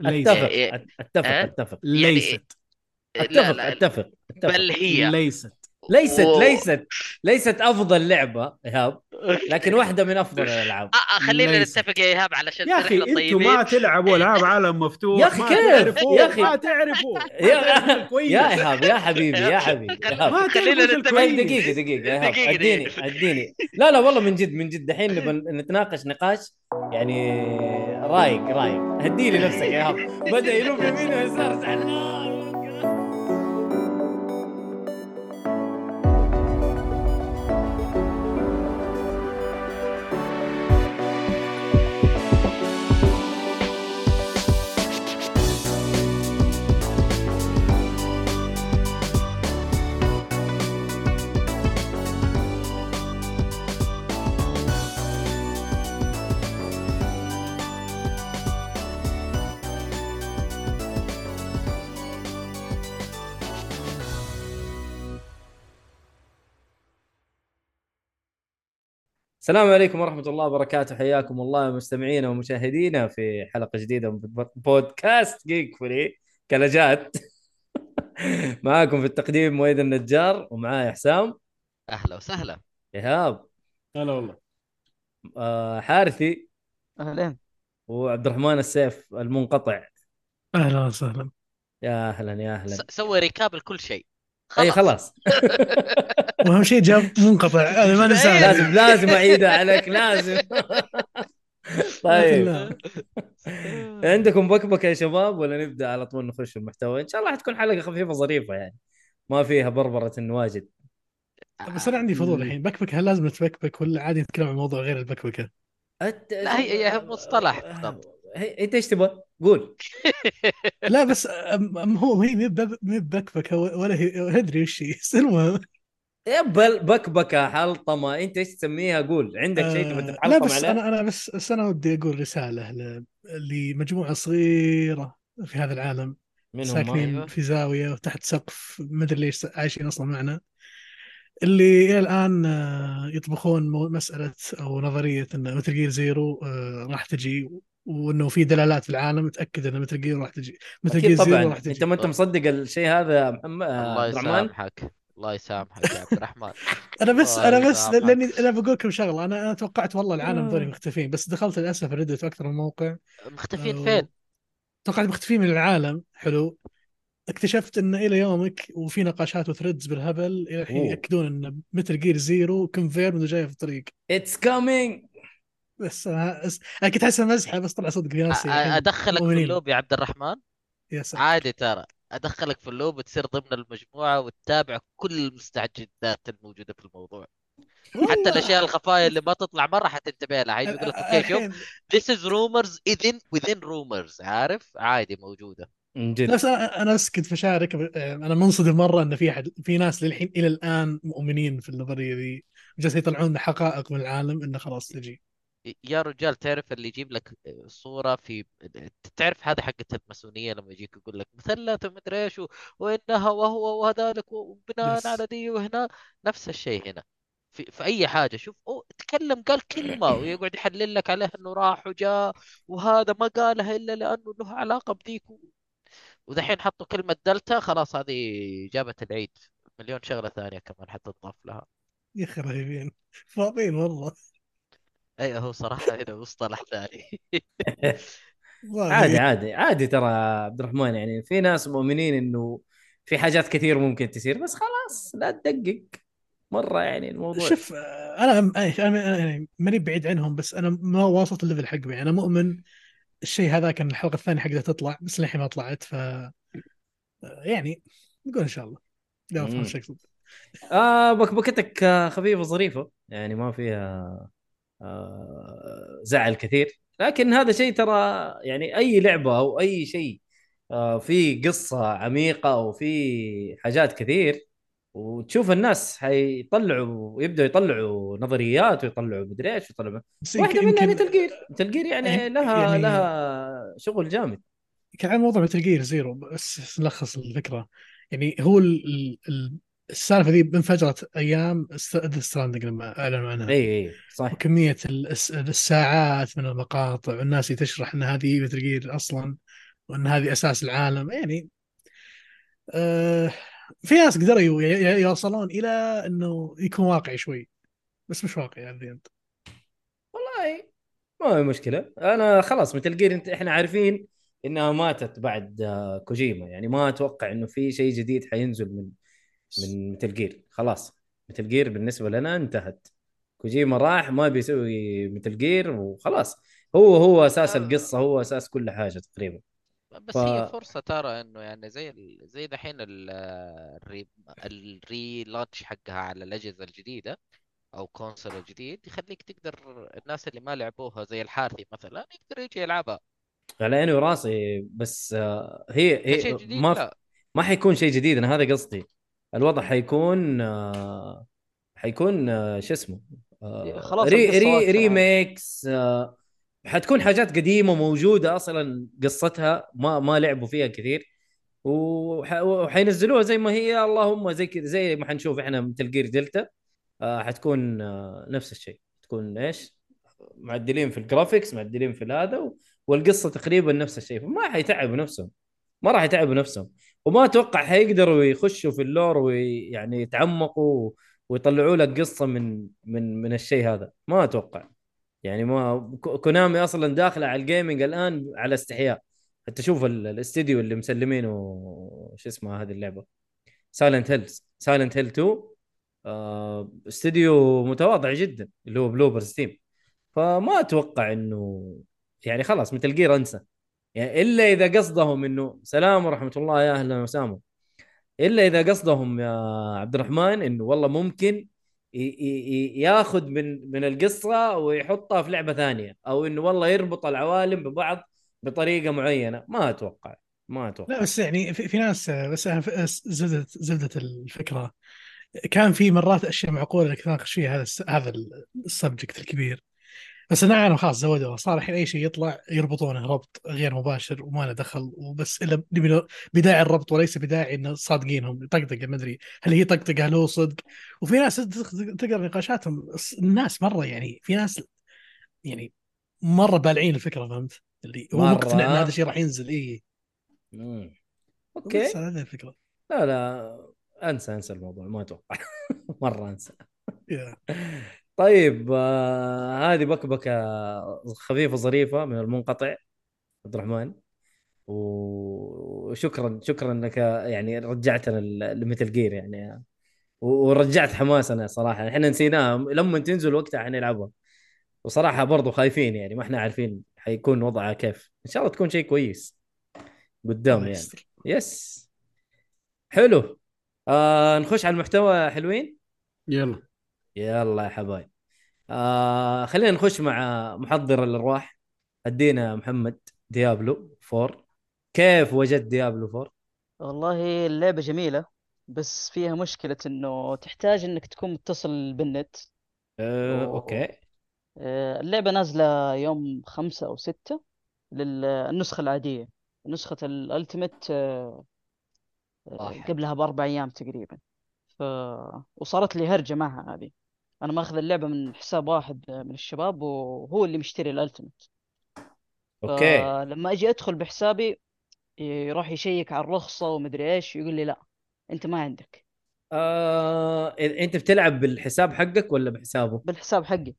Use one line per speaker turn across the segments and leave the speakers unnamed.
ليست
أتفق.
إيه.
اتفق
أه؟
اتفق
يعني-
ليست
لا، لا،
اتفق
لا.
اتفق اتفق
بل هي
ليست ليست
و-
ليست ليست افضل لعبه ايهاب لكن واحده من افضل الالعاب
آه، آه، خلينا
ليست.
نتفق يا ايهاب علشان
يا اخي
احنا
انتم
طيبين
ما تلعبوا العاب عالم مفتوح
يا أخي
ما
كيف؟
تعرفوا
يا أخي.
ما تعرفوا
يا-
كويس
يا ايهاب يا حبيبي يا حبيبي إيهاب.
ما
خلينا
تعرفوا شو
نتفق.
طيب
الكويس.
دقيقة دقيقة يا إيهاب،
دقيقة،
اديني
دقيقة.
اديني لا لا والله من جد من جد دحين نبى نتناقش نقاش يعني رايق رايق هدي لي نفسك يا إيهاب بدأ يلوم يمين ويسار زعلان السلام عليكم ورحمة الله وبركاته حياكم الله مستمعينا ومشاهدينا في حلقة جديدة من بود- بودكاست جيك فري كلجات معاكم في التقديم مؤيد النجار ومعاي حسام
اهلا وسهلا
إيهاب
هلا والله
آه، حارثي
اهلين
وعبد الرحمن السيف المنقطع
اهلا وسهلا
يا اهلا يا اهلا
س- سوي ركاب لكل شيء
اي خلاص
واهم شيء جاب منقطع انا ما ننساه
لازم لازم اعيدها عليك لازم طيب
لا.
عندكم بكبكه يا شباب ولا نبدا على طول نخش في المحتوى ان شاء الله حتكون حلقه خفيفه ظريفه يعني ما فيها بربره واجد
بس انا عندي
أه،
فضول الحين بكبك هل لازم نتبكبك ولا عادي نتكلم عن موضوع غير البكبكه؟
أت... آه،
لا، هي- هي مصطلح بالضبط.
هي- انت ايش تبغى؟ قول
لا بس أم أم هو هي مي بب- مي بكبكه و- ولا هي ادري وش هي بس المهم
يا بل بكبكه حلطمه انت ايش تسميها قول عندك شيء
آه،
تبغى
لا
تتحلطم
بس
عليه؟
انا انا بس, بس انا ودي اقول رساله ل- لمجموعه صغيره في هذا العالم
منهم ما-
ساكنين
أيوة.
في زاويه وتحت سقف ما ادري ليش عايشين اصلا معنا اللي الى الان آه، يطبخون مو- مساله او نظريه ان متل جير زيرو آه، راح تجي وانه في دلالات في العالم تاكد ان متل جير راح تجي متل
اكيد
جير زيرو
طبعا
راح
انت
تجي
ما انت مصدق الشيء هذا يا محمد آه،
أه، الله
عبد الرحمن
يسامحك الله يسامحك يا عبد الرحمن
انا بس
الله
انا بس
يسامحك.
لاني انا بقول لكم شغله انا انا توقعت والله العالم ذولي مختفين بس دخلت للاسف ريدت اكثر من موقع
مختفين
أو-
فين؟
توقعت مختفي من العالم حلو اكتشفت ان الى يومك وفي نقاشات وثريدز بالهبل الى الحين
أوه.
ياكدون ان متل جير زيرو كونفير انه جايه في الطريق
اتس كامينج
بس انا بس- أنا كنت احسها مزحه بس طلع صدق في
أ-
نفسي
أ- ادخلك في
مؤمنين.
اللوب يا عبد الرحمن
يا سلام
عادي ترى ادخلك في اللوب وتصير ضمن المجموعه وتتابع كل المستجدات الموجوده في الموضوع حتى الاشياء الخفايا اللي ما تطلع مره حتنتبه لها
أه،
حيجي يقول لك اوكي شوف This is rumors within within rumors عارف عادي موجودة
من جد
نفس انا أنا بس كنت بشارك ب- انا منصدم مره ان في احد في ناس للحين الى الان مؤمنين في النظريه ذي جالس يطلعون لنا حقائق من العالم انه خلاص تجي
يا رجال تعرف اللي يجيب لك صورة في تعرف هذا حقة الماسونية لما يجيك يقول لك مثلث ومدري ايش و- وانها وهو وذلك وبناء
Yes.
على دي وهنا نفس الشيء هنا في, في اي حاجة شوف أو تكلم قال كلمة ويقعد يحلل لك عليها انه راح وجاء وهذا ما قالها الا لانه له علاقة بذيك و- ودحين حطوا كلمة دلتا خلاص هذه جابت العيد مليون شغلة ثانية كمان حتضاف لها
يا اخي رهيبين فاضيين والله
اي هو صراحة هنا مصطلح ثاني
عادي عادي عادي ترى عبد الرحمن يعني في ناس مؤمنين انه في حاجات كثير ممكن تصير بس خلاص لا تدقق مره يعني الموضوع
شوف انا انا يعني ماني بعيد عنهم بس انا ما واصلت الليفل حقهم يعني انا مؤمن الشيء هذا كان الحلقه الثانيه حقها تطلع بس للحين ما طلعت ف يعني نقول ان شاء الله لا
مم.
فهمت ايش اقصد
آه بكبكتك آه، خفيفه ظريفه يعني ما فيها آه زعل كثير لكن هذا شيء ترى يعني اي لعبه او اي شيء آه في قصه عميقه او في حاجات كثير وتشوف الناس حيطلعوا يبداوا يطلعوا نظريات ويطلعوا مدري ايش ويطلعوا
بس
واحده
يمكن-
منها
يمكن-
مثل جير مثل جير يعني
يعني-
لها يعني...
يعني-
لها شغل جامد
كان على موضوع متل جير زيرو بس نلخص الفكره يعني هو ال... ال- ال... السالفه ذي انفجرت ايام ذا ستراندنج لما اعلنوا عنها
اي اي صح
وكمية ال- الس- الساعات من المقاطع والناس اللي تشرح ان هذه متل جير اصلا وان هذه اساس العالم يعني آه في ناس قدروا يو- ي- ي- يوصلون الى انه يكون واقعي شوي بس مش واقعي يعني. على الذنب
والله ما هي مشكله انا خلاص مثل جير انت احنا عارفين انها ماتت بعد آه، كوجيما يعني ما اتوقع انه في شيء جديد حينزل من من مثل جير خلاص مثل جير بالنسبه لنا انتهت كوجيما راح ما بيسوي مثل جير وخلاص هو هو اساس
لا.
القصه هو اساس كل حاجه تقريبا
بس
ف-
هي فرصة ترى انه يعني زي ال- زي دحين ال- الري الري لانش حقها على الأجهزة الجديدة أو كونسول الجديد يخليك تقدر الناس اللي ما لعبوها زي الحارثي مثلا يقدر يجي يلعبها
على عيني وراسي بس آه، هي هي
كشيء جديد
ما
لا
ما حيكون شيء جديد انا هذا قصدي الوضع حيكون آه، حيكون آه، شو اسمه آه،
خلاص
ري
القصة
ري
واضحة.
ريميكس آه، حتكون حاجات قديمه موجوده اصلا قصتها ما ما لعبوا فيها كثير وح- وحينزلوها زي ما هي اللهم زي كذا زي ما حنشوف احنا مثل جير دلتا آه، حتكون آه، نفس الشيء تكون ايش معدلين في الجرافيكس معدلين في هذا و- والقصه تقريبا نفس الشيء فما حيتعبوا نفسهم ما راح يتعبوا نفسهم وما اتوقع حيقدروا يخشوا في اللور ويعني يتعمقوا ويطلعوا لك قصه من من من الشيء هذا ما اتوقع يعني ما كو- كونامي اصلا داخله على الجيمنج الان على استحياء حتى شوف ال- الاستديو اللي مسلمينه شو اسمها هذه اللعبه سايلنت هيلز سايلنت هيل 2 آه، استديو متواضع جدا اللي هو بلوبرز تيم فما اتوقع انه يعني خلاص مثل جير انسى يعني الا اذا قصدهم انه سلام ورحمه الله يا اهلا وسهلا الا اذا قصدهم يا عبد الرحمن انه والله ممكن ي- ي- ي- ياخذ من من القصه ويحطها في لعبه ثانيه او انه والله يربط العوالم ببعض بطريقه معينه ما اتوقع ما اتوقع
لا بس يعني في, في ناس آه، بس أنا في- أس- زبده زبده الفكره كان في مرات اشياء معقوله انك تناقش فيها هذا الس- هذا السبجكت الكبير بس انا عارف خلاص زودوها صار الحين اي شيء يطلع يربطونه ربط غير مباشر وما له دخل وبس الا نبي له- بداعي الربط وليس بداعي ان صادقينهم طقطقه ما ادري هل هي طقطقه هل هو صدق وفي ناس تخ- تقرا نقاشاتهم الس- الناس مره يعني في ناس يعني مره بالعين الفكره فهمت؟ اللي هو
مرة.
مقتنع ان هذا الشيء راح ينزل إيه. اي
مم. اوكي
بس هذه الفكره
لا لا انسى انسى الموضوع ما اتوقع مره انسى
يا.
طيب آه هذه بكبكه خفيفه ظريفه من المنقطع عبد الرحمن و- وشكرا شكرا انك آه، يعني رجعتنا ل- لمثل جير يعني آه، و- ورجعت حماسنا صراحه احنا نسيناها لما تنزل وقتها حنلعبها وصراحه برضو خايفين يعني ما احنا عارفين حيكون وضعها كيف ان شاء الله تكون شيء كويس قدام
الله
يعني
يستر.
يس حلو آه نخش على المحتوى يا حلوين
يلا
يلا يا حبايب آه خلينا نخش مع محضر الارواح ادينا محمد ديابلو 4 كيف وجدت ديابلو 4
والله اللعبة جميلة بس فيها مشكلة انه تحتاج انك تكون متصل بالنت
آه
أوه.
اوكي
آه، اللعبة نازلة يوم خمسة او ستة للنسخة العادية نسخة الالتيميت
راح.
قبلها باربع ايام تقريبا ف... وصارت لي هرجة معها هذه انا ماخذ اللعبة من حساب واحد آه، من الشباب وهو اللي مشتري الالتيميت
اوكي
فلما اجي ادخل بحسابي يروح يشيك على الرخصة ومدري ايش يقول لي لا انت ما عندك
آه إن- انت بتلعب بالحساب حقك ولا بحسابه؟
بالحساب حقي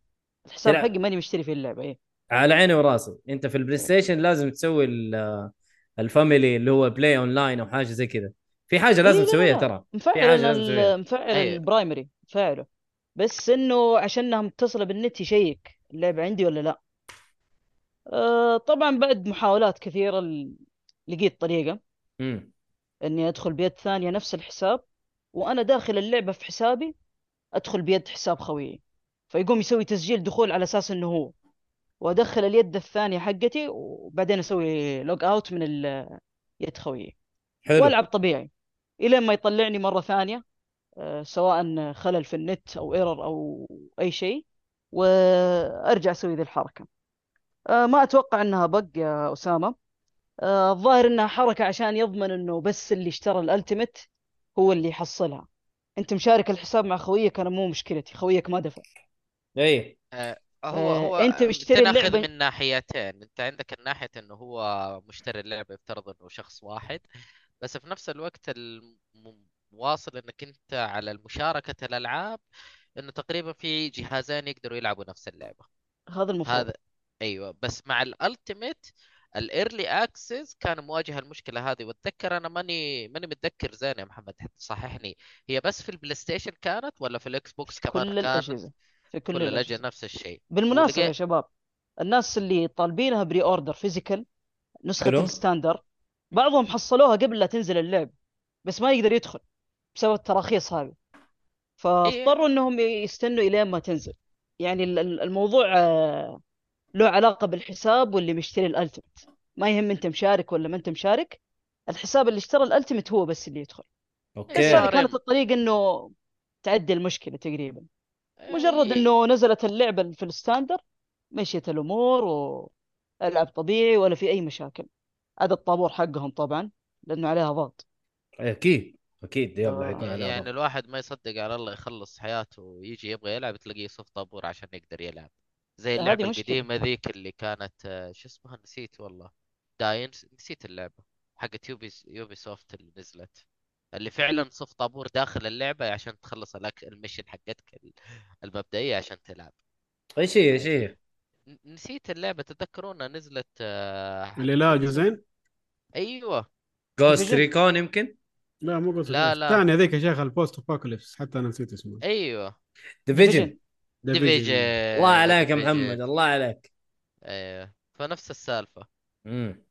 الحساب
تلعب.
حقي ماني مشتري فيه اللعبة ايه
على عيني وراسي انت في البلاي ستيشن لازم تسوي ال- آه، الفاميلي اللي هو بلاي اون لاين او حاجه زي كذا في حاجه لازم
إيه، لا،
تسويها
لا.
ترى
مفعل
حاجة
انا
لازم تسويها.
ال- مفعل
أيوة.
البرايمري مفعله بس انه عشانها متصلة بالنت يشيك اللعبة عندي ولا لا أه طبعا بعد محاولات كثيرة ال- لقيت طريقة
امم
اني ادخل بيد ثانية نفس الحساب وانا داخل اللعبة في حسابي ادخل بيد حساب خويي فيقوم يسوي تسجيل دخول على اساس انه هو وادخل اليد الثانية حقتي وبعدين اسوي لوج اوت من ال- يد خويي والعب
حلو
طبيعي الين ما يطلعني مرة ثانية آه، سواء خلل في النت او ايرور او اي شيء وارجع اسوي ذي الحركة آه، ما اتوقع انها بق يا اسامة آه، الظاهر انها حركة عشان يضمن انه بس اللي اشترى الالتيميت هو اللي يحصلها
إيه.
انت مشارك الحساب مع خويك انا مو مشكلتي خويك ما دفع
اي
هو
آه،
هو
أنت مشتري
تناخذ
اللعبة-
من ناحيتين انت عندك الناحية انه هو مشتري اللعبة يفترض انه شخص واحد بس في نفس الوقت الم- واصل انك انت على مشاركة الالعاب انه تقريبا في جهازين يقدروا يلعبوا نفس اللعبة
هذا المفروض
هذا ايوه بس مع الالتيميت الايرلي اكسس كان مواجه المشكله هذه واتذكر انا ماني ماني متذكر زين يا محمد حتى صححني هي بس في البلاي ستيشن كانت ولا في الاكس بوكس كمان
كل
كان
الأجهزة في كل الأجهزة
نفس الشيء
بالمناسبة يا
ولقيت-
شباب الناس اللي طالبينها بري اوردر فيزيكال نسخة
حلو.
الستاندر بعضهم حصلوها قبل لا تنزل اللعبة بس ما يقدر يدخل بسبب التراخيص هذه فاضطروا انهم يستنوا الين ما تنزل يعني ال- ال- الموضوع آه، له علاقة بالحساب واللي مشتري الالتيميت ما يهم انت مشارك ولا ما انت مشارك الحساب اللي اشترى الالتيميت هو بس اللي يدخل بس
إيه.
هذه
اوكي
كانت الطريقة انه تعدي المشكلة تقريبا مجرد
إيه.
انه نزلت اللعبه في الستاندر مشيت الامور والعب طبيعي ولا في اي مشاكل هذا الطابور حقهم طبعا لانه عليها ضغط
اكيد اكيد يلا
آه،
يكون على
يعني
بعض.
الواحد ما يصدق على الله يخلص حياته ويجي يبغى يلعب تلاقيه يصف طابور عشان يقدر يلعب زي
هذه
اللعبة
مشكلة.
القديمة ذيك اللي كانت آه، شو اسمها نسيت والله داين نسيت اللعبة حقت يوبي يوبي سوفت اللي نزلت اللي فعلا صف طابور داخل اللعبة عشان تخلص الأك- المشن حقتك ال- المبدئية عشان تلعب
ايش هي ايش هي؟
ن- نسيت اللعبة تتذكرونها نزلت آه، حق-
اللي لا جزئين
ايوه
جوست ريكون يمكن؟
لا مو قلت
لا، لا.
الثانية ذيك يا شيخ البوست ابوكاليبس حتى انا نسيت اسمه
ايوه
ديفيجن
ديفيجن
الله
آه،
عليك يا محمد الله عليك
ايوه فنفس السالفة
امم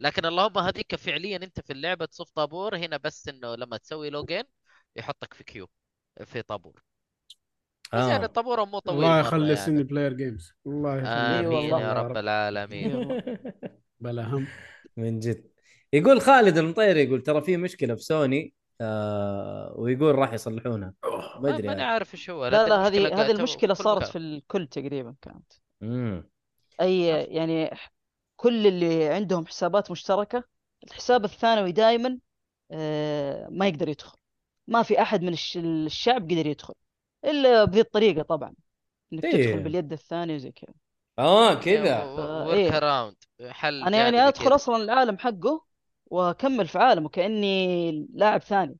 لكن اللهم هذيك فعليا انت في اللعبه تصف طابور هنا بس انه لما تسوي لوجين يحطك في كيو في طابور بس يعني
آه.
الطابور مو طويل
الله
مرة
يخلي
يعني.
سني بلاير جيمز الله يخلي
إي
امين
والله.
يا رب العالمين
بلا هم
من جد يقول خالد المطيري يقول ترى في مشكله في سوني آه ويقول راح يصلحونها ما يعني.
ما-
ادري
ماني
عاد.
عارف ايش هو
لا
لكن
لا هذه
المشكلة
هذه
قاعدة
المشكله
في كل
صارت
مكان.
في الكل تقريبا كانت
امم
اي يعني كل اللي عندهم حسابات مشتركه الحساب الثانوي دائما ما يقدر يدخل ما في احد من الش- الشعب قدر يدخل الا بذي الطريقه طبعا انك
إيه.
تدخل باليد الثانية وزي كذا
اه كذا
و-
إيه.
ورك اراوند يعني حل
انا يعني
جانبي
ادخل
كذا.
اصلا العالم حقه واكمل في عالمه كاني لاعب ثاني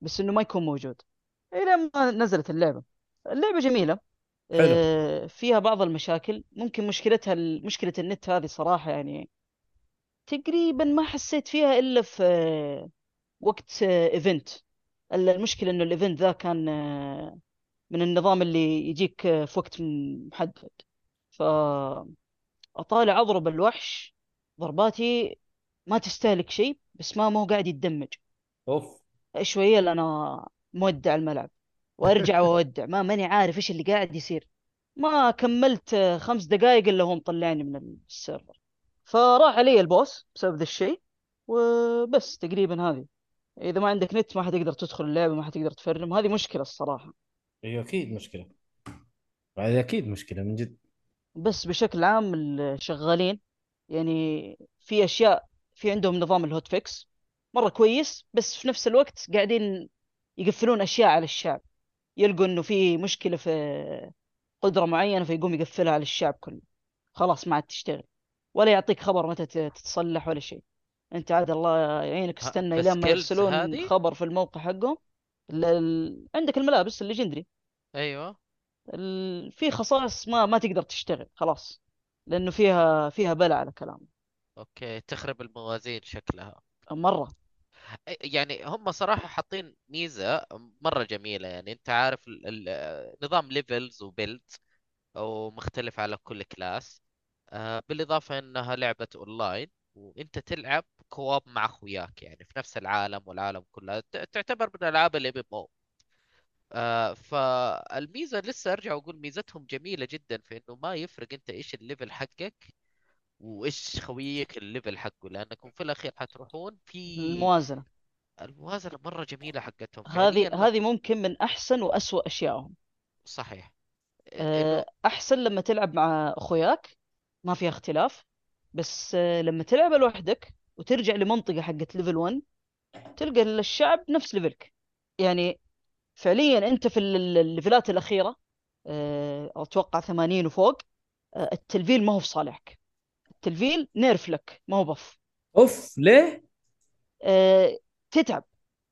بس انه ما يكون موجود الى ما نزلت اللعبه اللعبه جميله
حلو.
آه، فيها بعض المشاكل ممكن مشكلتها ال- مشكله النت هذه صراحه يعني تقريبا ما حسيت فيها الا في آه، وقت آه، ايفنت المشكله انه الايفنت ذا كان آه، من النظام اللي يجيك آه، في وقت م- محدد ف اطالع اضرب الوحش ضرباتي ما تستهلك شيء بس ما ما هو قاعد يتدمج
اوف
شويه لأ انا مودع الملعب وارجع واودع ما ماني عارف ايش اللي قاعد يصير ما كملت آه، خمس دقائق الا هو مطلعني من السيرفر فراح علي البوس بسبب ذا الشيء وبس تقريبا هذه اذا ما عندك نت ما حتقدر تدخل اللعبه ما حتقدر تفرم هذه مشكله الصراحه
اي اكيد مشكله أيوة، هذه اكيد مشكله من جد
بس بشكل عام الشغالين يعني في اشياء في عندهم نظام الهوت فيكس مره كويس بس في نفس الوقت قاعدين يقفلون اشياء على الشعب يلقوا انه في مشكله في قدره معينه فيقوم يقفلها على الشعب كله خلاص ما عاد تشتغل ولا يعطيك خبر متى ت- تتصلح ولا شيء انت عاد الله يعينك
ها،
استنى الين ما
بالskills
يرسلون
هذه؟
خبر في الموقع حقهم ال- ال- عندك الملابس الليجندري
ايوه
ال- في خصائص ما ما تقدر تشتغل خلاص لانه فيها فيها بلع على كلامه
اوكي تخرب الموازين شكلها
مره
أي- يعني هم صراحة حاطين ميزة مرة جميلة يعني انت عارف ال- ال- نظام ليفلز وبيلد ومختلف على كل كلاس آه، بالإضافة انها لعبة اونلاين وانت تلعب كواب مع اخوياك يعني في نفس العالم والعالم كله ت- تعتبر من الالعاب الام ام او آه، فالميزة لسه ارجع واقول ميزتهم جميلة جدا في انه ما يفرق انت ايش الليفل حقك وايش خويك الليفل حقه لانكم في الاخير حتروحون في
الموازنه
الموازنة مرة جميلة حقتهم فعليا
هذه
ما-
هذه ممكن من احسن واسوأ اشيائهم
صحيح إيه.
آه، احسن لما تلعب مع اخوياك ما فيها اختلاف بس آه، لما تلعب لوحدك وترجع لمنطقه حقت ليفل 1 تلقى الشعب نفس ليفلك يعني فعليا انت في ال- ال- الليفلات الاخيره آه، اتوقع 80 وفوق آه، التلفيل ما هو في صالحك التلفيل نيرف لك ما هو بف
اوف ليه؟
آه، تتعب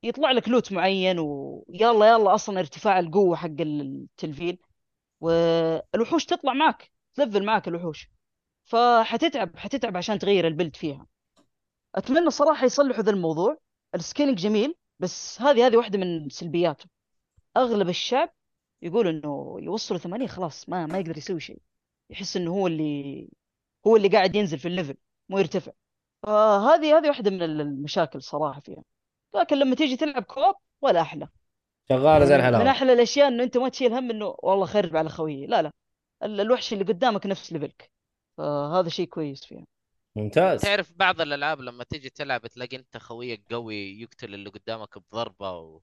يطلع لك لوت معين ويلا يلا اصلا ارتفاع القوه حق التلفيل والوحوش تطلع معك تلفل معك الوحوش فحتتعب حتتعب عشان تغير البلد فيها اتمنى صراحه يصلحوا ذا الموضوع السكيلينج جميل بس هذه هذه واحده من سلبياته اغلب الشعب يقول انه يوصلوا 80 خلاص ما ما يقدر يسوي شيء يحس انه هو اللي هو اللي قاعد ينزل في الليفل مو يرتفع فهذه هذه واحده من المشاكل صراحه فيها لكن لما تيجي تلعب كوب ولا احلى
شغاله
آه،
زي
من
الحلاوه
احلى الاشياء انه انت ما تشيل هم انه والله خرب على خويي لا لا ال- الوحش اللي قدامك نفس ليفلك فهذا شيء كويس فيها
ممتاز
تعرف بعض الالعاب لما تيجي تلعب تلاقي انت خويك قوي يقتل اللي قدامك بضربه و...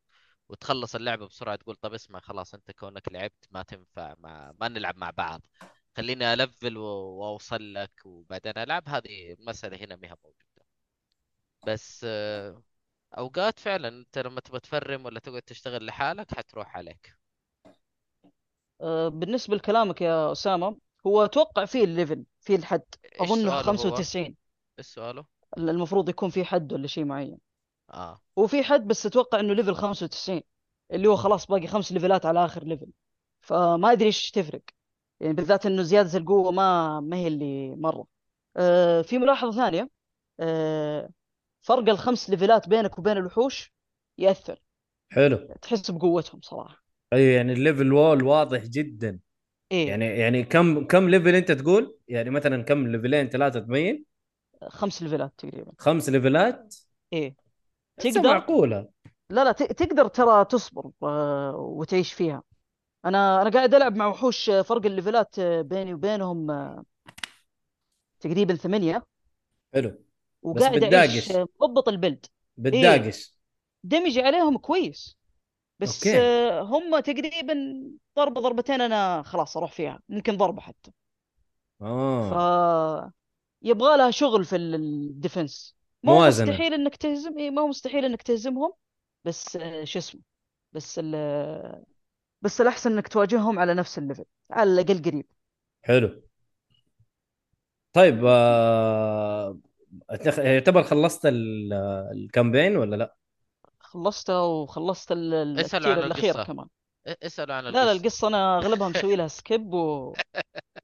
وتخلص اللعبه بسرعه تقول طب اسمع خلاص انت كونك لعبت ما تنفع ما, ما نلعب مع بعض خليني الفل و... واوصل لك وبعدين العب هذه المساله هنا ما هي موجوده بس آه، اوقات فعلا انت لما تبغى تفرم ولا تقعد تشتغل لحالك حتروح عليك
آه، بالنسبه لكلامك يا اسامه هو اتوقع فيه الليفل فيه الحد
إيش
اظنه
سؤاله هو؟
95
ايش سؤاله؟
ال- المفروض يكون في حد ولا شيء معين
اه
وفي حد بس اتوقع انه ليفل 95 اللي هو خلاص باقي خمس ليفلات على اخر ليفل فما ادري ايش تفرق يعني بالذات انه زياده القوه ما ما هي اللي مره آه، في ملاحظه ثانيه آه، فرق الخمس ليفلات بينك وبين الوحوش ياثر
حلو
تحس بقوتهم صراحه
ايوه يعني الليفل وول واضح جدا
ايه
يعني يعني كم كم ليفل انت تقول؟ يعني مثلا كم ليفلين ثلاثه تبين؟
خمس ليفلات تقريبا
خمس ليفلات
ايه
تحسها
تقدر-
معقوله
لا لا ت- تقدر ترى تصبر آه، وتعيش فيها انا انا قاعد العب مع وحوش آه، فرق الليفلات آه، بيني وبينهم آه، تقريبا ثمانية
حلو
وقاعد
بتداقش.
اعيش آه، مضبط البلد
بتداقش
دمجي عليهم كويس بس
أوكي.
آه، هم تقريبا ضربة ضربتين انا خلاص اروح فيها ممكن ضربة حتى ف
اه
يبغى لها شغل في ال- الديفنس ما هو
موازنة.
مستحيل انك تهزم اي ما هو مستحيل انك تهزمهم بس آه، شو اسمه بس ال بس الاحسن انك تواجههم على نفس الليفل على الاقل قريب
حلو طيب آه... أتخ- يعتبر خلصت ال- الكامبين ولا لا؟
خلصته وخلصت ال- ال-
اسألوا
التير
عن
الاخير
القصة.
كمان
إيه- اسألوا عن
لا لا القصه انا اغلبها مسوي لها سكيب و...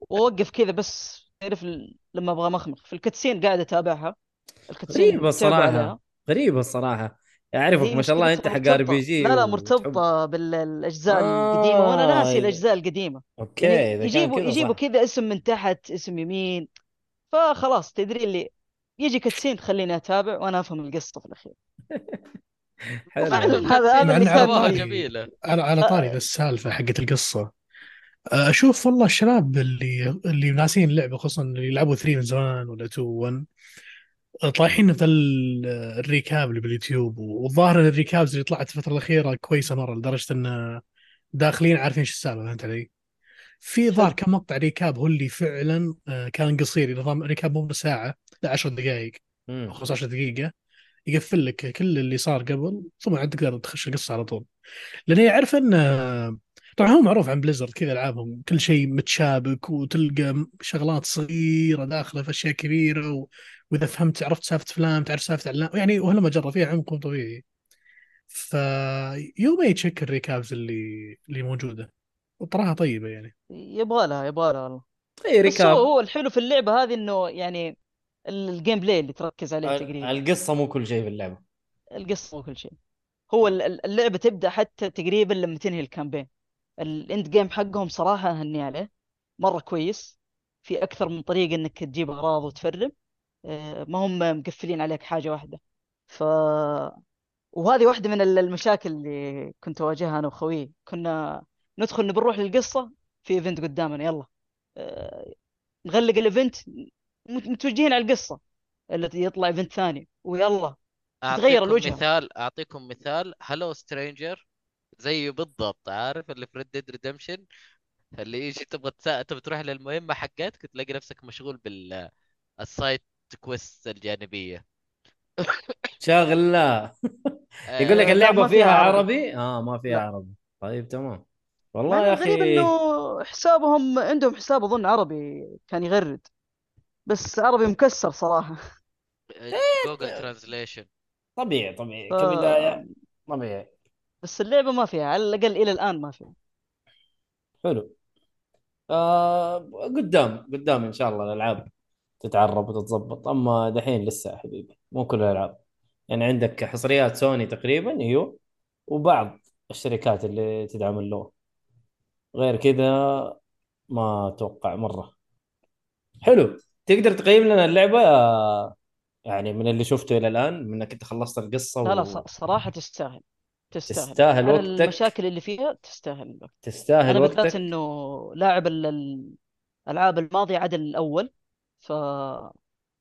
واوقف كذا بس تعرف ال- لما ابغى مخمخ في الكتسين قاعد اتابعها الكتسين
غريبة
متابع
الصراحة.
عليها
غريبة الصراحة
هي
اعرفك
إيه،
ما شاء الله انت حق
مشكلتها
ار
مرتبطة
بي جي
لا لا
وتحب-
مرتبطة بالاجزاء
آه،
القديمة وانا ناسي
إذا-
الاجزاء القديمة
اوكي اذا
يعني
كان
يجيبوا
كذا
يجيبوا
صح.
كذا اسم من تحت اسم يمين فخلاص تدري اللي يجي كتسين خليني اتابع وانا افهم القصة في الاخير
حلو
فعلا هذا
مع
هذا اللي
إنه
كان
أبغاها
سواها
طيب.
فيه
يعني جميلة
على على طاري ذا السالفه حقت القصه آه، اشوف والله الشباب اللي اللي ناسين اللعبه خصوصا اللي يلعبوا 3 من زمان ولا 2 1 آه، طايحين في ال- الريكاب اللي باليوتيوب والظاهر ان الريكابز اللي طلعت الفتره الاخيره كويسه مره لدرجه ان داخلين عارفين شو السالفه فهمت علي؟ في ظهر كم مقطع ريكاب هو اللي فعلا آه، كان قصير نظام ريكاب مو بساعه لا 10 دقائق
مم.
او 15 دقيقة يقفل لك كل اللي صار قبل ثم عاد تقدر تخش القصة على طول لأن هي عارفة أن طبعا هو معروف عن بليزرد كذا ألعابهم كل شيء متشابك وتلقى شغلات صغيرة داخلة في أشياء كبيرة و... وإذا فهمت عرفت سالفة فلان تعرف سالفة علان يعني وهلما جرى فيها عمق مو طبيعي فيوم يتشك الريكابز اللي اللي موجودة وطراها طيبة يعني
يبغى لها يبغى لها والله
اي
بس هو
ريكاب
هو الحلو في اللعبة هذه انه يعني ال- الجيم بلاي اللي تركز عليه تقريبا
القصة مو كل شيء في اللعبة
القصة وكل شيء هو ال- ال- اللعبة تبدأ حتى تقريبا لما تنهي الكامبين الاند جيم حقهم صراحة أهني عليه مرة كويس في أكثر من طريقة إنك تجيب أغراض وتفرم آه، ما هم مقفلين عليك حاجة واحدة ف وهذه واحدة من ال- المشاكل اللي كنت أواجهها أنا وخويي كنا ندخل نبي نروح للقصة في ايفنت قدامنا يلا آه، نغلق الايفنت مت- متوجهين على القصة التي يطلع ايفنت ثاني ويلا تتغير
أعطيكم
الوجهة.
مثال أعطيكم مثال هلو سترينجر زيه بالضبط عارف اللي في ريد ديد ريدمشن اللي يجي تبغى تسا... تبغى تروح للمهمة حقتك تلاقي نفسك مشغول بال السايد كويست الجانبية
شاغل لا يقول
آه،
لك
لا،
اللعبة
آه، ما فيها
فيها
عربي.
عربي اه ما فيها
لا.
عربي طيب تمام
مع
والله
إنه
يا
الغريب
اخي
انه حسابهم عندهم حساب اظن عربي كان يغرد بس عربي مكسر صراحه
آه، جوجل ترانزليشن
طبيعي طبيعي
آه.
كبدايه طبيعي
بس اللعبه ما فيها على الاقل الى الان ما فيها
حلو آه قدام قدام ان شاء الله الالعاب تتعرب وتتظبط اما دحين لسه يا حبيبي مو كل الالعاب يعني عندك حصريات سوني تقريبا ايوه وبعض الشركات اللي تدعم اللغه غير كذا ما اتوقع مره حلو تقدر تقيم لنا اللعبه آه، يعني من اللي شفته الى الان منك انت خلصت القصه
لا لا
و-
ص- صراحه تستاهل تستاهل
تستاهل
على
وقتك.
المشاكل اللي فيها تستاهل الوقت
تستاهل
انا بالذات
وقتك
انه لاعب ال- ال- الالعاب الماضيه عدا الاول ف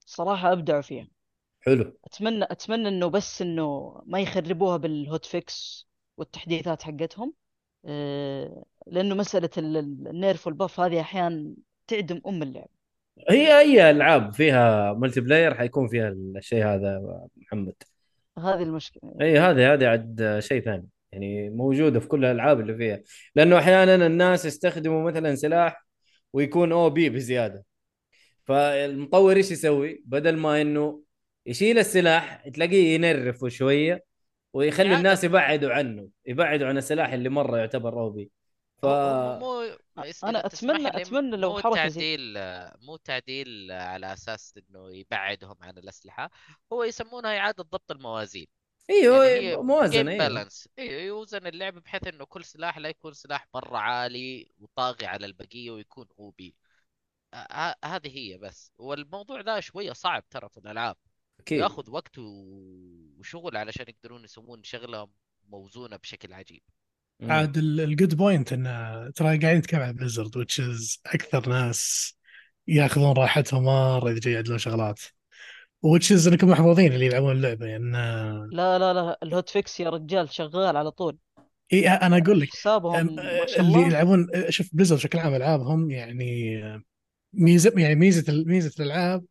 صراحه ابدعوا فيها
حلو
اتمنى اتمنى انه بس انه ما يخربوها بالهوت فيكس والتحديثات حقتهم آه، لانه مساله ال- ال- النيرف والباف هذه احيانا تعدم ام اللعب
هي اي العاب فيها ملتي بلاير حيكون فيها الشيء هذا محمد
هذه المشكله
اي هذه هذه عاد شيء ثاني يعني موجوده في كل الالعاب اللي فيها لانه احيانا الناس يستخدموا مثلا سلاح ويكون او بي بزياده فالمطور ايش يسوي؟ بدل ما انه يشيل السلاح تلاقيه ينرفه شويه ويخلي
إعادة.
الناس يبعدوا عنه يبعدوا عن السلاح اللي مره يعتبر او بي ف
آه،
مو
انا اتمنى اتمنى لو
مو
حركه زي
تعديل مو تعديل على اساس انه يبعدهم عن الاسلحه هو يسمونها اعاده ضبط الموازين
ايوه
يعني هي
موازنه
جيم
ايوه
بالانس ايوه يوزن اللعب بحيث انه كل سلاح لا يكون سلاح مره عالي وطاغي على البقيه ويكون او بي ه- هذه هي بس والموضوع ده شويه صعب ترى في الالعاب
إيه.
اكيد
وياخذ وقت و- وشغل علشان يقدرون يسوون شغله موزونه بشكل عجيب
مم.
عاد الجود بوينت انه ترى قاعدين نتكلم عن بليزرد which is اكثر ناس ياخذون راحتهم مره اذا جاي يعدلون شغلات which is انكم محظوظين اللي يلعبون اللعبه يعني آه،
لا لا لا الهوت فيكس يا رجال شغال على طول
اي انا اقول إيه، لك
حسابهم ما شاء
اللي
الله
يلعبون شوف بليزرد بشكل عام العابهم يعني ميزه يعني ميزه ميزه الالعاب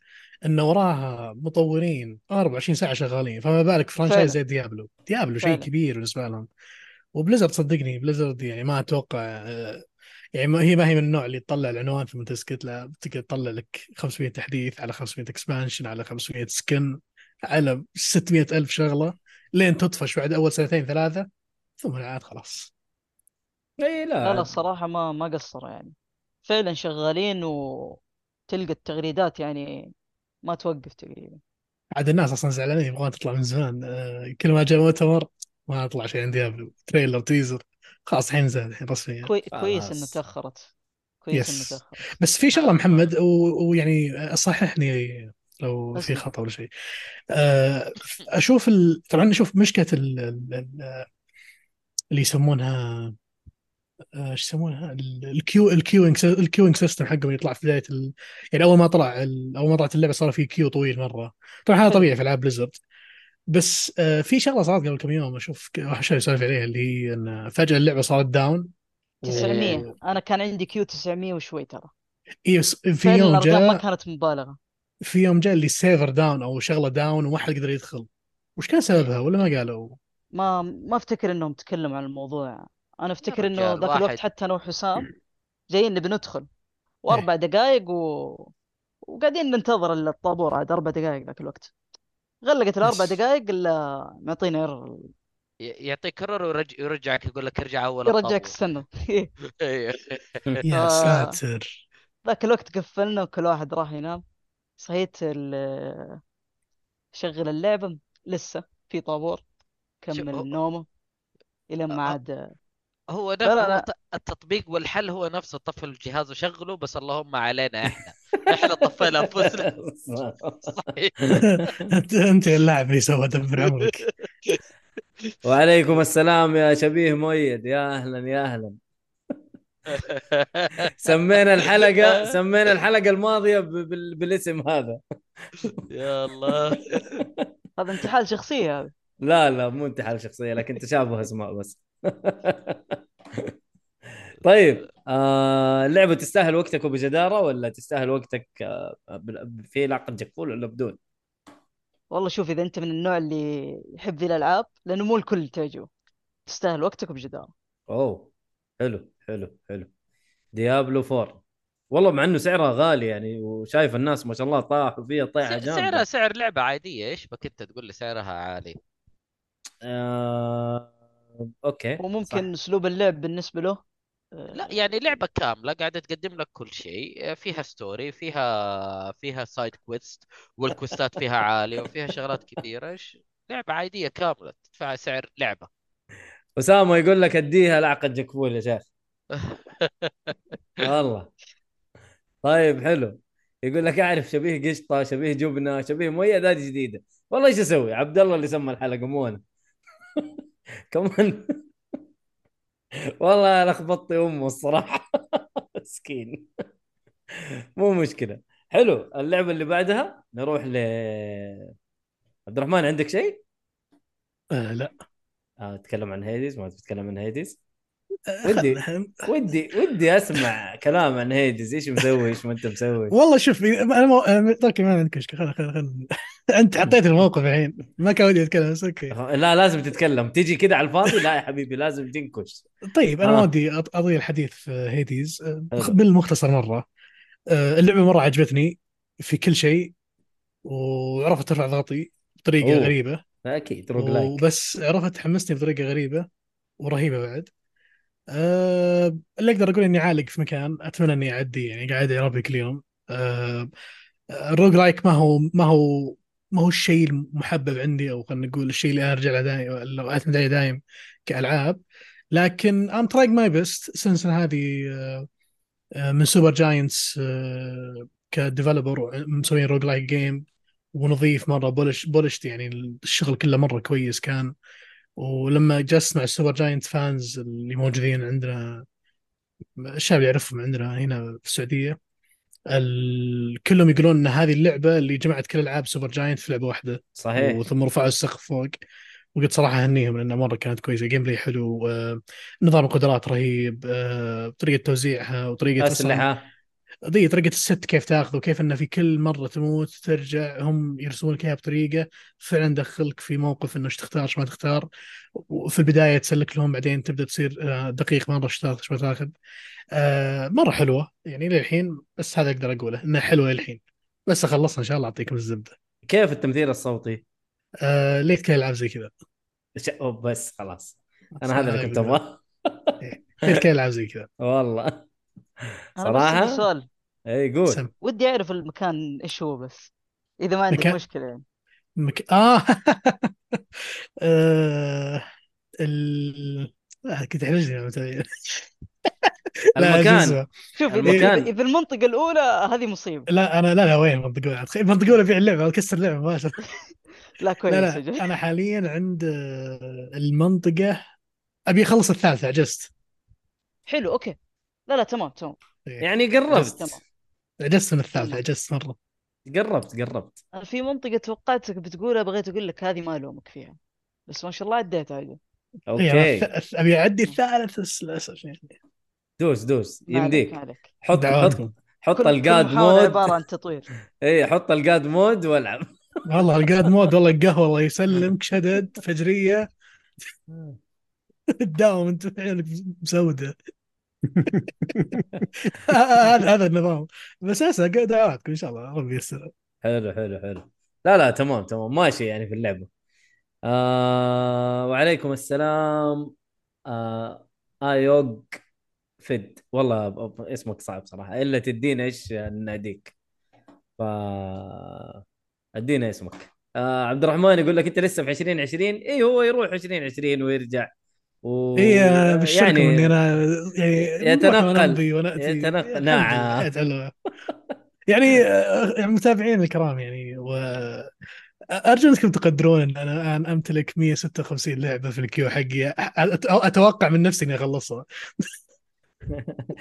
ان وراها مطورين 24 ساعه شغالين فما بالك فرانشايز زي ديابلو ديابلو شيء
فعلا.
كبير بالنسبه لهم وبليزرد صدقني بليزرد يعني ما اتوقع آه، يعني ما هي ما هي من النوع اللي تطلع العنوان ثم تسكت لا تقدر تطلع لك 500 تحديث على 500 اكسبانشن على 500 سكن على 600 الف شغله لين تطفش بعد اول سنتين ثلاثه ثم العاد خلاص
اي لا
لا لا الصراحة ما ما قصروا يعني فعلا شغالين وتلقى التغريدات يعني ما توقف تقريبا
عاد الناس اصلا زعلانين يبغون تطلع من زمان آه، كل ما جاء مؤتمر ما طلع شيء عن ديابلو تريلر تيزر خلاص الحين زاد الحين رسميا
كوي... كويس انه
خلاص.
تأخرت كويس انه
Yes.
تأخرت
بس في شغله محمد و- ويعني صححني لو في
أسمع.
خطا ولا شيء آه، اشوف ال... طبعا اشوف مشكله ال... ال- ال- اللي يسمونها آه، ايش يسمونها ال- الكيو الكيوينج الكيوينج سيستم حقهم يطلع في بدايه ال... يعني اول ما طلع ال... اول ما طلعت اللعبه صار في كيو طويل مره طبعا هذا
حلو.
طبيعي في العاب بليزرد بس آه، في شغله صارت قبل كم يوم اشوف ك- واحد شايف يسولف عليها اللي هي ان فجاه اللعبه صارت داون
900 انا كان عندي كيو 900 وشوي ترى
إيه، في
فعلا
يوم
الارقام ما
جاء
كانت مبالغة
في يوم جاء اللي السيرفر داون او شغله داون وما حد قدر يدخل وش كان سببها ولا ما قالوا
ما ما افتكر انهم تكلموا عن الموضوع انا افتكر انه
رجال،
ذاك
واحد.
الوقت حتى انا وحسام جايين نبي ندخل
إيه.
واربع دقائق و... وقاعدين ننتظر الطابور عاد اربع دقائق ذاك الوقت غلقت الاربع
بس.
دقائق الا معطينا ايرور
ي- يعطيك كرر ويرج- ويرجعك يقول لك ارجع اول
يرجعك
الطابور.
استنى
إيه.
يا
آه.
ساتر
ذاك الوقت قفلنا وكل واحد راح ينام صحيت ال- شغل اللعبة لسه في طابور
شو-
كمل نومه إلى ما
آه.
عاد
هو نف...
لا، لا،
هو
لا.
ت- التطبيق والحل هو نفسه طفل الجهاز وشغله بس اللهم علينا احنا احنا طفينا انفسنا صحيح
انت انت اللاعب اللي سوى دبر عمرك
وعليكم السلام يا شبيه مؤيد يا اهلا يا اهلا سمينا الحلقه سمينا الحلقه الماضيه ب- بال- بالاسم هذا
يا الله
هذا انتحال شخصية هذا
لا لا مو انتحال شخصيه لكن تشابه اسماء بس طيب آه اللعبه تستاهل وقتك وبجداره ولا تستاهل وقتك آه بال- في عقد جقفول ولا بدون؟
والله شوف إذا أنت من النوع اللي يحب ذي الألعاب لأنه مو الكل تعجبه تستاهل وقتك بجدارة
اوه حلو حلو حلو ديابلو 4 والله مع انه سعرها غالي يعني وشايف الناس ما شاء الله طاحوا فيها طيحه
س-
جامده
سعرها سعر لعبة عادية ايش بك انت تقول لي سعرها عالي
آه... اوكي
وممكن اسلوب اللعب بالنسبه له آه،
إيه، لا يعني لعبة كاملة قاعدة تقدم لك كل شيء فيها ستوري فيها فيها سايد كويست والكوستات فيها عالية وفيها شغلات كثيرة إيش- لعبة عادية كاملة تدفع سعر لعبة
صح. اسامه يقول لك اديها لعقه جكفول يا شيخ والله طيب حلو يقول لك اعرف شبيه قشطه شبيه جبنه شبيه مؤيد هذه جديده والله ايش اسوي عبد الله اللي سمى الحلقه مو انا كمان والله لخبطت امه الصراحه مسكين مو مشكله حلو اللعبه اللي بعدها نروح ل عبد الرحمن عندك شيء؟
آه لا
آه، تتكلم عن هيديز ما تتكلم عن هيديز
آه،
ودي.
خلنا-
ودي ودي اسمع كلام عن هيديز ايش مسوي ايش ما انت مسوي
والله شوف إذا- انا مو... أنا طيب ما عندي مشكله خل خل خل انت حطيت الموقف الحين ما كان ودي اتكلم بس اوكي
لا لازم تتكلم تيجي كده على الفاضي لا يا حبيبي لازم تنكش
طيب انا ما
آه.
ودي أط- اضيع الحديث في هيديز آه،
حلو.
بالمختصر مره آه، اللعبه مره عجبتني في كل شيء وعرفت ترفع ضغطي بطريقه
أوه.
غريبه
اكيد روج لايك
وبس عرفت حمستني بطريقه غريبه ورهيبه بعد أه اللي اقدر اقول اني عالق في مكان اتمنى اني اعدي يعني قاعد اعرفه كل يوم أه الروج لايك ما هو ما هو ما هو الشيء المحبب عندي او خلينا نقول الشيء اللي انا ارجع له دايم او اعتمد عليه دايم كالعاب لكن ام ترايك ماي بيست سنس إن هذه آه، آه، من سوبر جاينتس كديفلوبر مسوين روج لايك جيم ونظيف مره بولش بولشت يعني الشغل كله مره كويس كان ولما جلست مع السوبر جاينت فانز اللي موجودين عندنا الشعب يعرفهم عندنا هنا في السعوديه ال... كلهم يقولون ان هذه اللعبه اللي جمعت كل العاب سوبر جاينت في لعبه واحده
صحيح
وثم رفعوا السقف فوق وقلت صراحه اهنيهم لانها مره كانت كويسه جيم بلاي حلو آه، نظام القدرات رهيب آه، طريقه توزيعها وطريقه أصلاً
اسلحه
دي طريقة الست كيف تاخذه وكيف انه في كل مرة تموت ترجع هم يرسمون لك اياها بطريقة فعلا دخلك في موقف انه ايش تختار ايش ما تختار وفي البداية تسلك لهم بعدين تبدا تصير آه، دقيق مرة ايش تاخذ ايش ما تاخذ آه، مرة حلوة يعني للحين بس هذا اقدر اقوله انها حلوة للحين بس اخلصها ان شاء الله اعطيكم الزبدة
كيف التمثيل الصوتي؟
آه، ليت كل العاب زي كذا
ش- أوه، بس خلاص انا هذا اللي كنت ابغاه
ليت كل العاب زي كذا
والله
انا بس عندي
صراحه
سؤال
اي قول
سم.
ودي اعرف المكان ايش هو بس اذا ما عندك
مكان-
مشكله يعني
مك... اه آه، ال آه، كنت احرجني لما تبين. لا، شو
المكان
اسمه؟
شوف إذا-
المكان.
اذا إذا المنطقه الاولى هذه مصيبه
لا انا لا لا وين منطقة ولا تخيل منطقة ولا بيع اللعبة اكسر اللعبة مباشرة
لا كويس
لا
أجل.
لا انا حاليا عند آه، المنطقة ابي اخلص الثالثة عجزت
حلو اوكي لا لا تمام تمام
يعني قربت
تمام
عجزت من الثالثة عجزت مرة
قربت قربت
انا في منطقه توقعتك بتقولها بغيت اقول لك هذه ما الومك فيها بس ما شاء الله عديتها أجل.
إي، إيه، أنا
اوكي
الث- ابي اعدي الثالث بس للاسف يعني
دوس دوس
ما عليك ما
يمديك
عليك
حط حط
دعواتكم
حط
كل- كل
الجاد
محاولة
مود
عباره عن تطوير
اي إيه، حط الجاد مود والعب
والله القاد مود والله القهوة الله يسلمك شدد فجرية تداوم انت عينك مسودة هذا هذا النظام بس اسا دعواتكم ان شاء الله ربي يسر
حلو حلو حلو لا لا تمام تمام ماشي يعني في اللعبه آه وعليكم السلام آه ايوغ فد والله ب- ب- اسمك صعب صراحه الا تدينا ايش ناديك ف ادينا اسمك آه عبد الرحمن يقول لك انت لسه في 2020 اي هو يروح 2020 ويرجع و...
إيه،
اي ابشركم
يعني-
اني انا يعني
يتنقل.
وانا امضي وانا اتي
يتنقل.
الحمد
نعم.
لله، حياة حلوة. يعني آه، متابعين الكرام يعني و ارجو انكم تقدرون ان انا الان امتلك 156 لعبه في الكيو حقي أ- أت- اتوقع من نفسي اني اخلصها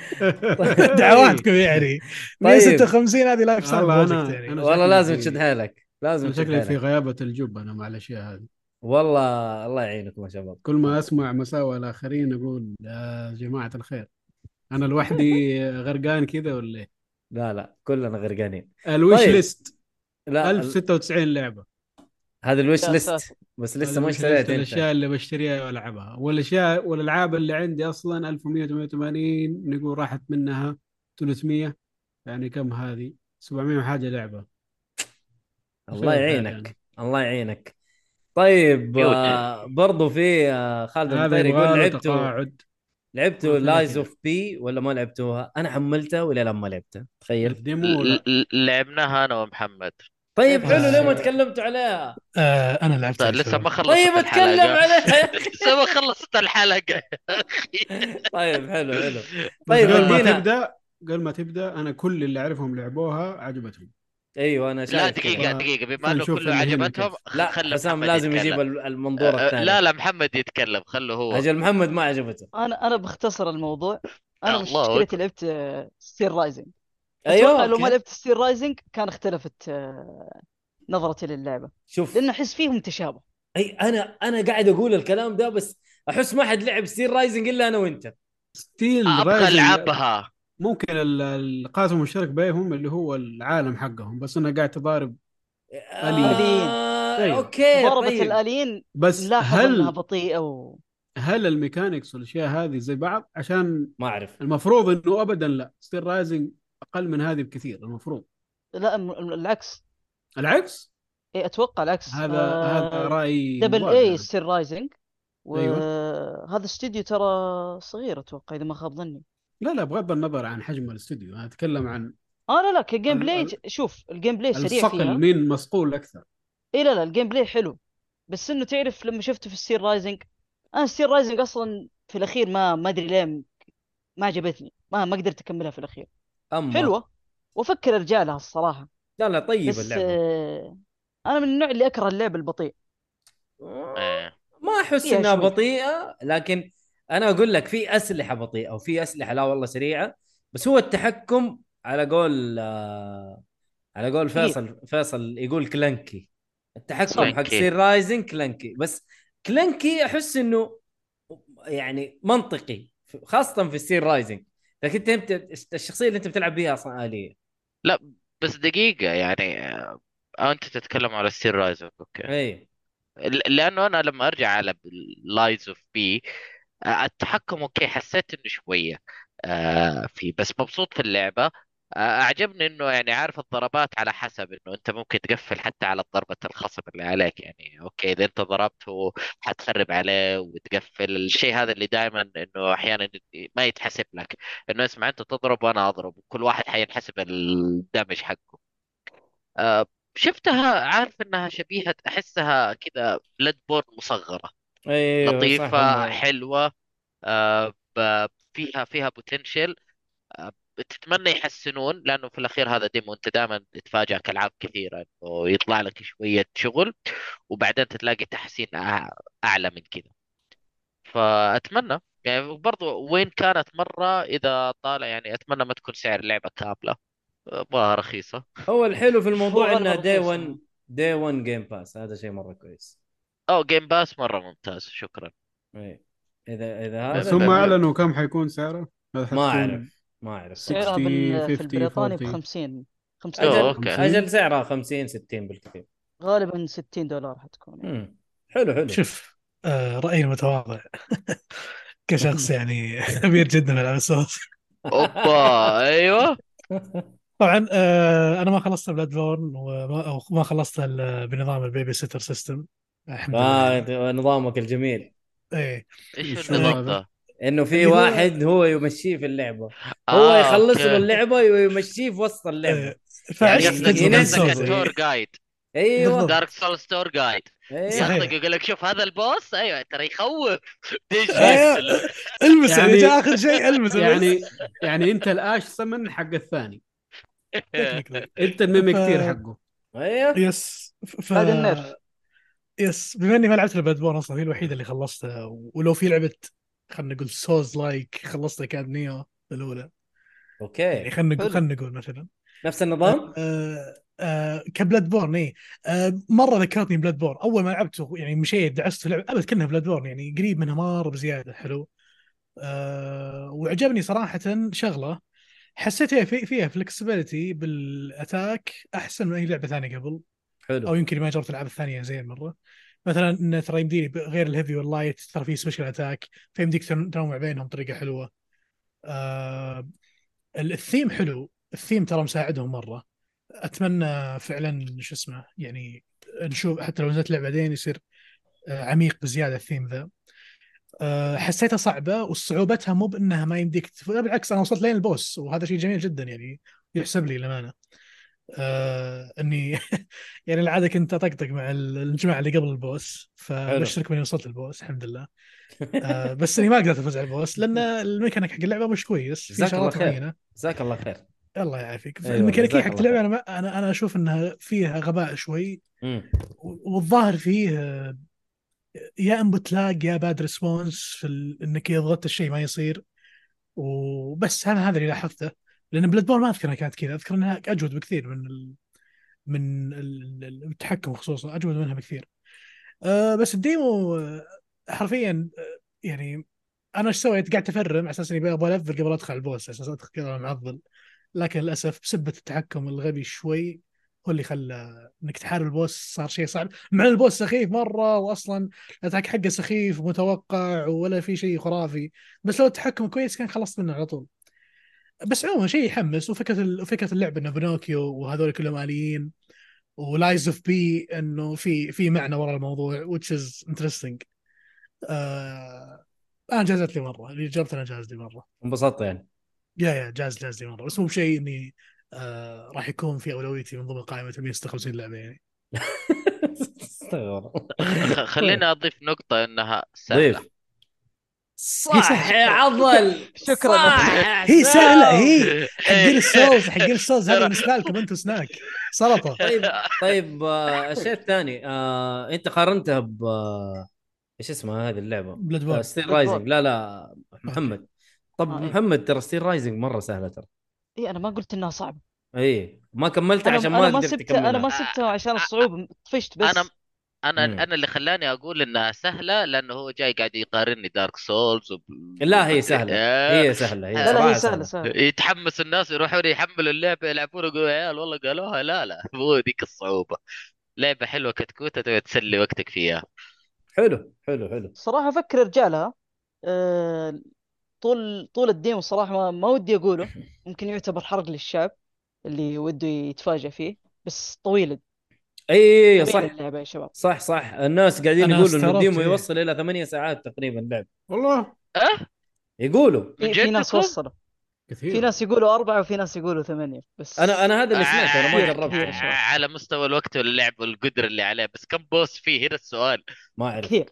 دعواتكم يعني
طيب.
156 هذه لايف ستايل
والله أنا-
بروجكت يعني
أنا-
والله
شكلي
لازم
في-
تشد حيلك لازم
انا
تشد
شكلي في
حيلك
غيابه الجب انا مع الاشياء هذه
والله الله يعينكم يا شباب
كل ما اسمع مساوئ الاخرين اقول يا جماعه الخير انا لوحدي غرقان كذا ولا ايه؟
لا لا كلنا غرقانين
الويش
طيب.
ليست
لا
1096 لعبه
هذا الويش
يا
ليست
ساتر.
بس لسه
ولا
ما
مش
اشتريت انت
لست الاشياء اللي بشتريها والعبها والاشياء والالعاب اللي عندي اصلا 1188 نقول راحت منها 300 يعني كم هذه 700 وحاجه لعبه
الله
شغل حالي
يعينك الله يعينك طيب
يوه.
آه برضو في آه خالد
هذا
المطير يقول
يبغى له
لعبتوا
تقاعد
لعبتوا
ما فيها
لايز
كذا.
اوف بي ولا ما لعبتوها؟ انا حملتها ولا لا ما لعبتها تخيل
الديمو ولا-
ل- ل- لعبناها انا ومحمد
طيب حلو ليه ما
آه.
تكلمتوا عليها؟
آه انا لعبت
طيب لسه ما خلصت
طيب
الحلقة
اتكلم عليها يا أخي.
لسه ما خلصت الحلقة يا اخي
طيب حلو حلو طيب
طيب قبل ما
ودينا
تبدا قبل ما تبدا انا كل اللي اعرفهم لعبوها عجبتهم
ايوه انا
لا
شايف كذا.
دقيقة دقيقة بما انه
فنشوف
كله
اللي هنا
عجبتهم
لا
خلي
حسام
محمد
لازم
يتكلم.
يجيب ال- المنظور
أه،
الثاني
لا لا محمد يتكلم خله هو
اجل محمد ما عجبته
انا انا بختصر الموضوع انا
الله
مشكلتي
أكبر.
لعبت ستير رايزنج
ايوه
اتوقع لو ما
أوكي.
لعبت ستير رايزنج كان اختلفت آه، نظرتي للعبه
شوف
لان احس فيهم تشابه
اي انا انا قاعد اقول الكلام ده بس احس ما حد لعب ستيل رايزنج الا انا وانت
ستيل
ابغى
رايزن
العبها
ممكن ال- القاسم المشترك بينهم اللي هو العالم حقهم بس انا قاعد تضارب
آه
طيب.
اوكي
ضربة
آه، طيب
الاليين
بس
لاحظ انها
هل
بطيئه و...
هل الميكانكس والاشياء هذه زي بعض عشان
ما اعرف
المفروض انه ابدا لا ستيل رايزنج اقل من هذه بكثير المفروض
لا م- م- العكس
العكس
إيه اتوقع العكس
هذا
آه،
هذا رايي
دبل
مضاد
اي
يعني.
ستير رايزنج
أيوة.
وهذا استوديو ترى صغير اتوقع اذا ما خاب ظني
لا لا بغض النظر عن حجم الاستوديو انا اتكلم عن
اه لا لا كجيم بلاي
ال-
ج- شوف الجيم بلاي سريع فيها
الصقل مين مصقول اكثر
اي لا لا الجيم بلاي حلو بس انه تعرف لما شفته في ستير رايزنج انا ستير رايزنج اصلا في الاخير ما ما ادري ليه م- ما عجبتني ما ما قدرت اكملها في الاخير
نعم.
اما
حلوه وافكر ارجع لها الصراحه
لا لا طيب
بس
اللعبه
آه، انا من النوع اللي اكره اللعب البطيء آه،
إيه.
ما احس
فيها
انها
شوي.
بطيئه لكن انا اقول لك في اسلحه بطيئه وفي اسلحه لا والله سريعه بس هو التحكم على قول آه، على قول
بطيء.
فيصل فيصل يقول كلنكي التحكم
صح.
حق
كلنكي.
سير رايزن كلنكي بس كلنكي احس انه يعني منطقي خاصه في سير رايزنج لكن انت انت الشخصيه اللي انت بتلعب بيها اصلا اليه
لا بس دقيقة يعني آه، انت تتكلم على ستيل رايزنج اوكي
اي
ل- لانه انا لما ارجع على لايز اوف بي آه، التحكم اوكي حسيت انه شويه آه، في بس مبسوط في اللعبه آه، اعجبني انه يعني عارف الضربات على حسب انه انت ممكن تقفل حتى على ضربه الخصم اللي عليك يعني اوكي اذا انت ضربته حتخرب عليه وتقفل الشيء هذا اللي دائما انه احيانا ما يتحسب لك انه اسمع انت تضرب وانا اضرب وكل واحد حينحسب الدمج حقه آه، شفتها عارف انها شبيهه احسها كذا بلاد بورن مصغره
ايوه صح
لطيفة
هم-
حلوة آه، ب- فيها فيها بوتنشل تتمنى يحسنون لأنه في الأخير هذا ديمو أنت دائما تتفاجأ كألعاب كثيرة إنه يطلع لك شوية شغل وبعدين تلاقي تحسين أع- أعلى من كذا فأتمنى يعني برضو وين كانت مرة إذا طالع يعني أتمنى ما تكون سعر اللعبة كاملة أبغاها رخيصة
هو الحلو في الموضوع
هو
انه
غير
دي
رخيص،
1 دي 1 جيم باس هذا شيء مره كويس
أو جيم باس مرة ممتاز شكرا
إيه. اذا اذا هذا
بس هم
بقول-
اعلنوا كم حيكون سعره هل
ما
حتكون
اعرف ما اعرف
سعر.
سعرها
60،
إيه، آه، بال... في
50،
البريطاني
40.
ب 50 50
أوه
أجل.
أوكي
اجل سعرها 50 60 بالكثير
غالبا 60 دولار حتكون يعني.
مم. حلو حلو
شوف آه رايي المتواضع كشخص يعني خبير جدا بالالعاب الصوت
أوبا أيوه
طبعا آه انا ما خلصت بلاد بورن وما أو ما خلصت ال- بنظام البيبي سيتر سيستم الحمد لله
آه أنت- نظامك الجميل
ايه
إيش
شو
النظام
هذا؟
ده؟
انه في
اللي هو-
واحد هو يمشيه في اللعبه هو
آه،
يخلص
أوكي.
له اللعبه ويمشيه في وسط اللعبه
آه،
يعني
فعشت
قصدك
تجربة
ينزل
قصدك
Souls، إيه.
التور جايد
ايوه
بالضبط.
دارك سول ستور جايد
ايوه
صحيح.
ياخذك يقول لك شوف هذا البوس ايوه ترى يخوف دش
أيوة.
دش.
المسه
يعني-
يعني... جاء اخر شيء المسه
يعني يعني انت الاش سمن حق الثاني
إيه.
Technically.
انت الميمكتير
ف-
حقه
ايوه
يس ف- ف...
هذا النيرف
يس بما اني ما لعبت البلاد بورن اصلا هي الوحيده اللي خلصتها ولو في لعبه خلينا نقول سوز لايك خلصتها كانت نيو الاولى يعني
اوكي
خلينا نقول
حلو.
خلينا نقول مثلا
نفس النظام
آه، آه، كبلاد بورن اي آه، مره ذكرتني بلاد بورن اول ما لعبته يعني مشيت دعست في لعبه ابد كانها بلاد بورن يعني قريب منها مره بزياده حلو آه، وعجبني صراحه شغله حسيت فيها في فيها فلكسبيتي بالاتاك احسن من اي لعبه ثانيه قبل او
حلو
يمكن ما جربت العاب الثانيه زين مره مثلا انه ترى يمديني ب- غير الهيفي واللايت ترى في سبيشل اتاك فيمديك تن- تنوع بينهم بطريقه حلوه آه ال- الثيم حلو الثيم ترى مساعدهم مره اتمنى فعلا شو اسمه يعني نشوف حتى لو نزلت لعبه بعدين يصير آه، عميق بزياده الثيم ذا آه، حسيتها صعبه وصعوبتها مو بانها ما يمديك تف- لا بالعكس انا وصلت لين البوس وهذا شيء جميل جدا يعني يحسب لي للامانه آه اني يعني العاده كنت اطقطق مع ال- الجماعه اللي قبل البوس فبشرك اني وصلت البوس الحمد لله آه بس اني ما قدرت افوز على البوس لان الميكانيك حق اللعبه مش كويس في
جزاك الله
شغلات
خير.
معينه
جزاك الله خير
الله يعافيك
أيوة،
الميكانيكيه
جزاك
حق
الله
اللعبه انا ما- انا انا اشوف انها فيها غباء شوي
مم.
و- والظاهر فيه آه، يا انبوت لاج يا باد ريسبونس في ال... انك اذا ضغطت الشيء ما يصير وبس هذا هذا اللي لاحظته لان بلاد بول ما اذكر انها كانت كذا اذكر انها اجود بكثير من ال... من ال- ال- التحكم خصوصا اجود منها بكثير أه بس الديمو آه، حرفيا آه، يعني انا ايش سويت؟ قاعد افرم على اساس اني ابغى الفل قبل ادخل على البوس على اساس ادخل كذا معضل لكن للاسف بسبه التحكم الغبي شوي هو اللي خلى انك تحارب البوس صار شيء صعب مع إن البوس سخيف مره واصلا الاتاك حقه سخيف ومتوقع ولا في شيء خرافي بس لو التحكم كويس كان خلصت منه على طول بس عموما شيء يحمس وفكره ال- وفكره اللعبه انه بنوكيو وهذول كلهم اليين ولايز اوف بي انه في في معنى ورا الموضوع which is interesting آه انا جازت لي مره اللي جربت انا جاز لي مره
انبسطت يعني
يا يا جاز جاز لي مره بس مو بشيء اني آه راح يكون في اولويتي من ضمن قائمه 156 لعبه يعني
استغفر الله.
خ- خليني اضيف نقطة انها سهلة
ضيف صح يا عضل
شكراً.
صح يا
هي سهله
عسام.
إيه.
هي حقين السولز حقين السولز هذا بالنسبه لكم انتم سناك سلطه
طيب طيب آه، الشيء الثاني آه، انت قارنتها ب آه، ايش اسمها هذه اللعبه؟
بلاد
آه،
بورن
ستيل
Bloodborne.
رايزنج لا لا محمد طب
آه، إيه.
محمد ترى ستيل رايزنج مره سهله ترى
اي انا ما قلت انها صعبه
اي ما كملتها
انا
عشان
أنا
ما
ما
قدرت آه.
سبتها انا ما
اكملها
سبتها عشان الصعوبه طفشت بس
انا انا
مم.
انا اللي خلاني اقول انها سهله لانه هو جاي قاعد يقارني دارك سولز وب...
لا هي سهله
إيه.
هي سهله هي
لا لا
صراحه
هي سهله سهله
يتحمس الناس يروحون يحملوا اللعبه يلعبون يقولوا يا عيال والله قالوها لا لا مو ذيك الصعوبه لعبه حلوه كتكوته تبي تسلي وقتك فيها
حلو حلو حلو
صراحه افكر رجالها آه، طول طول الديمو صراحه ما, ما ودي اقوله ممكن يعتبر حرق للشعب اللي وده يتفاجئ فيه بس طويل
اي
طويل
إيه، صح
اللعبه يا شباب
صح صح الناس قاعدين
أنا
يقولوا انه
استغربت
الديمو
إيه.
يوصل الى ثمانية ساعات تقريبا لعب
والله
اه
يقولوا
من
في,
جد
في ناس
تكون؟
وصلوا
كثير
إيه.
في ناس يقولوا أربعة وفي ناس يقولوا ثمانية بس
انا انا هذا اللي سمعته انا ما
كثير،
جربته
كثير يا شباب.
على مستوى الوقت واللعب والقدر اللي عليه بس كم بوس فيه هنا السؤال
ما اعرف
كثير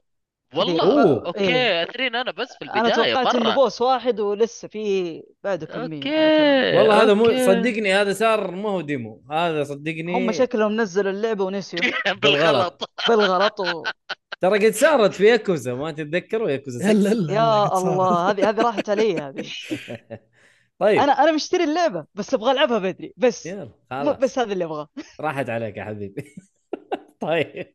والله
أوه.
اوكي اثرين انا بس في
انا
البدايه
توقعت انه
برا
بوس واحد ولسه في بعده كمية
اوكي
والله هذا مو
أوكي.
صدقني هذا صار ما هو ديمو هذا صدقني
هم شكلهم نزلوا اللعبة ونسيوا
بالغلط
بالغلط و...
ترى قد صارت في ياكوزا ما تتذكروا ياكوزا
هلا
6
هلا
يا الله هذه هذه راحت علي هذه
طيب
انا انا مشتري اللعبة بس ابغى العبها بدري بس
يلا
مو-
خلاص
بس هذا اللي ابغاه
راحت عليك يا حبيبي طيب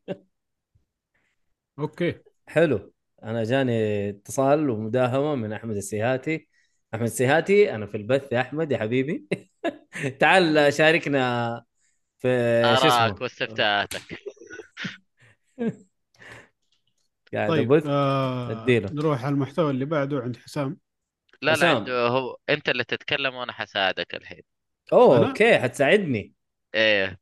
اوكي
حلو انا جاني اتصال ومداهمه من احمد السيهاتي احمد السيهاتي انا في البث يا احمد يا حبيبي تعال شاركنا في آه،
آه،
شو
اراك
اسمه
واستفتاتك
قاعد
طيب
البث
آه
اديله.
نروح على المحتوى اللي بعده عند حسام
لا لا
حسام.
عنده هو انت اللي تتكلم وانا حساعدك الحين
اوه
أنا؟
اوكي حتساعدني
ايه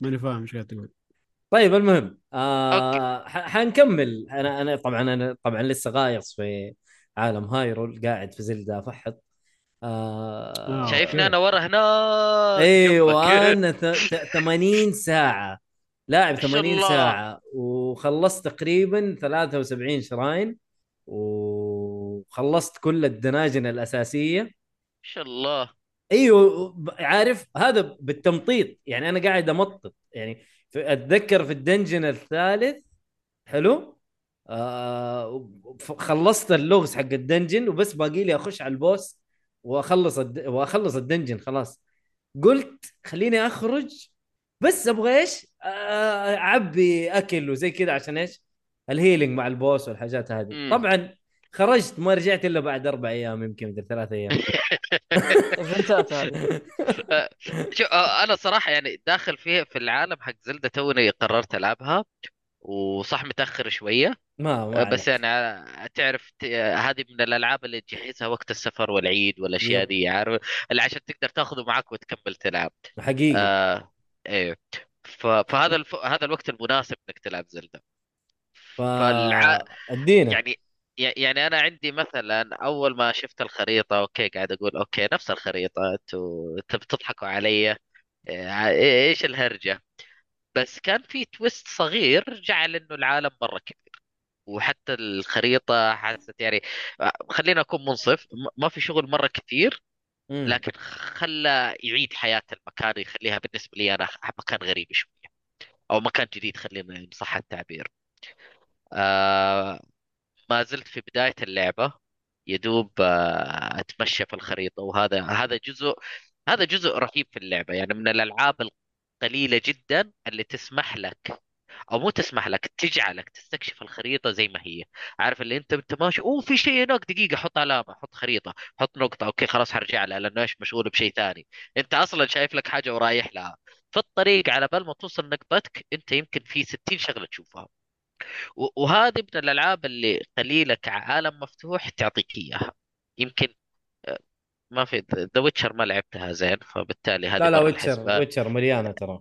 ماني فاهم ايش قاعد تقول
طيب المهم آه ح- حنكمل انا انا طبعا انا طبعا لسه غايص في عالم هايرول قاعد في زلدة فحط آه إيه.
آه،
شايفني
أوكي.
انا ورا هنا
ايوه انا ث- ث- 80 ساعة لاعب
ما شاء
80
الله.
ساعة وخلصت تقريبا 73 شراين وخلصت كل الدناجن الاساسية
ما شاء الله
ايوه ب- عارف هذا بالتمطيط يعني انا قاعد امطط يعني في- اتذكر في الدنجن الثالث حلو آه وب- ف- خلصت اللغز حق الدنجن وبس باقي لي اخش على البوس واخلص الد... واخلص الدنجن خلاص قلت خليني اخرج بس ابغى ايش؟ آه، اعبي اكل وزي كذا عشان ايش؟ الهيلينج مع البوس والحاجات هذه
مم.
طبعا خرجت ما رجعت الا بعد اربع ايام يمكن مدري ثلاث ايام
ايفنتات هذه
شو انا صراحه يعني داخل فيه في العالم حق زلدة توني قررت العبها وصح متاخر شويه
ما, ما
بس
عليك.
يعني ع- تعرف ت- آه، هذه من الالعاب اللي تجهزها وقت السفر والعيد والاشياء
يب.
دي عارف اللي عشان تقدر تاخذه معك وتكمل تلعب
حقيقي
آه ايه ف- فهذا الف... هذا الوقت المناسب انك تلعب زلدة
ف...
فالع...
ادينا
يعني ي- يعني انا عندي مثلا اول ما شفت الخريطه اوكي قاعد اقول اوكي نفس الخريطه انتوا تب- تضحكوا علي إيه، ع- ايش الهرجه بس كان في تويست صغير جعل انه العالم مره كبير وحتى الخريطه حسيت يعني خلينا اكون منصف م- ما في شغل مره كثير
مم.
لكن خلى يعيد حياه المكان يخليها بالنسبه لي انا مكان غريب شويه او مكان جديد خلينا ان صح التعبير آه ما زلت في بداية اللعبة يدوب آه، أتمشى في الخريطة وهذا هذا جزء هذا جزء رهيب في اللعبة يعني من الألعاب القليلة جدا اللي تسمح لك أو مو تسمح لك تجعلك تستكشف الخريطة زي ما هي عارف اللي أنت أنت ماشي أوه في شيء هناك دقيقة حط علامة حط خريطة حط نقطة أوكي خلاص حرجع لها لأنه إيش مشغول بشيء ثاني أنت أصلا شايف لك حاجة ورايح لها في الطريق على بال ما توصل نقطتك أنت يمكن في 60 شغلة تشوفها و- وهذه من الالعاب اللي قليله كعالم مفتوح تعطيك اياها يمكن آه، ما في ذا ويتشر ما لعبتها زين فبالتالي هذه
لا لا
برا
ويتشر
الحسبه
ويتشر مليانه ترى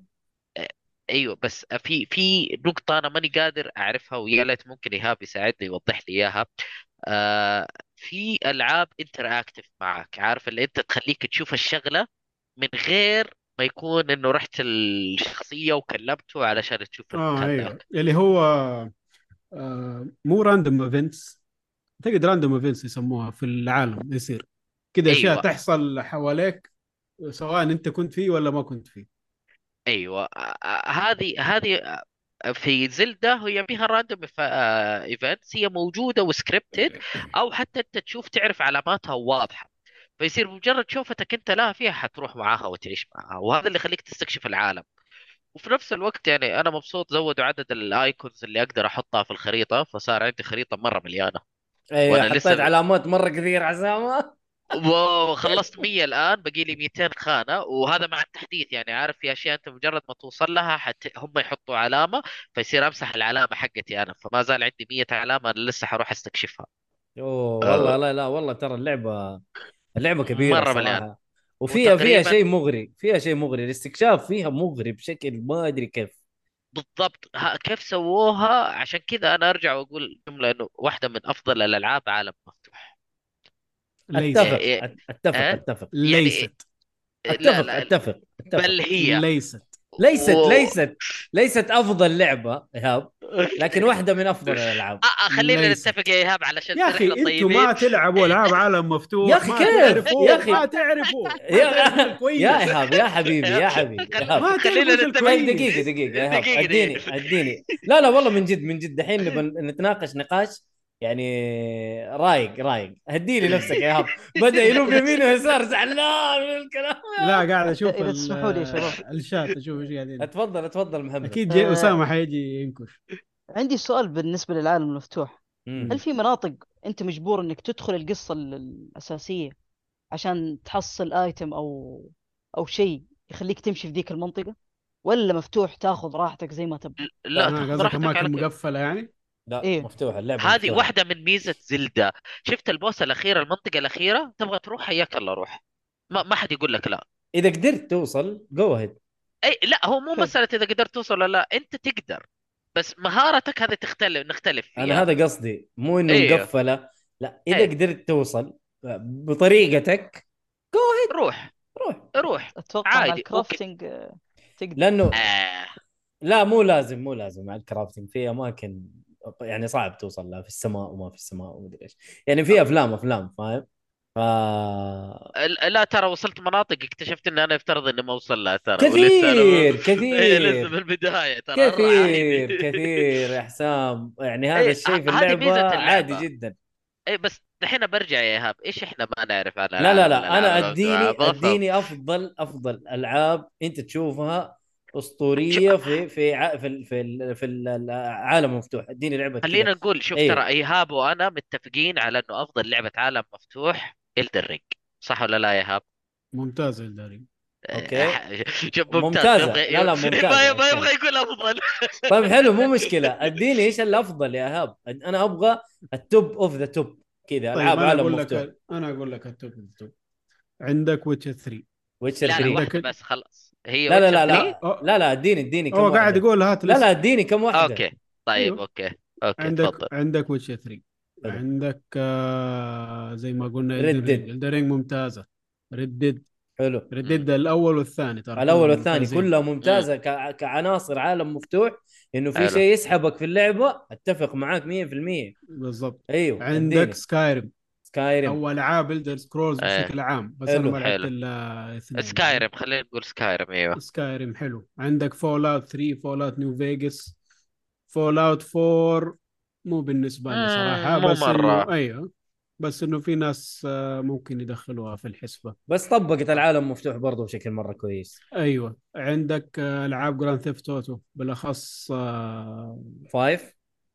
ايوه بس في في نقطه انا ماني قادر اعرفها ويا ليت ممكن ايهاب يساعدني يوضح لي اياها آه في العاب انتراكتف معك عارف اللي انت تخليك تشوف الشغله من غير ما يكون انه رحت الشخصيه وكلمته علشان تشوف
اه
المكان
ايوه
ذاك
اللي هو آه مو راندوم ايفنتس اعتقد راندوم ايفنتس يسموها في العالم يصير كذا اشياء
أيوة.
تحصل حواليك سواء انت كنت فيه ولا ما كنت فيه
ايوه آه، آه، هذه هذه آه، في زلدة هي فيها راندوم ايفنتس هي موجوده وسكريبتد او حتى انت تشوف تعرف علاماتها واضحه فيصير مجرد شوفتك انت لا فيها حتروح معاها وتعيش معاها وهذا اللي يخليك تستكشف العالم وفي نفس الوقت يعني انا مبسوط زودوا عدد الايكونز اللي اقدر احطها في الخريطه فصار عندي خريطه مره مليانه
ايوه
وأنا
حطيت
لسه-
علامات مره كثير عسامه
واو خلصت 100 الان باقي لي 200 خانه وهذا مع التحديث يعني عارف في اشياء انت مجرد ما توصل لها حت... هم يحطوا علامه فيصير امسح العلامه حقتي انا فما زال عندي 100 علامه انا لسه حروح استكشفها
اوه والله لا لا والله ترى اللعبه اللعبه كبيره
آه. مرة
مرة
مليانة.
صراحه وفيها فيها
وتقريباً-
شيء مغري فيها شيء مغري الاستكشاف فيها مغري بشكل ما ادري كيف
بالضبط ها كيف سووها عشان كذا انا ارجع واقول جمله انه واحده من افضل الالعاب عالم مفتوح
ليس
اتفق
إيه،
أت- اتفق
إيه؟
اتفق
يعني
ليست
لا
اتفق
لا
اتفق اتفق
بل
إيه،
هي
ليست
ليست
و-
ليست ليست افضل لعبه ايهاب لكن واحده من افضل الالعاب
آه، آه، خلينا
ليست.
نتفق يا ايهاب علشان
يا
نصير
اخي
إحنا
انتم
طيبين
ما تلعبوا العاب عالم مفتوح
يا أخي
ما
كيف؟
تعرفوا
يا أخي.
ما تعرفوا
يا
كويس.
يا ايهاب يا حبيبي يا حبيبي يا إيهاب.
ما
خلينا
تعرفوا
نتفق
طيب
كويس.
دقيقة دقيقة يا إيهاب،
دقيقة،
اديني
دقيقة.
اديني لا لا والله من جد من جد الحين نبى نتناقش نقاش يعني رايق رايق هديلي نفسك يا ايهاب بدا يلوم يمين ويسار زعلان من الكلام
لا قاعد اشوف
إذا
ال-
تسمحوا لي يا شباب.
الشات اشوف ايش قاعدين
اتفضل اتفضل محمد
اكيد جي- اسامه حيجي ينكش
عندي سؤال بالنسبه للعالم المفتوح
مم.
هل في مناطق انت مجبور انك تدخل القصه ال- الاساسيه عشان تحصل ايتم او او شيء يخليك تمشي في ذيك المنطقه ولا مفتوح تاخذ راحتك زي ما تبغى
لا
آه،
تاخذ
قصدك
راحتك على
اماكن
كيف.
مقفله يعني
لا
إيه.
مفتوحة اللعبة
هذه
مفتوحة.
واحدة من ميزة زلدة شفت البوس الأخيرة المنطقة الأخيرة تبغى تروح حياك الله روح ما ما حد يقول لك لا
اذا قدرت توصل جو هيد
أي لا هو مو
طيب.
حلو.
مسألة إذا قدرت توصل ولا لا أنت تقدر بس مهارتك هذه تختلف نختلف فيها
انا هذا قصدي مو انه
إيه.
مقفلة لا اذا
إيه.
قدرت توصل آه، بطريقتك
روح
روح
روح
اتوقع
عادي،
مع
أوكي.
الكرافتنج آه، تقدر
لانه
آه.
لا مو لازم مو لازم مع الكرافتنج في اماكن يعني صعب توصل لها في السماء وما في السماء ومدري ايش يعني
آه.
في افلام افلام فاهم ف
ال- لا ترى وصلت مناطق اكتشفت إن أنا يفترض إني ما أوصل لها ترى ولسه أنا
كثير
إيه، لسه
كثير
بالبداية ترى أنا
كثير
عادي.
كثير يا حسام يعني هذا
إيه،
الشيء في
ه- هذه
اللعبة
ميزة اللعبة.
عادي جدا
اي إيه، بس دحين برجع يا ايهاب ايش احنا ما نعرف عن
لا لا
العالم
لا
الألعاب
انا اديني
المفتوحة؟ بالضبط.
اديني افضل افضل العاب انت تشوفها اسطوريه في في ع... في ال... في, ال... في ال- العالم المفتوح اديني لعبه كذا.
خلينا نقول شوف
أيوه.
ترى ايهاب وانا متفقين على انه افضل لعبه عالم مفتوح الدر رينج صح ولا لا يا ايهاب؟
ممتاز الداري
أوكي.
شوف ممتاز
ممتازة.
يبغى-
لا، لا،
ما-
ممتازة.
ما يبغى يقول افضل
طيب حلو مو مشكله اديني ايش الافضل يا ايهاب انا ابغى التوب اوف ذا توب كذا العاب
انا
عالم
اقول
يعني مفتوح
طيب، لك انا اقول لك التوب التوب عندك ويتشر 3
ويتشر
لا لا
3
واحده بس خلاص هي
لا لا
Witcher
لا
3.
لا
أو-
لا لا اديني اديني كم
هو قاعد
واحدة.
يقول هات
لا
لست.
لا اديني كم واحده
اوكي طيب
أيوه.
اوكي اوكي تفضل
عندك عندك ويتشر 3
حلو.
عندك آه زي ما قلنا
Red Dead.
الدرينج ممتازه ريد
حلو
ردد الاول والثاني ترى
الاول
كلهم
والثاني
ممتازين.
كلها ممتازه كع- كعناصر عالم مفتوح انه في
حلو.
شيء يسحبك في اللعبه اتفق معاك 100%
بالضبط
ايوه
عندك سكايرم
سكايرم
او العاب الدر سكرولز
إيه.
بشكل عام بس
حلو،
انا ما لعبت
حلو.
الا اثنين
سكايرم خلينا نقول سكايرم ايوه
سكايرم حلو عندك فول اوت 3 فول اوت نيو فيجاس فول اوت 4 مو بالنسبه لي
مم،
صراحه
آه، مو
بس
مرة.
انه ايوه بس انه في ناس آه، ممكن يدخلوها في الحسبه
بس طبقت العالم مفتوح برضه بشكل مره كويس
ايوه عندك آه، العاب جراند ثيفت اوتو بالاخص آه،
فايف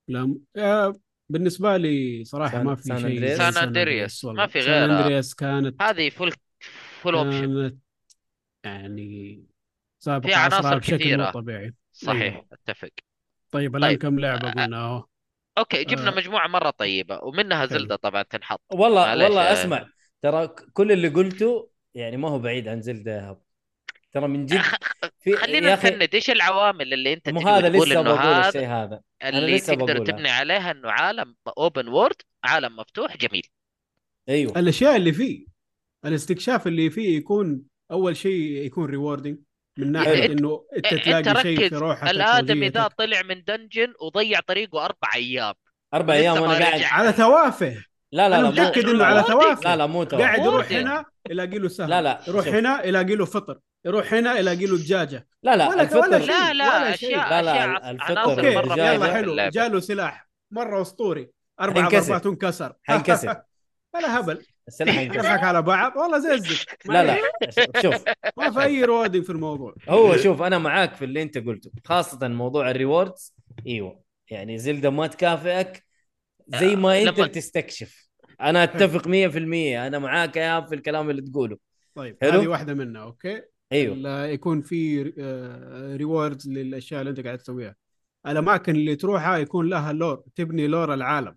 لا آه، بالنسبه لي صراحه
سان-
ما في
سان
شيء زي
أندرياس؟
سان أندرياس،
والله.
ما في
سان
غيرها.
اندرياس كانت
هذه فول فول
آه،
اوبشن
كانت يعني سابقة
في عناصر
عصرها بشكل مو
كثيرة.
طبيعي
صحيح
أيوه.
اتفق
طيب الآن
طيب.
كم لعبة
آه.
قلنا أهو
اوكي جبنا
آه.
مجموعه مره طيبه ومنها
حلو.
زلده طبعا تنحط
والله
معليش،
والله
آه.
اسمع ترى ك- كل اللي قلته يعني ما هو بعيد عن زلده يا هب ترى من جد في
خلينا
يا أخي،
نفند ايش العوامل اللي انت
مو
تقدر
هذا
تقول
لسه
انه
بقول
هذا
الشيء هذا
اللي
لسه
تقدر
بقولها.
تبني عليها انه عالم اوبن وورد عالم مفتوح جميل
ايوه
الأشياء اللي فيه الاستكشاف اللي فيه يكون أول شيء يكون ريوردينج من ناحية
أنت-
إنه أنت
أنت
تلاقي شيء في
ركز،
روحك
الادمي ذا
وذيتك.
طلع من دنجن وضيع طريقه اربع ايام
اربع
لسه
ايام
ما
وانا قاعد
رجع.
على توافه
لا لا
أنا
لا مو-
متأكد
لا،
إنه
لا،
على
لا.
ريوردينج.
توافه
لا لا مو توافه.
قاعد يروح
ريوردينج.
هنا يلاقي له سهم
لا لا
يروح
شوف.
هنا يلاقي له فطر يروح هنا يلاقي له دجاجة
لا لا
ولا-
الفطر
ولا شيء.
لا لا
ولا شيء.
اشياء
لا، لا،
اشياء
ال-
عص-
الفطر
عناصر
أوكي
مره
والرجاجة.
يلا
مهمه في
حلو
اللعبة.
جاله سلاح مرة أسطوري أربع
حينكسر.
ضربات وانكسر
حينكسر.
ولا هبل
السلاح ينكسر
نضحك على بعض والله زي الزفت
لا لا شوف
ما في اي روادي في الموضوع
هو
إيه.
شوف انا معاك في اللي انت قلته خاصه موضوع الريوردز ايوه يعني زلده ما تكافئك زي ما
آه،
انت
لما-
بتستكشف انا اتفق 100% انا معاك يا هاب في الكلام اللي تقوله
طيب
حلو.
هذه واحده منها اوكي
ايوه
لا يكون في ريوردز للاشياء اللي انت قاعد تسويها الاماكن اللي تروحها يكون لها لور تبني لور العالم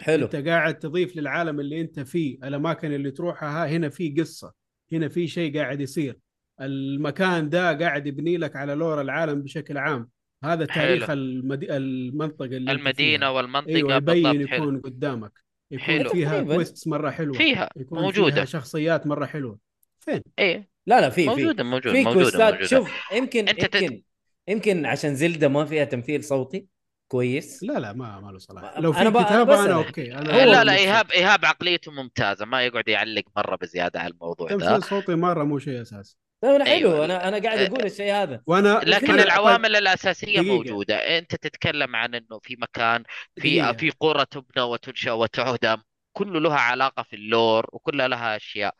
حلو
انت قاعد تضيف للعالم اللي انت فيه الاماكن اللي تروحها هنا في قصه هنا في شيء قاعد يصير المكان ده قاعد يبني لك على لور العالم بشكل عام هذا تاريخ
حلو.
المد... المنطقه اللي انت فيها.
المدينه والمنطقه
ايوه يبين
بالضبط حلو
يكون قدامك يكون
حلو.
فيها
تقريباً.
كويستس مره حلوه
فيها
يكون فيها
موجوده
شخصيات مره حلوه فين
ايه
لا لا في في
موجوده موجوده
في
موجوده
كوستات
موجوده
شوف يمكن
أنت تت-
يمكن يمكن عشان زلده ما فيها تمثيل صوتي كويس
لا لا ما ما له صلاح
أنا
لو في
ب- أنا
كتابه انا,
بسألك.
اوكي انا
هو-
لا إيه، لا
مبسوط.
ايهاب ايهاب عقليته ممتازه ما يقعد يعلق مره بزياده على الموضوع ده
تمثيل صوتي مره مو شيء اساسي
لا لا طيب، حلو
أيوة.
انا انا قاعد اقول الشيء هذا
وانا
لكن
أنا-
العوامل الاساسيه
دقيقة.
موجوده انت تتكلم عن انه في مكان في
دقيقة.
في قرى تبنى وتنشا وتعدم كله لها علاقه في اللور وكلها لها اشياء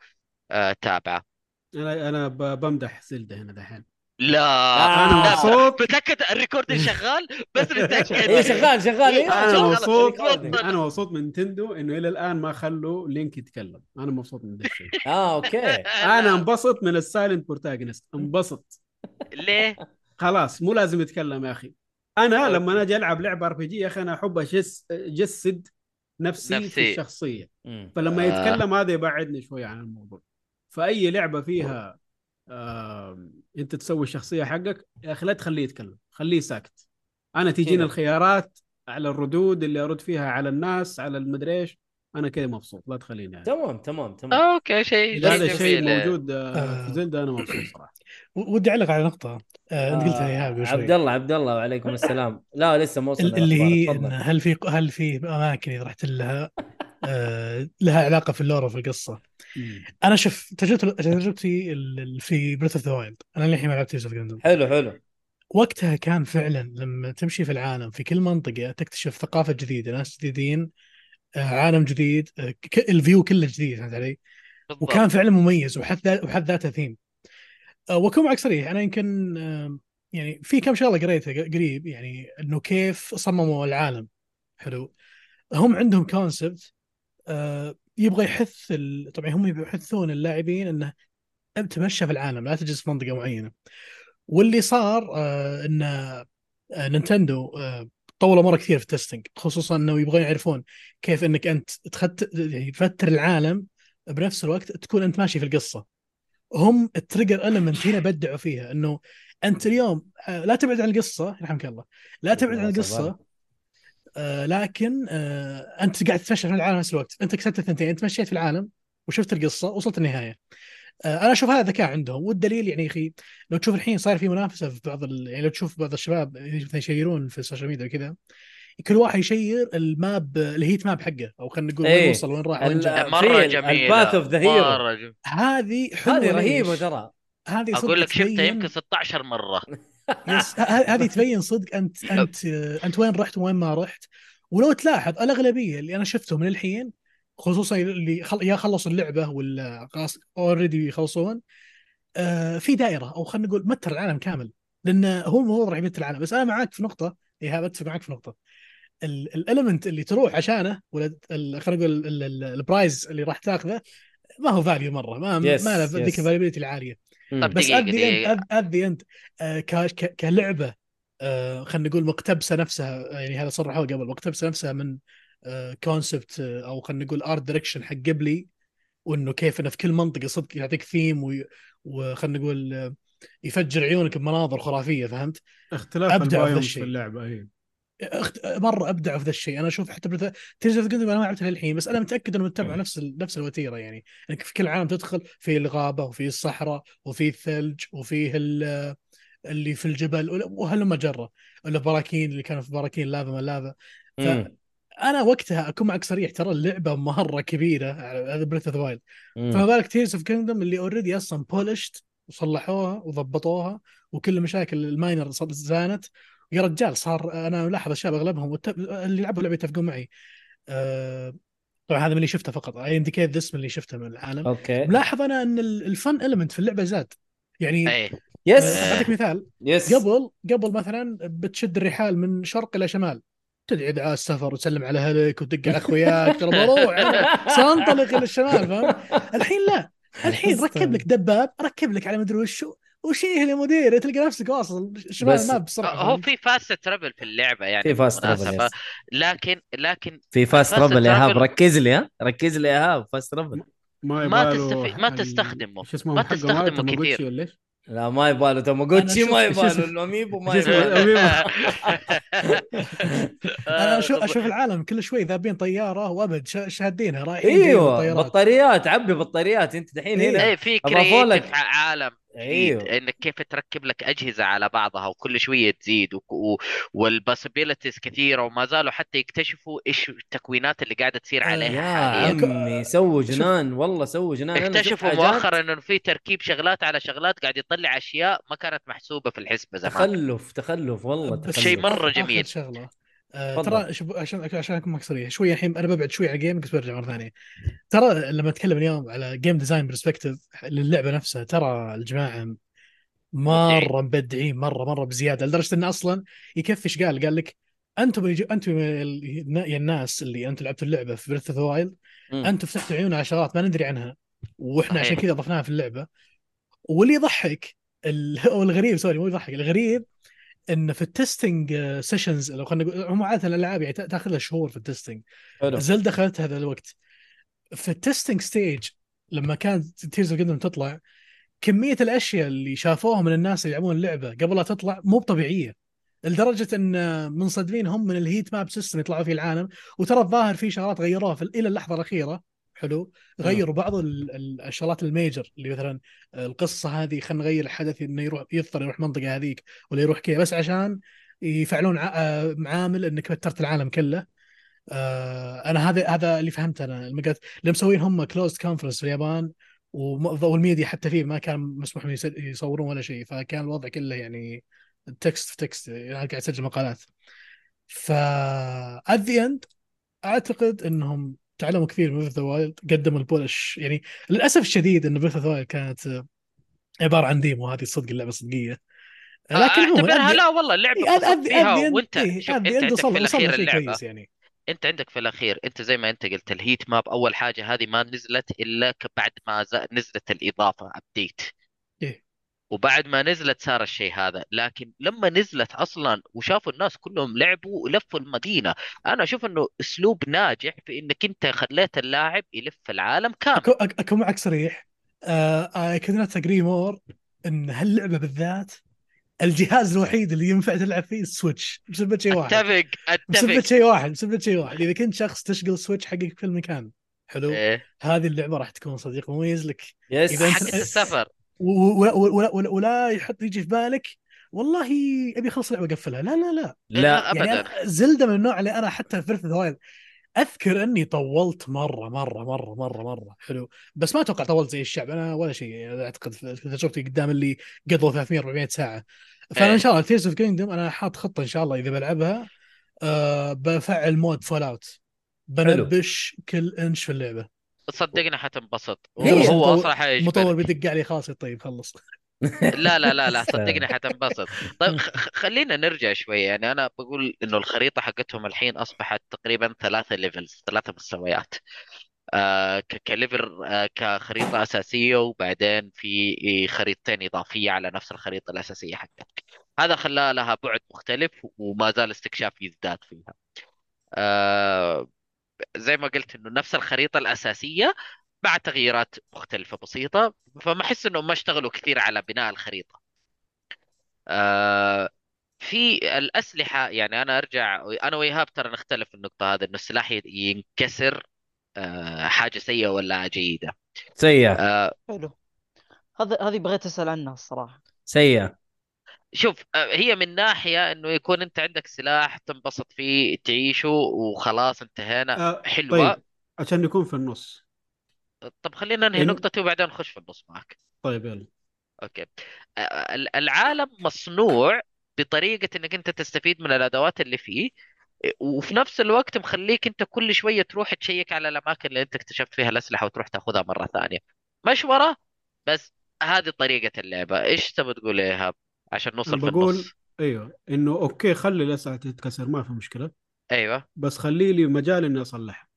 آه، تابعه
انا انا ب- بمدح زلده هنا دحين
لا
آه.
انا مبسوط
متاكد الريكورد شغال بس متاكد
اي شغال شغال إيه،
أنا
شغال.
انا مبسوط
ريكوردينج.
انا مبسوط من نتندو انه الى الان ما خلوا لينك يتكلم انا مبسوط من ذا الشيء
اه اوكي
انا انبسط من السايلنت بروتاغونست انبسط
ليه؟
خلاص مو لازم يتكلم يا اخي انا لما انا اجي العب لعبه ار بي جي يا اخي انا احب اجس اجسد نفسي,
نفسي.
في الشخصيه
مم.
فلما
آه.
آه. يتكلم هذا يبعدني شوي عن الموضوع فاي لعبه فيها آه انت تسوي الشخصيه حقك يا اخي لا تخليه يتكلم خليه ساكت انا تجيني
إيه.
كذا.
الخيارات على الردود اللي ارد فيها على الناس على المدري ايش انا كذا مبسوط لا تخليني يعني.
تمام تمام تمام
اوكي شيء
اذا هذا
شيء
الشيء
جميل
موجود آه
آه.
في زلده انا مبسوط صراحه
و- ودي اعلق على نقطه آه، انت قلتها يا
آه،
هاب قبل
عبد
شوي
الله عبد الله وعليكم السلام لا لسه ما وصلنا
ال- اللي هي
الأخبار.
إن
تفضل.
هل في هل في اماكن اذا رحت لها آه، لها علاقه في اللور وفي القصه
مم.
انا شوف تجربتي تجربتي ال- ال- في بريث اوف ذا وايلد انا للحين ما لعبت جوزيف جندم
حلو حلو
وقتها كان فعلا لما تمشي في العالم في كل منطقه تكتشف ثقافه جديده ناس جديدين آه، عالم جديد آه، ك- الفيو كله جديد فهمت علي؟
بالضبط.
وكان فعلا مميز وحد ذا- وحد ذاته ثيم وكون معك صريح انا يمكن آه، يعني في كم شغله قريتها قريب يعني انه كيف صمموا العالم حلو هم عندهم كونسبت يبغى يحث ال... طبعا هم يبغوا يحثون اللاعبين انه تمشى في العالم لا تجلس في منطقه معينه واللي صار آه، ان آه، نينتندو آه، طولوا مره كثير في التستنج خصوصا انه يبغون يعرفون كيف انك انت تخت... يعني تفتر العالم بنفس الوقت تكون انت ماشي في القصه هم التريجر المنت هنا بدعوا فيها انه انت اليوم آه، لا تبعد عن القصه يرحمك الله لا تبعد عن القصه آه، لكن آه، انت قاعد تتمشى في العالم نفس الوقت انت كسبت الثنتين انت مشيت في العالم وشفت القصه وصلت النهايه آه، انا اشوف هذا ذكاء عندهم والدليل يعني يا اخي لو تشوف الحين صار في منافسه في بعض ال... يعني لو تشوف بعض الشباب مثلا يشيرون في السوشيال ميديا وكذا كل واحد يشير الماب الهيت ماب حقه او خلينا نقول
إيه.
وين وصل وين راح وين جاء
ال-
مره
فيل،
جميله
الباث اوف ذا هيرو
مره جميلة.
هذه حلوه
هذه
ليش؟
رهيبه ترى
هذه صدق
اقول لك شفتها
تبين-
يمكن 16 مره
يس ه- ه- هذه تبين صدق انت انت انت وين رحت وين ما رحت ولو تلاحظ الاغلبيه اللي انا شفتهم للحين خصوصا اللي خل... يا خلصوا اللعبه ولا اوريدي يخلصون آه في دائره او خلينا نقول متر العالم كامل لان هو المفروض راح يمتر العالم بس انا معاك في نقطه ايهاب اتفق معاك في نقطه الاليمنت اللي تروح عشانه ولا ال- خلينا نقول ال- ال- البرايز اللي راح تاخذه ما هو فاليو مره ما
Yes,
ما له ذيك
yes.
الفاليبيلتي العاليه
مم.
بس
دقيقة،
ادي
دقيقة.
انت ادي انت آه، ك- ك- كلعبه آه، خلينا نقول مقتبسه نفسها يعني هذا صرحوه قبل مقتبسه نفسها من آه، كونسبت او خلينا نقول ارت دايركشن حق قبلي وانه كيف انه في كل منطقه صدق يعطيك ثيم وي- وخلينا نقول آه، يفجر عيونك بمناظر خرافيه فهمت؟
اختلاف
أبدع في ذا
البايومز
الشيء.
في إيه. اللعبه هي
أخت... مره ابدعوا في ذا الشيء انا اشوف حتى بريث تيرز اوف انا ما لعبتها للحين بس انا متاكد انهم اتبعوا نفس ال... نفس الوتيره يعني انك في كل عام تدخل في الغابه وفي الصحراء وفي الثلج وفيه ال... اللي في الجبل ولا- وهلم جره البراكين اللي كانوا في براكين لافا ما لافا
مم.
انا وقتها اكون معك صريح ترى اللعبه مره كبيره هذا بريث اوف وايلد
مم.
فما بالك تيرز اوف كينجدم اللي اوريدي اصلا بولشت وصلحوها وضبطوها وكل المشاكل الماينر صار- زانت يا رجال صار انا ملاحظ الشباب اغلبهم والت- اللي لعبوا اللعبه يتفقون معي أه... طبعا هذا من اللي شفته فقط اي انديكيت ذس من اللي شفته من العالم
اوكي
ملاحظ انا ان ال- الفن المنت في اللعبه زاد يعني
ايه
يس
آه، اعطيك مثال
يس
قبل قبل مثلا بتشد الرحال من شرق الى شمال تدعي دعاء السفر وتسلم على اهلك وتدق على اخوياك ترى بروح سانطلق الى الشمال فهمت؟ الحين لا الحين ركب لك دباب ركب لك على مدري وشو وشيه لمدير تلقى نفسك واصل شمال
بس-
الماب بسرعه
هو
فهمت؟
في فاست ترابل في اللعبه يعني
في فاست
بالمناسبة.
ترابل
لكن لكن
في فاست
فاست
ترابل يا ايهاب
ترابل-
ركز لي ها ركز لي يا ايهاب فاست ترابل
ما
ما
يباله
تستفي- ما
ال-
تستخدمه.
شو اسمه
ما
حقه
تستخدمه
مال تامagotchi
كثير.
ولا ايش؟
لا ما يباله تامagotchi
أنا
ما
شفت- شفت-
يباله الاميبو ما
شفت-
يباله
انا اشوف اشوف العالم كل شوي ذابين طياره وابد شا- شادينها رايحين جايين
ايوه
بالطيارات.
بطاريات عبي بطاريات انت دحين
إيه.
هنا
ايه في
أضافوا لك.
كريتيف عالم جديد
ايوه
انك كيف تركب لك اجهزه على بعضها وكل شويه تزيد وك- و... والبوسيبيلتيز كثيره وما زالوا حتى يكتشفوا ايش التكوينات اللي قاعده تصير
آه،
عليها
يا
حاليا
أك-
عمي سووا
شوف.
جنان والله سووا جنان أنا شفت
اكتشفوا
حاجات
مؤخرا انه في تركيب شغلات على شغلات قاعد يطلع اشياء ما كانت محسوبه في الحسبه زمان
تخلف تخلف والله
بس
تخلف
شيء مرة
آخر-
جميل.
اخر شغله آه
تفضل.
ترى شب- عشان عشان اكون معك صريح شويه الحين انا ببعد شوي عن الجيمنج بس برجع مره ثانيه ترى لما اتكلم اليوم على جيم ديزاين برسبكتيف للعبه نفسها ترى الجماعه مره مبدعين مره مره بزياده لدرجه انه اصلا يكفي ايش قال قال لك انتم اللي جو- انتم ال- يا الناس اللي انتم لعبتوا اللعبه في بريث اوف وايلد
مم.
انتم فتحتوا عيوننا على شغلات ما ندري عنها واحنا عشان
صحيح.
كذا ضفناها في اللعبه واللي يضحك ال- او الغريب سوري مو يضحك الغريب ان في التستنج سيشنز لو خلينا نقول هم عاده الالعاب يعني تا- تاخذ لها شهور في التستنج
حلو
زلدا اخذت هذا الوقت في التستنج ستيج لما كانت تيرز اوف تطلع كميه الاشياء اللي شافوها من الناس اللي يلعبون اللعبه قبل لا تطلع مو طبيعيه لدرجه ان منصدمين هم من الهيت ماب سيستم يطلعوا فيه العالم وترى الظاهر في شغلات غيروها في الى اللحظه الاخيره حلو غيروا بعض ال- ال- الشغلات الميجر اللي مثلا القصه هذه خلينا نغير الحدث انه يروح يضطر يروح منطقه هذيك ولا يروح كذا بس عشان يفعلون ع- آه، معامل انك وترت العالم كله آه، انا هذا هذا اللي فهمته انا لما قلت اللي مسوين هم كلوزد كونفرنس في اليابان وم- والميديا حتى فيه ما كان مسموح لهم يس- يصورون ولا شيء فكان الوضع كله يعني تكست في تكست يعني قاعد اسجل مقالات ف ات ذا اند اعتقد انهم تعلموا كثير من بيث وايلد قدموا البولش يعني للاسف الشديد ان بيث وايلد كانت آه، عباره عن ديمو هذه صدق اللعبه صدقيه لكن عموما
اعتبرها
أدي-
لا والله اللعبه
إيه، أد- أد-
انبسطت فيها
أدي-
وانت
إيه،
شوف
أدي-
انت
أدي
عندك
وصلنا-
في
وصلنا
الاخير
شيء
اللعبه
كويس يعني
انت عندك في الاخير انت زي ما انت قلت الهيت ماب اول حاجه هذه ما نزلت الا ك- بعد ما ز- نزلت الاضافه ابديت
إيه.
وبعد ما نزلت صار الشيء هذا لكن لما نزلت اصلا وشافوا الناس كلهم لعبوا ولفوا المدينه انا اشوف انه اسلوب ناجح في انك انت خليت اللاعب يلف العالم كامل
أكو- أك- اكون معك صريح اي كنت اجري مور ان هاللعبه بالذات الجهاز الوحيد اللي ينفع تلعب فيه السويتش بسبب شيء واحد
اتفق
بسبب
اتفق
شيء واحد بسبب شيء واحد اذا كنت شخص تشغل سويتش حقك في المكان حلو
إيه.
هذه اللعبه راح تكون صديق مميز لك
يس
إذا أنت-
حقة السفر
و- و- ولا, ولا, ولا, ولا يحط يجي في بالك والله ابي اخلص اللعبه اقفلها لا لا لا
لا
يعني
ابدا
أنا- زلده من النوع اللي انا حتى في بيرث وايلد اذكر اني طولت مره مره مره مره مره حلو بس ما اتوقع طولت زي الشعب انا ولا شيء يعني اعتقد في تجربتي قدام اللي قضوا 300 400 ساعه فانا
إيه.
ان شاء الله تيرز اوف كينجدم انا حاط خطه ان شاء الله اذا بلعبها أه بفعل مود فول اوت بنبش كل انش في اللعبه
صدقني حتنبسط
هي
هو هو
إيه، مطور-
اصلا حيجبرك
المطور بيدق علي خلاص يا طيب خلص
لا لا لا لا صدقني حتنبسط طيب خ- خ- خلينا نرجع شوية يعني أنا بقول إنه الخريطة حقتهم الحين أصبحت تقريبا ثلاثة ليفلز ثلاثة مستويات آه ك- كليفل آه كخريطة أساسية وبعدين في خريطتين إضافية على نفس الخريطة الأساسية حقتك هذا خلى لها بعد مختلف وما زال استكشاف يزداد فيها آه زي ما قلت إنه نفس الخريطة الأساسية مع تغييرات مختلفة بسيطة فما أحس إنهم ما اشتغلوا كثير على بناء الخريطة آه، في الأسلحة يعني أنا أرجع أنا وإيهاب ترى نختلف في النقطة هذه إنه السلاح ي- ينكسر آه، حاجة سيئة ولا جيدة
سيئه
آه،
حلو هذا هذه بغيت اسال عنها الصراحه
سيئه
شوف آه، هي من ناحية إنه يكون أنت عندك سلاح تنبسط فيه تعيشه وخلاص انتهينا
آه
حلوة
طيب عشان نكون في النص
طب خلينا ننهي
إن-
نقطتي وبعدين نخش في النص معك
طيب يلا
اوكي آه، ال- العالم مصنوع بطريقة انك انت تستفيد من الادوات اللي فيه آه، وفي نفس الوقت مخليك انت كل شوية تروح تشيك على الاماكن اللي انت اكتشفت فيها الاسلحة وتروح تاخذها مرة ثانية مشورة بس هذه طريقة اللعبة ايش تبغى تقول يا ايهاب عشان نوصل
أنا
في
بقول-
النص
ايوه انه اوكي خلي الاسعه تتكسر ما في مشكله
ايوه
بس خلي لي مجال اني اصلحها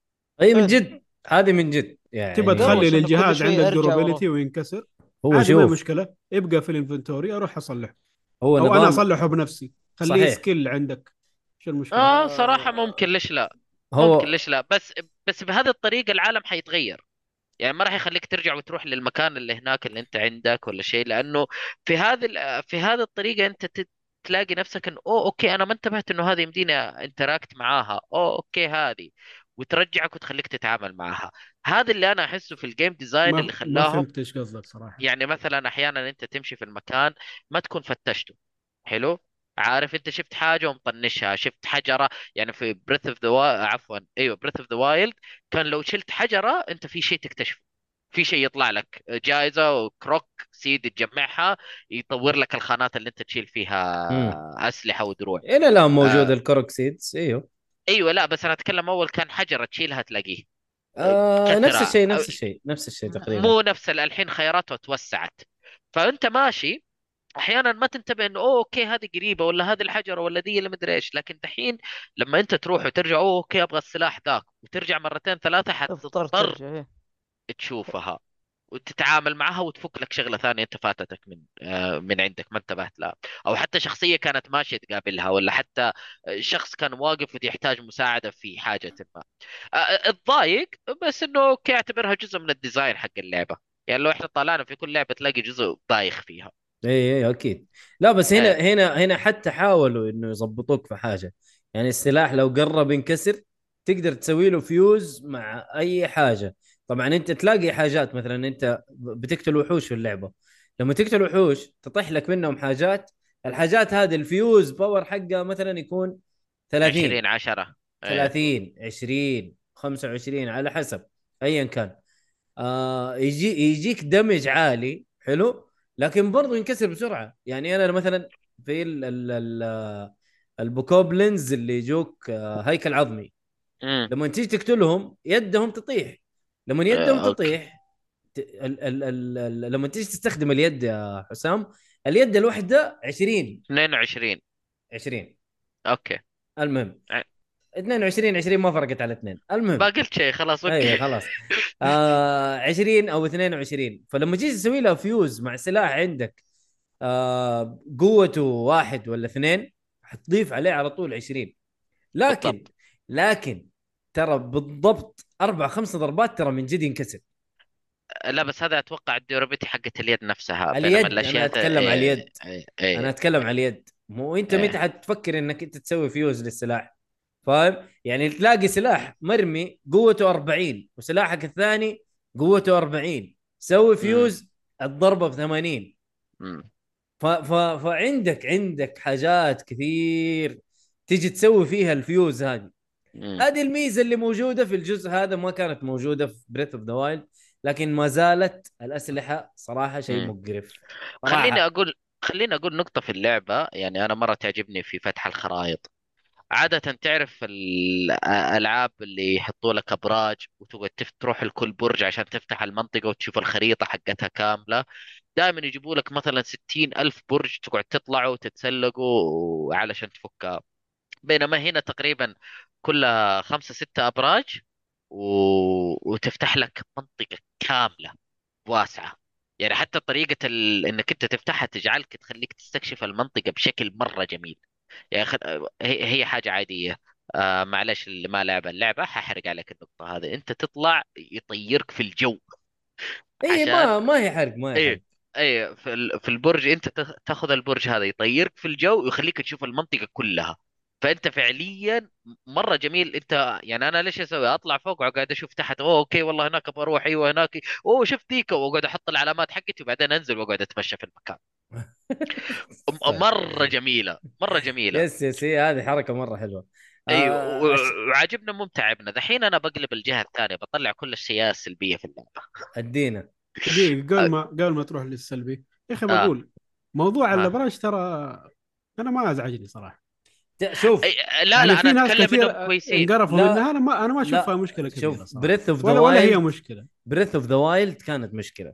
اي طيب، من جد هذه من جد يعني
تبى تخلي
إنه كل
للجهاز
شوي
عندك
أرجع ورا.
دورابيلتي وينكسر
هو
عادي ما هي
شوف
مشكله ابقى في الانفنتوري اروح اصلحه
هو
او انا
نظام
اصلحه بنفسي خليه
صحيح.
سكيل عندك شو المشكله؟
اه صراحة ممكن ليش لا ممكن
هو
ليش لا بس بس بهذه الطريقة العالم حيتغير يعني ما راح يخليك ترجع وتروح للمكان اللي هناك اللي انت عندك ولا شيء لانه في هذه ال- في هذه الطريقه انت تت- تلاقي نفسك انه اوه اوكي انا ما انتبهت انه هذه يمديني انتراكت معاها اوه اوكي هذه وترجعك وتخليك تتعامل معها هذا اللي انا احسه في الجيم ديزاين
ما,
اللي
ما
خلاهم
فهمت ايش قصدك صراحه
يعني مثلا احيانا انت تمشي في المكان ما تكون فتشته حلو عارف انت شفت حاجه ومطنشها شفت حجره يعني في بريث اوف ذا عفوا ايوه بريث اوف ذا وايلد كان لو شلت حجره انت في شيء تكتشفه في شيء يطلع لك جائزه وكروك سيد تجمعها يطور لك الخانات اللي انت تشيل فيها اسلحه ودروع
الى الان
آه.
موجود الكروكسيدز ايوه
ايوه لا بس انا اتكلم اول كان حجره تشيلها تلاقيه
آه
كثرة.
نفس الشيء نفس
أو-
الشيء نفس الشيء تقريبا
مو نفس ال- الحين خياراته توسعت فانت ماشي احيانا ما تنتبه انه اوه اوكي هذه قريبه ولا هذه الحجره ولا ذي اللي مدري ايش لكن دحين لما انت تروح وترجع اوه اوكي ابغى السلاح ذاك وترجع مرتين ثلاثه حتضطر
تضطر ترجع إيه.
تشوفها وتتعامل معها وتفك لك شغله ثانيه انت فاتتك من آه، من عندك ما انتبهت لها او حتى شخصيه كانت ماشيه تقابلها ولا حتى آه، شخص كان واقف ويحتاج مساعده في حاجه ما آه، اتضايق بس انه اوكي اعتبرها جزء من الديزاين حق اللعبه يعني لو احنا طلعنا في كل لعبه تلاقي جزء بايخ فيها
اي اي اكيد إيه، لا بس هنا
إيه.
هنا هنا حتى حاولوا انه يظبطوك في حاجه يعني السلاح لو قرب ينكسر تقدر تسوي له فيوز مع اي حاجه طبعا انت تلاقي حاجات مثلا انت بتقتل وحوش في اللعبه لما تقتل وحوش تطيح لك منهم حاجات الحاجات هذه الفيوز باور حقها مثلا يكون 30
20 10
30 20 25 على حسب ايا كان آه يجي يجيك دمج عالي حلو لكن برضو ينكسر بسرعه يعني انا مثلا في ال ال ال البوكوبلينز اللي يجوك آه، هيكل عظمي لما تيجي تقتلهم يدهم تطيح لما
آه،
يدهم
أوكي.
تطيح ت- ال ال ال ال لما تيجي تستخدم اليد يا حسام اليد الواحده 20
22
20
اوكي
المهم
ع-
22 20 ما فرقت على اثنين المهم
ما قلت شيء خلاص
اي
اوكي
إيه، خلاص آه 20 او 22 فلما جيت تسوي لها فيوز مع سلاح عندك آه قوته واحد ولا اثنين حتضيف عليه على طول 20 لكن
بالضبط.
لكن ترى بالضبط اربع خمس ضربات ترى من جد ينكسر
لا بس هذا اتوقع الديورابيتي حقت اليد نفسها بينما
اليد،
الاشياء
أنا أتكلم
إيه،
على اليد.
إيه، إيه.
انا اتكلم على اليد مو انت
إيه.
متى حتفكر انك انت تسوي فيوز للسلاح فاهم يعني تلاقي سلاح مرمي قوته 40 وسلاحك الثاني قوته 40 سوي فيوز الضربه ب 80
مم.
ف... ف... فعندك عندك حاجات كثير تجي تسوي فيها الفيوز هذه
مم.
هذه الميزه اللي موجوده في الجزء هذا ما كانت موجوده في بريث اوف ذا وايلد لكن ما زالت الاسلحه صراحه شيء
مم.
مقرف صراحة.
خليني اقول خليني اقول نقطة في اللعبة يعني انا مرة تعجبني في فتح الخرائط عادة تعرف الالعاب اللي يحطوا لك ابراج وتقعد تف- تروح لكل برج عشان تفتح المنطقة وتشوف الخريطة حقتها كاملة دائما يجيبوا لك مثلا ستين ألف برج تقعد تطلعوا وتتسلقوا علشان تفكها بينما هنا تقريبا كلها خمسة ستة أبراج و... وتفتح لك منطقة كاملة واسعة يعني حتى طريقة ال... إنك أنت تفتحها تجعلك تخليك تستكشف المنطقة بشكل مرة جميل يعني خ... هي... هي حاجة عادية آه معلش اللي ما لعب اللعبة ححرق عليك النقطة هذه أنت تطلع يطيرك في الجو
اي إيه، ما
عشان-
ما هي حرق ما هي
إيه.
حرق
اي في ال- في البرج انت تخ- تاخذ البرج هذا يطيرك في الجو ويخليك تشوف المنطقه كلها فانت فعليا مره جميل انت يعني انا ليش اسوي اطلع فوق واقعد اشوف تحت اوه اوكي والله هناك ابغى اروح ايوه هناك اوه شفت ذيك واقعد احط العلامات حقتي وبعدين انزل واقعد اتمشى في المكان م- مره جميله مره جميله
طيب. يس يس هي هذه حركه مره حلوه
اي
آه،
أيوة، و-
أش-
وعاجبنا مو متعبنا دحين انا بقلب الجهه الثانيه بطلع كل السياسه السلبيه في اللعبه
ادينا
دقيقة قبل ما قبل ما تروح للسلبي يا اخي
آه.
بقول موضوع
آه.
الابراج ترى انا ما ازعجني صراحه
ت- شوف
أي- لا
يعني
لا
في
انا
ناس
اتكلم
كثير
انهم كويسين
انقرفوا
لا.
منها انا ما انا ما
لا.
اشوفها مشكله كبيره
شوف
صراحه
بريث اوف ذا
ولا ولا هي
وايلد
مشكله
بريث اوف ذا وايلد كانت مشكله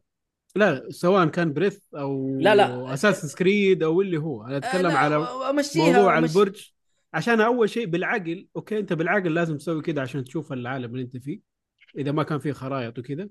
لا سواء كان بريث او
لا، لا.
اساس كريد او اللي هو انا اتكلم
آه، لا،
على
امشيها
موضوع
أمشي-
البرج عشان اول شيء بالعقل اوكي انت بالعقل لازم تسوي كده عشان تشوف العالم اللي انت فيه اذا ما كان فيه خرائط وكذا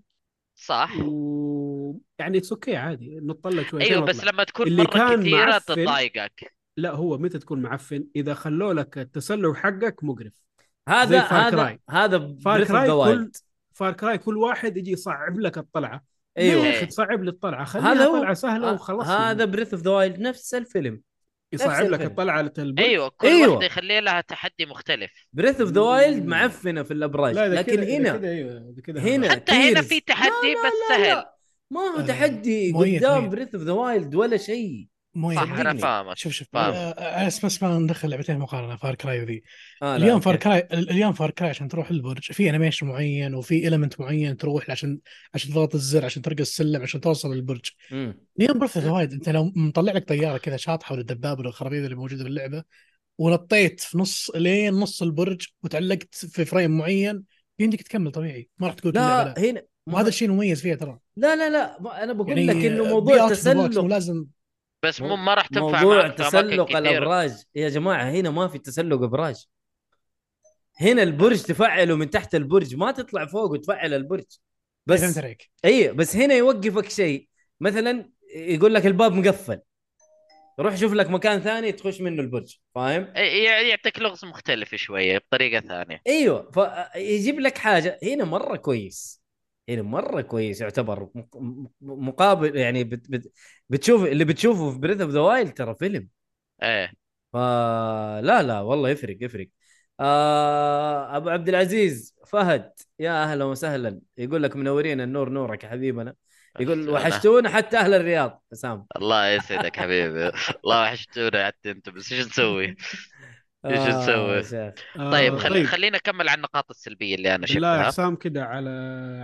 صح
و يعني اتس اوكي عادي نطلع لك
أيوة،
شويه
ايوه
ونطلع.
بس لما تكون
اللي
مره
كان
كثيره
معفن-
تضايقك
لا هو متى تكون معفن اذا خلوا لك التسلل حقك مقرف
هذا
زي Far
هذا
Cry.
هذا
فار
بريث اوف
كراي
ذا
كل
وايلد
فار كراي كل واحد يجي يصعب لك الطلعه ليه يا
إيه.
ايوه
اخي تصعب لي الطلعه خليها
هذا هو.
طلعه سهله
آه،
وخلصنا
هذا بريث اوف ذا وايلد نفس الفيلم نفس
يصعب لك
الفيلم.
الطلعه للتلبس
ايوه كل
أيوة.
واحده يخلي لها تحدي مختلف
بريث اوف ذا وايلد معفنه في الابراج
لا إذا
لكن
كده- إذا
هنا
كده أيوه، إذا كده
هنا
حتى هنا
Tears.
في تحدي
لا،
بس
لا، لا،
سهل
ما هو
آه،
تحدي
ميت،
قدام
ميت.
بريث اوف ذا وايلد ولا شيء
مو
صح
يعني.
انا فاهمك
شوف شوف
فاهم.
آه، آه، بس بس ما ندخل لعبتين مقارنه فار كراي وذي
آه، لا،
اليوم
أوكي.
فار كراي اليوم فار كراي عشان تروح البرج في انيميشن معين وفي المنت معين تروح له عشان عشان تضغط الزر عشان ترقى السلم عشان توصل للبرج
مم.
اليوم برث وايد انت لو مطلع لك طياره كذا شاطحه ولا دبابه ولا الخرابيط اللي موجوده في اللعبه ونطيت في نص لين نص البرج وتعلقت في فريم معين يمديك تكمل طبيعي ما راح تقول اللعبة
لا
لا
هنا
وهذا الشيء المميز فيها ترى
لا لا لا ما انا بقول
يعني
لك انه
be out
موضوع
of the box،
تسلق
مو لازم
بس مو ما راح تنفع
موضوع
معك في اماكن
تسلق
كثير
الابراج يا جماعه هنا ما في تسلق ابراج هنا البرج تفعله من تحت البرج ما تطلع فوق وتفعل البرج
فهمت
بس
عليك
اي بس هنا يوقفك شيء مثلا يقول لك الباب مقفل روح شوف لك مكان ثاني تخش منه البرج فاهم
أي- يعني يعطيك لغز مختلف شويه بطريقه ثانيه
ايوه فيجيب لك حاجه هنا مره كويس هنا مره كويس يعتبر مق- مق- مقابل يعني بت بت بتشوف اللي بتشوفه في بريث اوف ذا وايلد ترى فيلم
ايه
فلا لا والله يفرق يفرق آه ابو عبد العزيز فهد يا اهلا وسهلا يقول لك منورين النور نورك يا حبيبنا يقول
أنا-
وحشتونا حتى اهل الرياض حسام
الله يسعدك حبيبي الله وحشتونا حتى انت بس ايش طيب، نسوي؟ إيش نسوي؟
يا شيخ.
آه،
طيب خل... خلينا نكمل على النقاط السلبيه اللي انا
بالله يا
شفتها
حسام كده على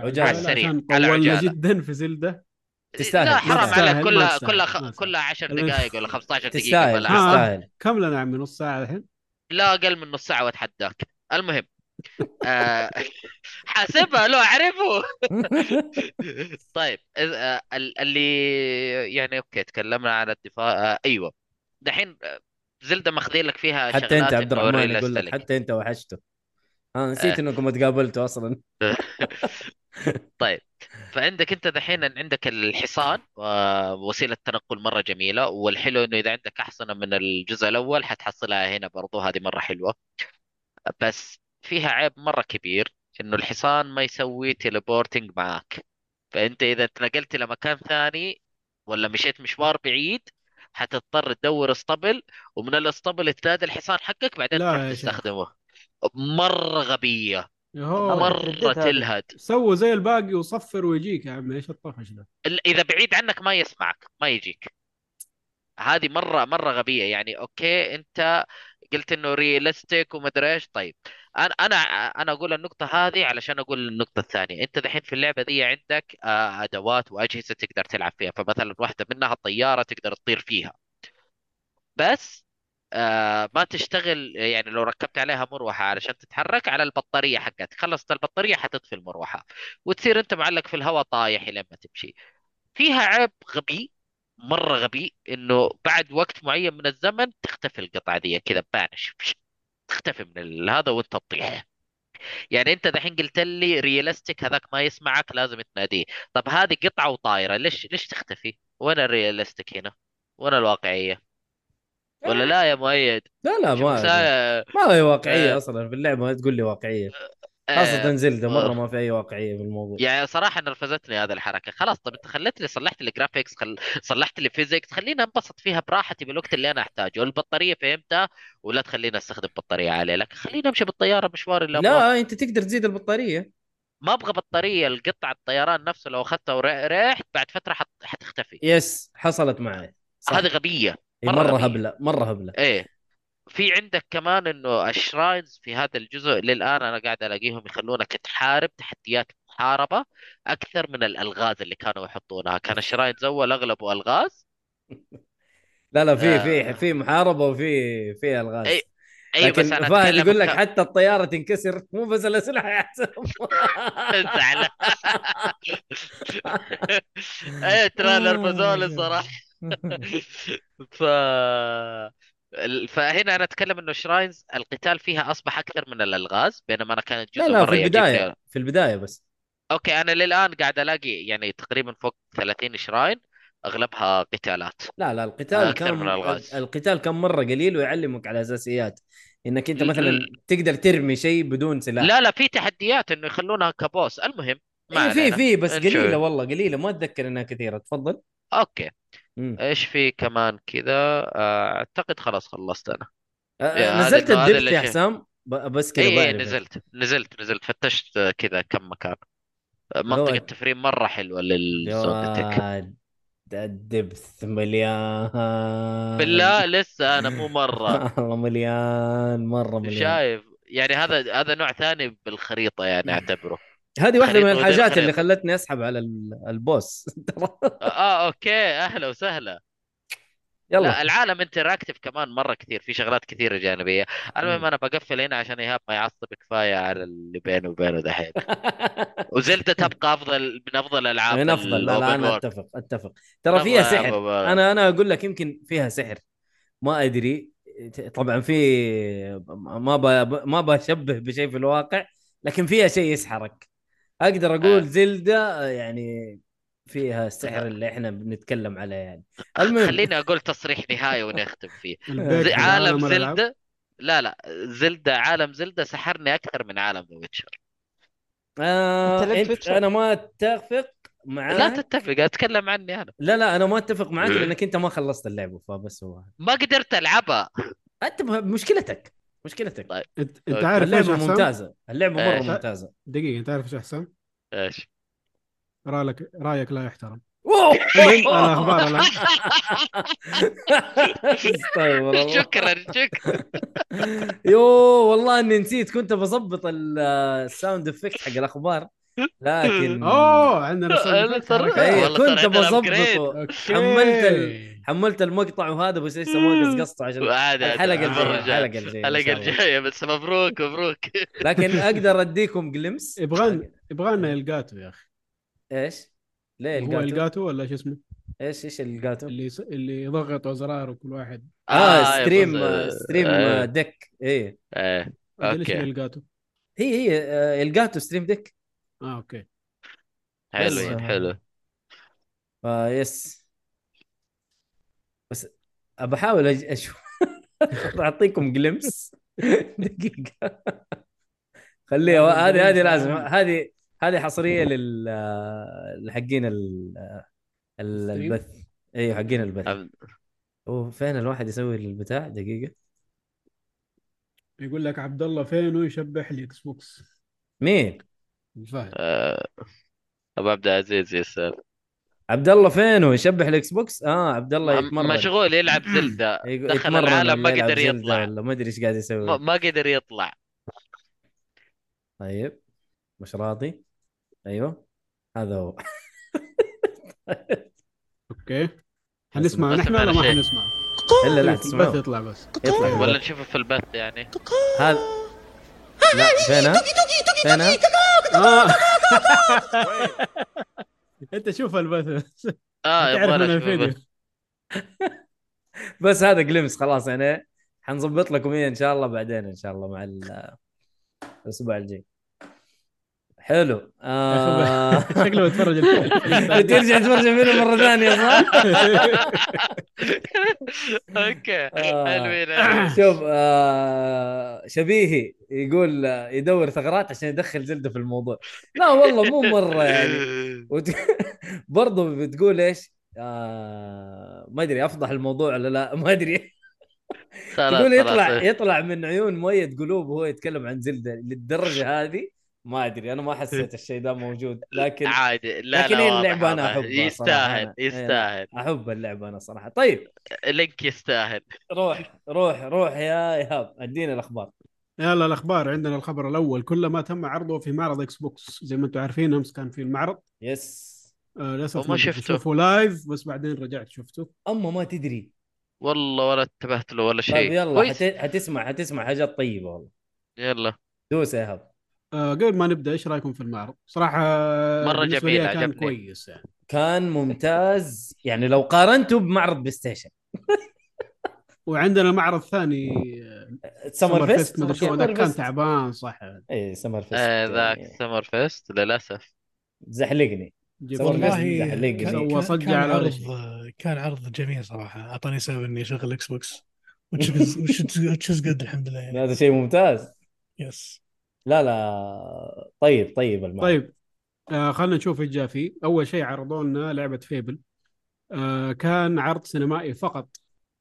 عجالة. على
السريع،
عشان
على
طولنا
عجالة.
جدا في زلده
تستاهل،
لا
ما
حرام
تستاهل،
عليك
ما
كلها
تستاهل،
كلها
ما
خ...
تستاهل.
كلها 10
المهم.
دقائق ولا 15 دقيقه
تستاهل آه.
بلا
تستاهل
كم لنا يا عمي نص ساعه الحين
لا اقل من نص ساعه واتحداك المهم آه، حاسبها لو اعرفه طيب إذ- آه، ال- اللي يعني اوكي تكلمنا عن الدفاع آه، ايوه دحين آه، زلدة ماخذين لك فيها
حتى
شغلات
انت عبد
إنه
الرحمن
realistic.
يقول لك حتى انت وحشته
إيه.
انا نسيت انكم تقابلتوا اصلا
طيب فعندك انت دحين إن عندك الحصان آه، وسيله تنقل مره جميله والحلو انه اذا عندك احصنه من الجزء الاول حتحصلها هنا برضو هذه مره حلوه بس فيها عيب مره كبير انه الحصان ما يسوي تيليبورتنج معاك فانت اذا تنقلت لمكان ثاني ولا مشيت مشوار بعيد حتضطر تدور اسطبل ومن الاسطبل تنادي الحصان حقك بعدين
لا
تروح
يا شيخ.
تستخدمه مره غبيه
يهو.
مرة
مره
ترددت هذه.
تلهد
سووا زي الباقي وصفر ويجيك يا عم ايش الطفش ده
ال- اذا بعيد عنك ما يسمعك ما يجيك هذه مره مره غبيه يعني اوكي انت قلت انه ريالستيك ومدري ايش طيب انا انا انا اقول النقطه هذه علشان اقول النقطه الثانيه انت دحين في اللعبه دي عندك آه، ادوات واجهزه تقدر تلعب فيها فمثلا واحده منها طياره تقدر تطير فيها بس آه، ما تشتغل يعني لو ركبت عليها مروحه علشان تتحرك على البطاريه حقتك خلصت البطاريه حتطفي المروحه وتصير انت معلق في الهواء طايح لما تمشي فيها عيب غبي مره غبي انه بعد وقت معين من الزمن تختفي القطعه دي كذا بانش تختفي من ال- هذا وانت تطيح يعني انت دحين قلت لي ريالستيك هذاك ما يسمعك لازم تناديه طب هذه قطعه وطايره ليش ليش تختفي وين الريالستيك هنا وين الواقعيه ولا لا يا مؤيد
لا لا
شوف
ما
سا-
ما هي واقعيه
آه.
اصلا في اللعبه ما تقول لي واقعيه
آه،
خاصه زلده مره
آه.
ما في اي واقعيه في الموضوع
يعني صراحة نرفزتني هذه الحركة خلاص طب انت خلتني صلحت لي جرافيكس خل... صلحت لي فيزيكس خليني انبسط فيها براحتي بالوقت اللي انا احتاجه البطارية فهمتها ولا تخليني استخدم بطارية عالية لكن خليني امشي بالطيارة مشوار اللي ابغاه
لا انت تقدر تزيد البطاريه
ما ابغى بطارية القطع الطيران نفسه لو اخذتها ورحت بعد فترة حت... حتختفي
يس حصلت معي صح
هذه غبية
إيه،
مرة
مره
غبية.
هبله مره هبله
ايه في عندك كمان انه الشراينز في هذا الجزء للان انا قاعد الاقيهم يخلونك تحارب تحديات محاربه اكثر من الالغاز اللي كانوا يحطونها كان الشراينز اول اغلبه الغاز
لا لا في
آه.
في في محاربه وفي في الغاز
أي- اي
لكن
أيوة، بس انا
فهد
اتكلم
يقول لك
ك-
حتى الطياره تنكسر مو بس الاسلحه يا حسام
زعلان ايه ترى الاربازول صراحه ف ال- فهنا انا اتكلم انه شراينز القتال فيها اصبح اكثر من الالغاز بينما انا كان الجزء
لا لا
مرة
في
يعجبني
البدايه في البدايه بس
اوكي انا للان قاعد الاقي يعني تقريبا فوق 30 شراين اغلبها قتالات
لا لا القتال
أكثر
كان
من الغاز.
القتال كان مره قليل ويعلمك على اساسيات انك انت
ل-
مثلا تقدر ترمي شيء بدون سلاح
لا لا في تحديات انه يخلونها كبوس المهم ما
إيه في
علينا
في بس
نشوف.
قليله والله قليله ما اتذكر انها كثيره تفضل
اوكي
مم.
ايش في كمان كذا آه، اعتقد خلاص خلصت انا
آه، آه،
هذا-
نزلت
هذا إيه،
الدبت
اللي
يا
شيء.
حسام ب- بس كذا
اي اي
بعرف.
نزلت نزلت نزلت فتشت آه، كذا كم مكان آه، منطقة
هو-
تفريم مرة حلوة للزوندتك
جواد الدبث مليان
بالله لسه انا مو مرة
والله مليان مره مليان
شايف يعني هذا هذا نوع ثاني بالخريطة يعني اعتبره
هذه واحده من
خريطة وغير
الحاجات اللي
خريطة.
خلتني اسحب على ال- البوس ترى
اه اوكي اهلا وسهلا لا
يلا
العالم انتراكتيف كمان مره كثير في شغلات كثيره جانبيه المهم
مم.
انا بقفل هنا عشان ايهاب ما يعصب كفايه على اللي بينه وبينه دحين وزلدة تبقى افضل من افضل العاب
من افضل يعني لا لا
الاوبن
انا
وورلد
اتفق اتفق ترى فيها سحر انا انا اقول لك يمكن فيها سحر ما ادري طبعا في ما ب... ما بشبه بشيء في الواقع لكن فيها شيء يسحرك اقدر
آه.
اقول زلدة يعني فيها السحر اللي احنا بنتكلم عليه يعني المهم
خليني اقول تصريح نهائي ونختم فيه
البيت
زي-
في
عالم
الألعاب.
زلدة لا لا زلدة عالم زلدة سحرني اكثر من عالم ذا ويتشر
آه
أنت لك
انت
فكرة؟
انا ما اتفق معاك
لا تتفق اتكلم عني انا
لا لا انا ما اتفق معاك
إيه.
لانك انت ما خلصت اللعبه فبس هو هذا.
ما قدرت العبها
انت مه- مشكلتك مشكلتك
طيب.
انت انت
أوكي.
عارف ايش
اللعبه
احسن؟
ممتازه اللعبه
إيه.
مره ممتازه
دقيقة انت عارف ايش احسن؟
ايش
رايك رايك لا يحترم
أوه!
المهم، أنا أخبار الآن.
استغفر الله.
شكرا شكرا
يو والله اني نسيت كنت بظبط ال- الساوند افكت حق الاخبار لكن
اوه عندنا سوي
ترى-
فكرة.
إيه،
والله
كنت
ترى عندنا
بظبطه
أوكي.
حملت ال- حملت المقطع وهذا بس لسه ما قصقصته
آه،
عشان
عادي عادي،
الحلقه
المرة
الجايه
الجاية.
الحلقه الجايه إن
الحلقة
شاء الله.
الجاية بس مبروك مبروك
لكن اقدر اديكم جلمس
يبغانا يبغانا الجاتو يا اخي
ايش؟ ليه
هو
الجاتو؟
الجاتو ولا شو اسمه
ايش ايش الجاتو؟
اللي يص- اللي يضغط وزرار وكل واحد
اه
آه، يا
ستريم
بس-
ستريم
آه،
ديك ايه
آه.
أدري إيش
أوكي.
الجاتو
هي هي آه، الجاتو ستريم ديك
اه اوكي
بس،
حلو
آه،
حلو
فيس آه، بس بحاول أج- اشوف بعطيكم جلمس دقيقة خليها هذه هذه لازم هذه هذه حصرية لل آه، لحقين ال ال-
الستريم؟
البث ايوه حقين البث
أب-
وفين الواحد يسوي البتاع دقيقة
يقول لك عبد الله فين ويشبح لي اكس بوكس
مين؟
الفهد
آه، ابو عبد العزيز يسأل
عبد الله فينه يشبح الاكس بوكس؟ اه عبد الله
م-
يتمرن
مشغول يلعب زلدة
يقو-
دخل
يتمرن
العالم ما
ولا يلعب
قدر
زلدة
يطلع.
ولا ما ادري ايش قاعد يسوي
ما ما قدر يطلع
طيب مش راضي ايوه هذا هو
اوكي حنسمع
بس
نحن ولا
على
ما
شيء.
حنسمع؟
الا لا
بس
تسمعوه
يطلع بس
يطلع
ولا
ولا
نشوفه في البث يعني
هذا لا فينها فينها
طيب.
آه. انت شوف البث
اه
تعرف
يبغى نشوفه
من الفيديو
بس.
بس هذا جلمس خلاص يعني حنظبط لكم اياه ان شاء الله بعدين ان شاء الله مع ال- الاسبوع الجاي حلو آه...
شكله بيتفرج الفيلم
بترجع تفرج الفيلم مره ثانيه صح؟
اوكي
آه.
حلوين حلوين.
شوف آه شبيهي يقول آه، يدور ثغرات عشان يدخل زلده في الموضوع لا والله مو مره يعني وت... برضو بتقول ايش آه ما ادري افضح الموضوع ولا لا ما ادري
خلاص
تقول يطلع
خلاص.
يطلع من عيون مؤيد قلوب وهو يتكلم عن زلده للدرجه هذه ما ادري انا ما حسيت الشيء ده موجود لكن
عادي لا
لكن
لا
هي
واضح،
اللعبة أنا
واضح.
أحبها صراحة،
يستاهل
أنا- إيه.
يستاهل
احب اللعبه انا صراحه طيب
لينك يستاهل
روح روح روح يا ايهاب ادينا الاخبار
يلا الاخبار عندنا الخبر الاول كل ما تم عرضه في معرض اكس بوكس زي ما انتم عارفين امس كان في المعرض
يس
آه للاسف
وما
ما كنت
شفته.
اشوفه لايف بس بعدين رجعت شفته
اما ما تدري
والله ولا انتبهت له ولا شيء
طيب يلا
كويس.
حت... حتسمع حتسمع حاجات طيبه والله
يلا
دوس يا ايهاب
آه قبل ما نبدا ايش رايكم في المعرض؟ صراحه
مرة
بالنسبة
جميل،
لي كان
عجبني.
كويس يعني
كان ممتاز يعني لو قارنته بمعرض بلاي ستيشن
وعندنا معرض ثاني آه،
سمر فيست
مدري شو هذاك كان تعبان صح
اي سمر فيست
آه، ذاك
إيه، يعني
سمر فيست للاسف
زحلقني
جيبوا
والله
الناس-
بس
والله
مدح ليك
كان-
زي.
كان-
صجع
كان
على ولا
عرض
شيء.
كان عرض جميل صراحه اعطاني سبب اني اشغل اكس بوكس وتشز وتشز قد الحمد لله يعني
هذا شيء ممتاز
يس
لا لا طيب طيب المعرض
طيب آه خلينا نشوف ايش جاء فيه اول شيء عرضوا لنا لعبه فيبل آه كان عرض سينمائي فقط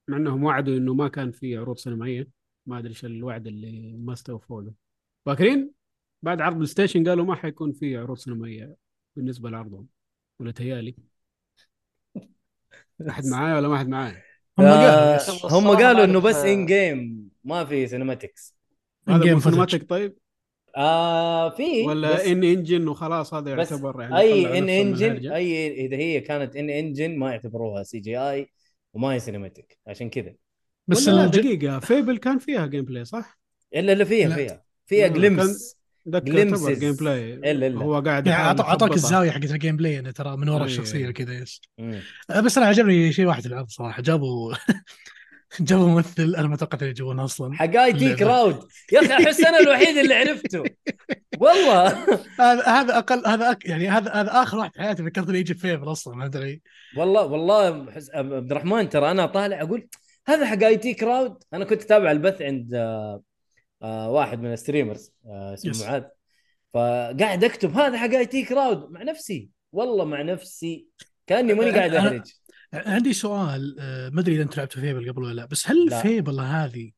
مع انهم وعدوا انه ما كان في عروض سينمائيه ما ادري ايش الوعد اللي ما استوفوا له فاكرين بعد عرض بلاي ستيشن قالوا ما حيكون في عروض سينمائيه بالنسبه لعرضهم ولا تهيالي احد معايا ولا ما احد معايا
هم قالوا
آه،
يس
يس.
هم
والله ما
قالوا انه
أعرف،
بس
آه.
ان جيم ما في سينماتكس
هذا
In-game
مو
footage.
سينماتيك طيب
آه في بس-
ولا ان انجن وخلاص هذا
بس
يعتبر يعني طلع
اي ان
نفسه من
انجن
الهرجة.
اي اذا هي كانت ان انجن ما يعتبروها سي جي اي وما هي سينماتيك عشان كذا
بس
ولا لا
الج-
دقيقه فيبل كان فيها جيم بلاي صح؟
الا اللي فيها
لا.
فيها فيها
لا، لا،
جلمس
ده
Glimpses.
يعتبر جيم بلاي
إلا- إلا.
هو قاعد
يعني
يحاول
أعط- اعطاك
يخبطها.
الزاويه حقت الجيم بلاي انه ترى من ورا
أي.
الشخصيه كذا يس أه، بس انا عجبني شيء واحد في العرض صراحه جابوا جابوا ممثل انا ما توقعت انه يجيبونه اصلا
حقاي تي
اللعبة.
كراود يا اخي احس انا الوحيد اللي عرفته والله
هذا هذا اقل هذا أك... يعني هذا هذا اخر واحد في حياتي فكرت انه يجي فيبل اصلا ما ادري
والله والله أحس- عبد الرحمن ترى انا طالع اقول هذا حق اي تي كراود انا كنت اتابع البث عند آه، آه، واحد من الستريمرز آه، اسمه
Yes.
معاذ فقاعد اكتب هذا حق اي تي كراود مع نفسي والله مع نفسي كاني ماني قاعد
أنا-
اهرج
عندي سؤال آه، ما ادري اذا انت لعبت فيبل قبل ولا لا بس هل
لا.
فيبل هذه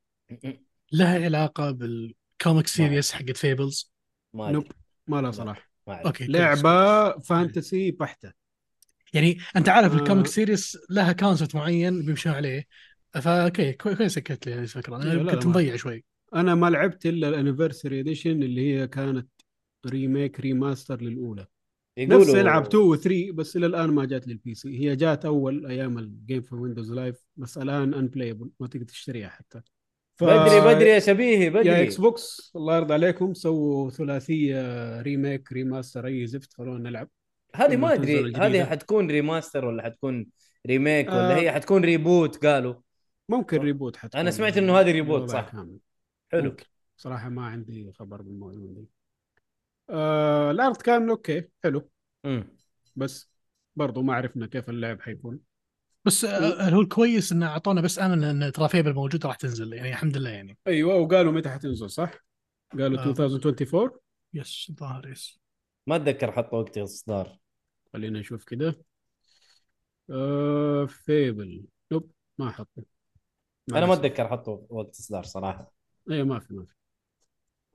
لها علاقه بالكوميك سيريس حقت فيبلز؟
ما ادري
نوب. ما لا
لا.
صراحه
ما أدري.
اوكي كويس.
لعبه فانتسي بحته
يعني انت عارف
آه.
الكوميك سيريس لها كونسبت معين بيمشون عليه فاوكي كوي- كويس سكت لي هذه الفكره
لا، لا،
انا كنت
ما-
مضيع شوي
انا ما لعبت الا الانيفرساري اديشن اللي هي كانت ريميك ريماستر للاولى
يقولوا
نفس العاب 2 و 3 بس الى الان ما جات للبي سي هي جات اول ايام الجيم فور ويندوز لايف بس الان ان بلايبل ما تقدر تشتريها حتى ف...
بدري بدري يا شبيهي
يا
بدري
اكس بوكس الله يرضى عليكم سووا ثلاثيه ريميك ريماستر اي زفت خلونا نلعب
هذه
لما
ما
تنزل
ادري
الجديدة.
هذه حتكون ريماستر ولا حتكون ريميك ولا
آه.
هي حتكون ريبوت قالوا
ممكن ريبوت حتى
أنا سمعت إنه هذه ريبوت، صح.
كامل.
حلو
ممكن. صراحه ما عندي خبر بالموضوع ده آه العرض كان اوكي حلو
مم.
بس برضو ما عرفنا كيف اللعب حيكون
بس آه، هو الكويس انه اعطونا بس امل ان ترى فيبل موجوده راح تنزل يعني الحمد لله يعني
ايوه وقالوا متى حتنزل صح؟ قالوا
آه.
2024
يس الظاهر يس
ما اتذكر حطوا وقت اصدار
خلينا نشوف كده آه فيبل نوب ما حطوا
انا ما اتذكر حطوا وقت اصدار صراحه
اي إيه، ما في ما في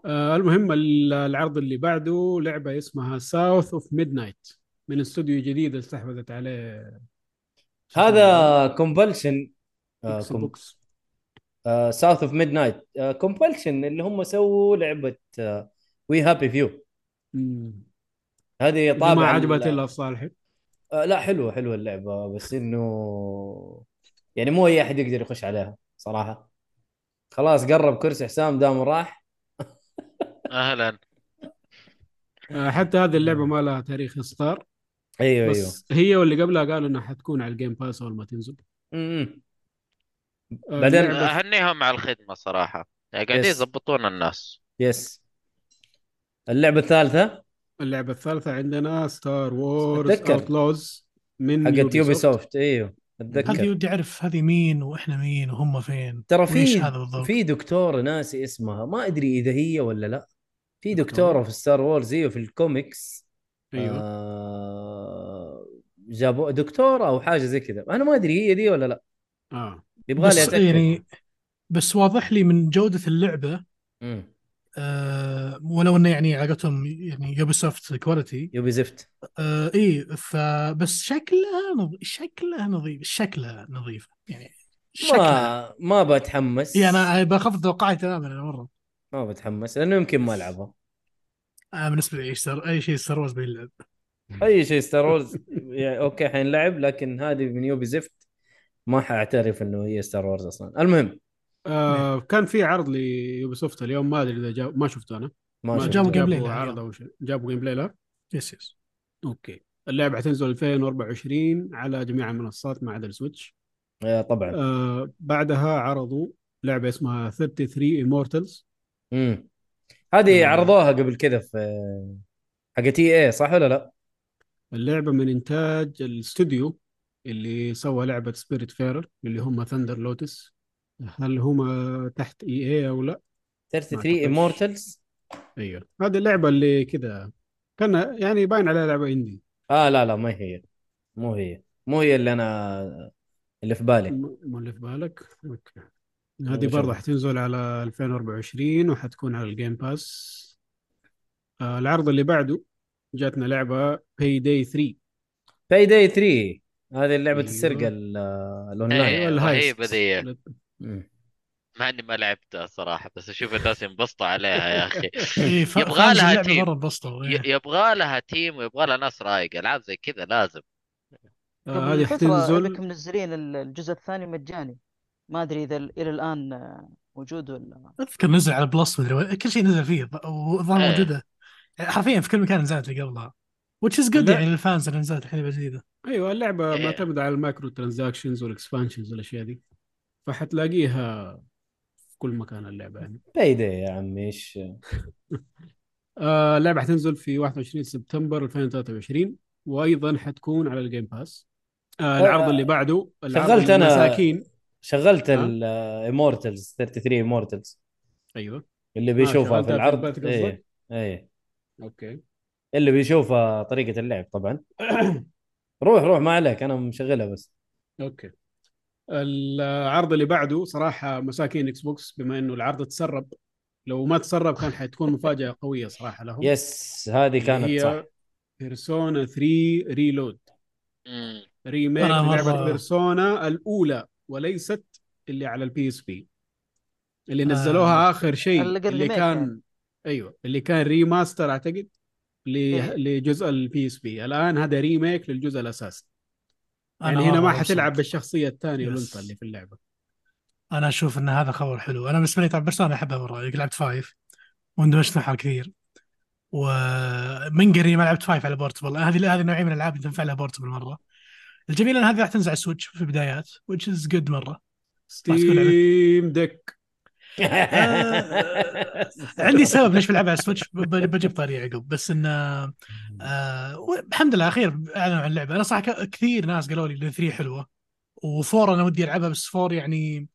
آه المهم ال- العرض اللي بعده لعبه اسمها ساوث اوف ميد نايت من استوديو جديد استحوذت عليه
هذا آه، كومبلشن
بوكس بوكس
ساوث اوف ميد نايت كومبلشن آه، اللي هم سووا آه، لعبه وي هابي فيو
مم.
هذه طابع
ما
ال-
عجبت الا صالحي
آه، لا حلوه حلوه اللعبه بس انه يعني مو اي احد يقدر يخش عليها صراحه خلاص قرب كرسي حسام دام راح
اهلا
آه حتى هذه اللعبه ما لها تاريخ اصدار
ايوه ايوه
بس هي واللي قبلها قالوا انها حتكون على الجيم باس اول ما تنزل
امم
آه
بعدين-
اللعبة-
اهنيهم على الخدمه صراحه يعني
يس.
قاعدين يظبطون الناس
يس اللعبه الثالثه
اللعبه الثالثه عندنا ستار وورز
أتذكر.
اوتلوز من
حقت يوبي
Ubisoft.
سوفت ايوه
هذه
اتذكر
ودي اعرف هذه مين واحنا مين وهم فين
ترى
وإيش
في
هذا بالضبط
في دكتوره ناسي اسمها ما ادري اذا هي ولا لا في دكتوره
دكتورة؟
في ستار وورز ايوه في الكوميكس
أيوه.
ايوه
آه جابوا دكتوره او حاجه زي كذا انا ما ادري هي دي ولا لا
اه
يبغى لي
بس
اتاكد
يعني بس واضح لي من جوده اللعبه
مم.
آه ولو انه يعني علاقتهم يعني يوبي سوفت كواليتي
يوبي زفت
آه اي فبس شكلها نظ... شكلها نظيف شكلها نظيفه يعني شكلها إيه،
ما ما بتحمس
اي انا بخفض توقعي تماما أنا مره
ما بتحمس لانه يمكن ما العبها
آه بالنسبه لي اي سر... اي شيء ستار وورز بيلعب
اي شيء ستار وورز يعني اوكي حينلعب لكن هذه من يوبي زفت ما حاعترف انه هي ستار وورز اصلا المهم
آه كان في عرض ليوبيسوفت اليوم ما ادري اذا جاب ما شفته انا
ما
ما
شفت.
جابوا جيم بلاي.
جابوا
لا،
عرض
اليوم.
او شيء جابوا جيم بلاي لا
يس يس
اوكي اللعبه حتنزل 2024 على جميع المنصات ما عدا السويتش
آه، طبعا
آه بعدها عرضوا لعبه اسمها 33 امورتلز
امم هذه
آه.
عرضوها قبل كذا في حقت اي اي إيه، صح ولا لا؟
اللعبه من انتاج الاستوديو اللي سوى لعبه سبيريت فيرر اللي هم ثندر لوتس هل هم تحت اي اي او لا؟
33
ما أعتقدش.
امورتلز
ايوه هذه اللعبه اللي كذا كان يعني باين عليها لعبه اندي
اه لا لا ما هي مو هي مو هي اللي انا اللي في بالي
م- مو اللي في بالك اوكي
والله
هذه برضه
شوف.
حتنزل على 2024 وحتكون على الجيم باس آه، العرض اللي بعده جاتنا لعبه باي داي 3
باي داي 3 هذه لعبه
أيوه.
السرقه ال- آه،
إيه،
الاونلاين
الهايست.
رهيبة ذي.
مم.
مع اني ما لعبتها صراحه بس اشوف الناس ينبسطوا عليها يا اخي
اي إيه، ف...
يبغى
فانز
لها
اللعبه
تيم.
مره انبسطوا
ي- يبغى لها تيم ويبغى لها ناس رايقه العاب زي كذا لازم
آه،
قبل
هذه
فترة
حتنزل
انكم منزلين ال- الجزء الثاني مجاني ما ادري اذا ال- الى الان آه، موجود ولا
اذكر نزل على بلس مدري وين، كل شيء نزل فيه والظاهر
إيه.
موجوده حرفيا في كل مكان نزلت اللي قبلها which is good
لا.
يعني للفانز اللي نزلت الحين جديده
ايوه اللعبه
إيه.
معتمده على المايكرو ترانزاكشنز والاكسبانشنز والاشياء دي فحتلاقيها في كل مكان اللعبه يعني
باي داي يا عمي ايش
آه، اللعبه حتنزل في 21 سبتمبر 2023 وايضا حتكون على الجيم باس آه، العرض اللي بعده العرض
أه، شغلت أنا-
المساكين
شغلت آه، الامورتلز 33 امورتلز
ايوه
اللي بيشوفها
شغلتها
في
في البيت
العرض
قصدك؟
ايه ايه
اوكي
اللي بيشوفها طريقه اللعب طبعا روح روح ما عليك انا مشغلها بس
اوكي العرض اللي بعده صراحه مساكين اكس بوكس بما انه العرض تسرب لو ما تسرب كان حتكون مفاجاه قويه صراحه لهم
يس هذه
اللي
كانت
هي
صح
بيرسونا 3 ريلود
مم.
ريميك
أنا
لعبه
مرة-
بيرسونا الاولى وليست اللي على البي اس بي اللي
آه.
نزلوها اخر شيء
اللي قبل
اللي
remake
كان أيوة،
يعني.
ايوه اللي كان ريماستر اعتقد
إيه.
ل- لجزء البي اس بي الان هذا ريميك للجزء الاساسي
أنا
يعني هنا ما
مرة
حتلعب
مبسوط.
بالشخصيه الثانيه
يس.
الانثى اللي في اللعبه
انا اشوف ان هذا خبر حلو انا بالنسبه لي طبعا برشلونه احبها مره لعبت فايف واندمجت معها كثير ومن قريب ما لعبت فايف على بورتبل هذه هذه نوعيه من الالعاب اللي تنفع لها بورتبل مره الجميل ان هذه راح تنزل على السويتش في البدايات which is good مره تكون لعبة.
ستيم ديك آه،
عندي سبب ليش بلعبها على السويتش ب- ب- بجيب طاري عقب بس انه آه و- الحمد لله اخير اعلنوا عن اللعبه انا صح ك- كثير ناس قالوا لي 3 حلوه وفور انا ودي العبها بس فور يعني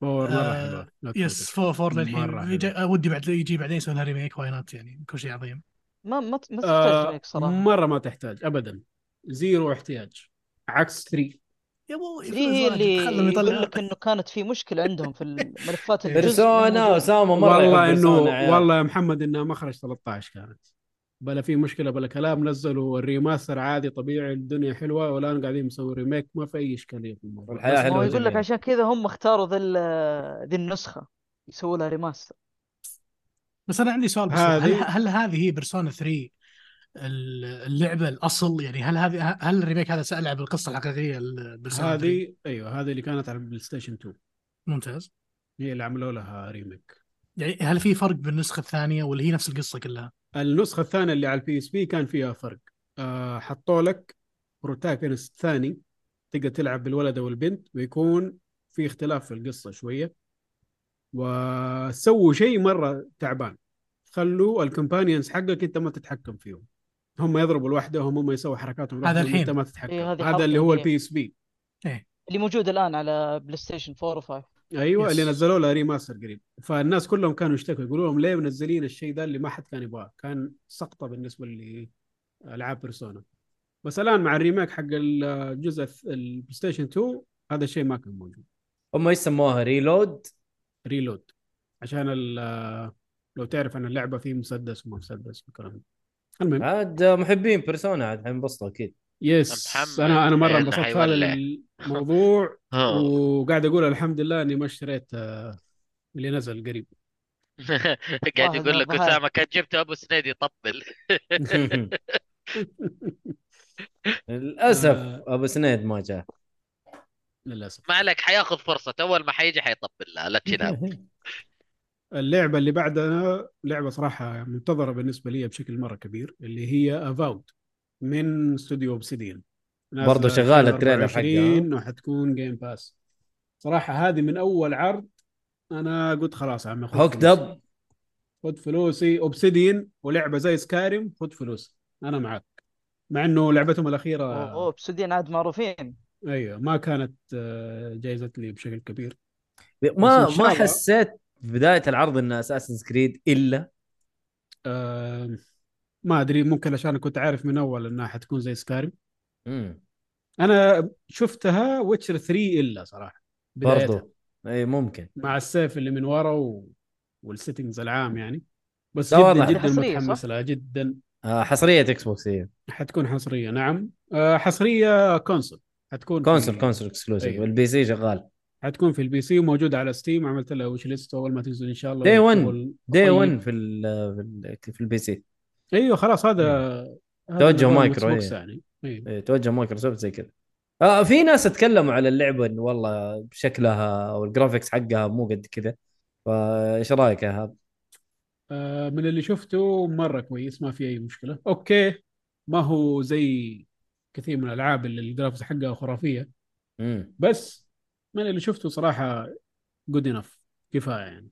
فور مره
آه،
حلوه لا
يس
تفوتك.
فور فور
مرة
للحين
حلوة.
يجي- ودي بعد يجي بعدين يسوون لها ريميك واي نوت يعني كل شيء عظيم
ما ما ما
آه،
تحتاج ريك صراحه
مره ما تحتاج ابدا زيرو احتياج عكس 3
يا ابو
هي هي اللي
خلهم
يقول
يطلع
لك انه كانت في مشكله عندهم في الملفات الجزء
بيرسونا
الموجودة.
اسامه مره يحب
والله انه
بيرسونا يا عيال.
والله يا محمد انها مخرج 13 كانت بلا في مشكله بلا كلام نزلوا الريماستر عادي طبيعي الدنيا حلوه والان قاعدين مسوي ريميك ما في اي اشكاليه في الموضوع
والحياة
بس
ما
حلوة
هو
ما-
يقول لك
جميلة.
عشان كذا هم اختاروا ذي ال- ذي النسخه يسووا لها ريماستر
بس انا عندي سؤال بس
هذه-
هل, هل هذه هي بيرسونا 3 اللعبه الاصل يعني هل هذه هل الريميك هذا سالعب القصه الحقيقيه لبيرسونا 3
هذه ايوه هذه اللي كانت على البلاي ستيشن 2
ممتاز
هي اللي عملوا لها ريميك
يعني هل في فرق بالنسخه الثانيه ولا هي نفس القصه كلها؟
النسخه الثانيه اللي على البي اس بي كان فيها فرق آه حطوا لك بروتاغونست ثاني تقدر تلعب بالولد او البنت ويكون في اختلاف في القصه شويه وسووا شيء مره تعبان خلوا الكومبانيونز حقك انت ما تتحكم فيهم هم يضربوا لوحدهم هم يسووا حركاتهم
هذا
لوحدهم انت
الحين.
ما تتحكم
إيه، هذه
هذا
حركة
اللي هو
جديدة.
البي اس بي
اللي موجود الان على بلاي ستيشن 4 و5
ايوه
يس.
اللي نزلوا له ريماستر قريب فالناس كلهم كانوا يشتكوا يقولوا لهم ليه منزلين الشيء ده اللي ما حد كان يبغاه كان سقطه بالنسبه لالعاب بيرسونا بس الان مع الريميك حق الجزء الث- البلاي ستيشن 2 هذا الشيء ما كان موجود
هم ايش سموها ريلود
ريلود عشان ال- لو تعرف ان اللعبه فيه مسدس وما مسدس والكلام ده المهم
عاد محبين بيرسونا عاد حينبسطوا اكيد
يس
محمد
انا انا مره
إيه،
انبسطت في هذا
حيولع.
الموضوع
ها.
وقاعد اقول الحمد لله اني ما اشتريت آه، اللي نزل قريب
قاعد
واحد
يقول
من
لك
الضحايا.
اسامه كان جبت ابو سنيد يطبل
للاسف
آه.
ابو سنيد ما جاء
للاسف
ما عليك حياخذ فرصة اول ما حيجي حيطبل لها لا تشيلها
اللعبة اللي بعدها لعبة صراحة منتظرة بالنسبة لي بشكل مرة كبير اللي هي أفاوت من استوديو اوبسيديان
برضو شغالة التريلر حقها.
وحتكون جيم باس صراحة هذه من أول عرض أنا قلت خلاص يا عمي خذ
هوك
فلوسي.
دب
خذ فلوسي اوبسيديان ولعبة زي سكاريم خذ فلوسي أنا معك مع إنه لعبتهم الأخيرة
اوه بسودين عاد معروفين
أيوه ما كانت آه، جايزة لي بشكل كبير
ما
بس إن شاء
ما
الله.
حسيت في بدايه العرض ان اساسن كريد الا
آه، ما أدري ممكن عشان كنت عارف من أول إنها حتكون زي سكاريم
مم.
انا شفتها ويتشر 3 الا صراحه بدايتها
برضو اي إيه، ممكن
مع السيف اللي من ورا و... والسيتنجز العام يعني بس
لا
جدا
واضح.
حصرية،
جدا
صح؟
متحمس لها جدا
آه إيه. حصريه اكس بوكس هي
حتكون حصريه نعم آه، حصريه كونسول حتكون في-
كونسول كونسول اكسكلوسيف
أيوه.
والبي سي شغال
حتكون في البي سي وموجوده على ستيم عملت لها وش ليست اول ما تنزل ان شاء الله
Day one.
أول-
دي
طيب.
1 في ال في, ال في البي سي
ايوه خلاص هذا هذا
توجه
نظام
مايكرو،
إكس بوكس
إيه.
يعني أيوه.
إيه، توجه مايكروسوفت زي كذا آه في ناس تكلموا على اللعبه انه والله شكلها او الجرافيكس حقها مو قد كذا فايش رايك يا هاب؟
آه، من اللي شفته مره كويس ما في اي مشكله اوكي ما هو زي كثير من الالعاب اللي الجرافيكس حقها خرافيه
مم.
بس من اللي شفته صراحة جود انف كفاية يعني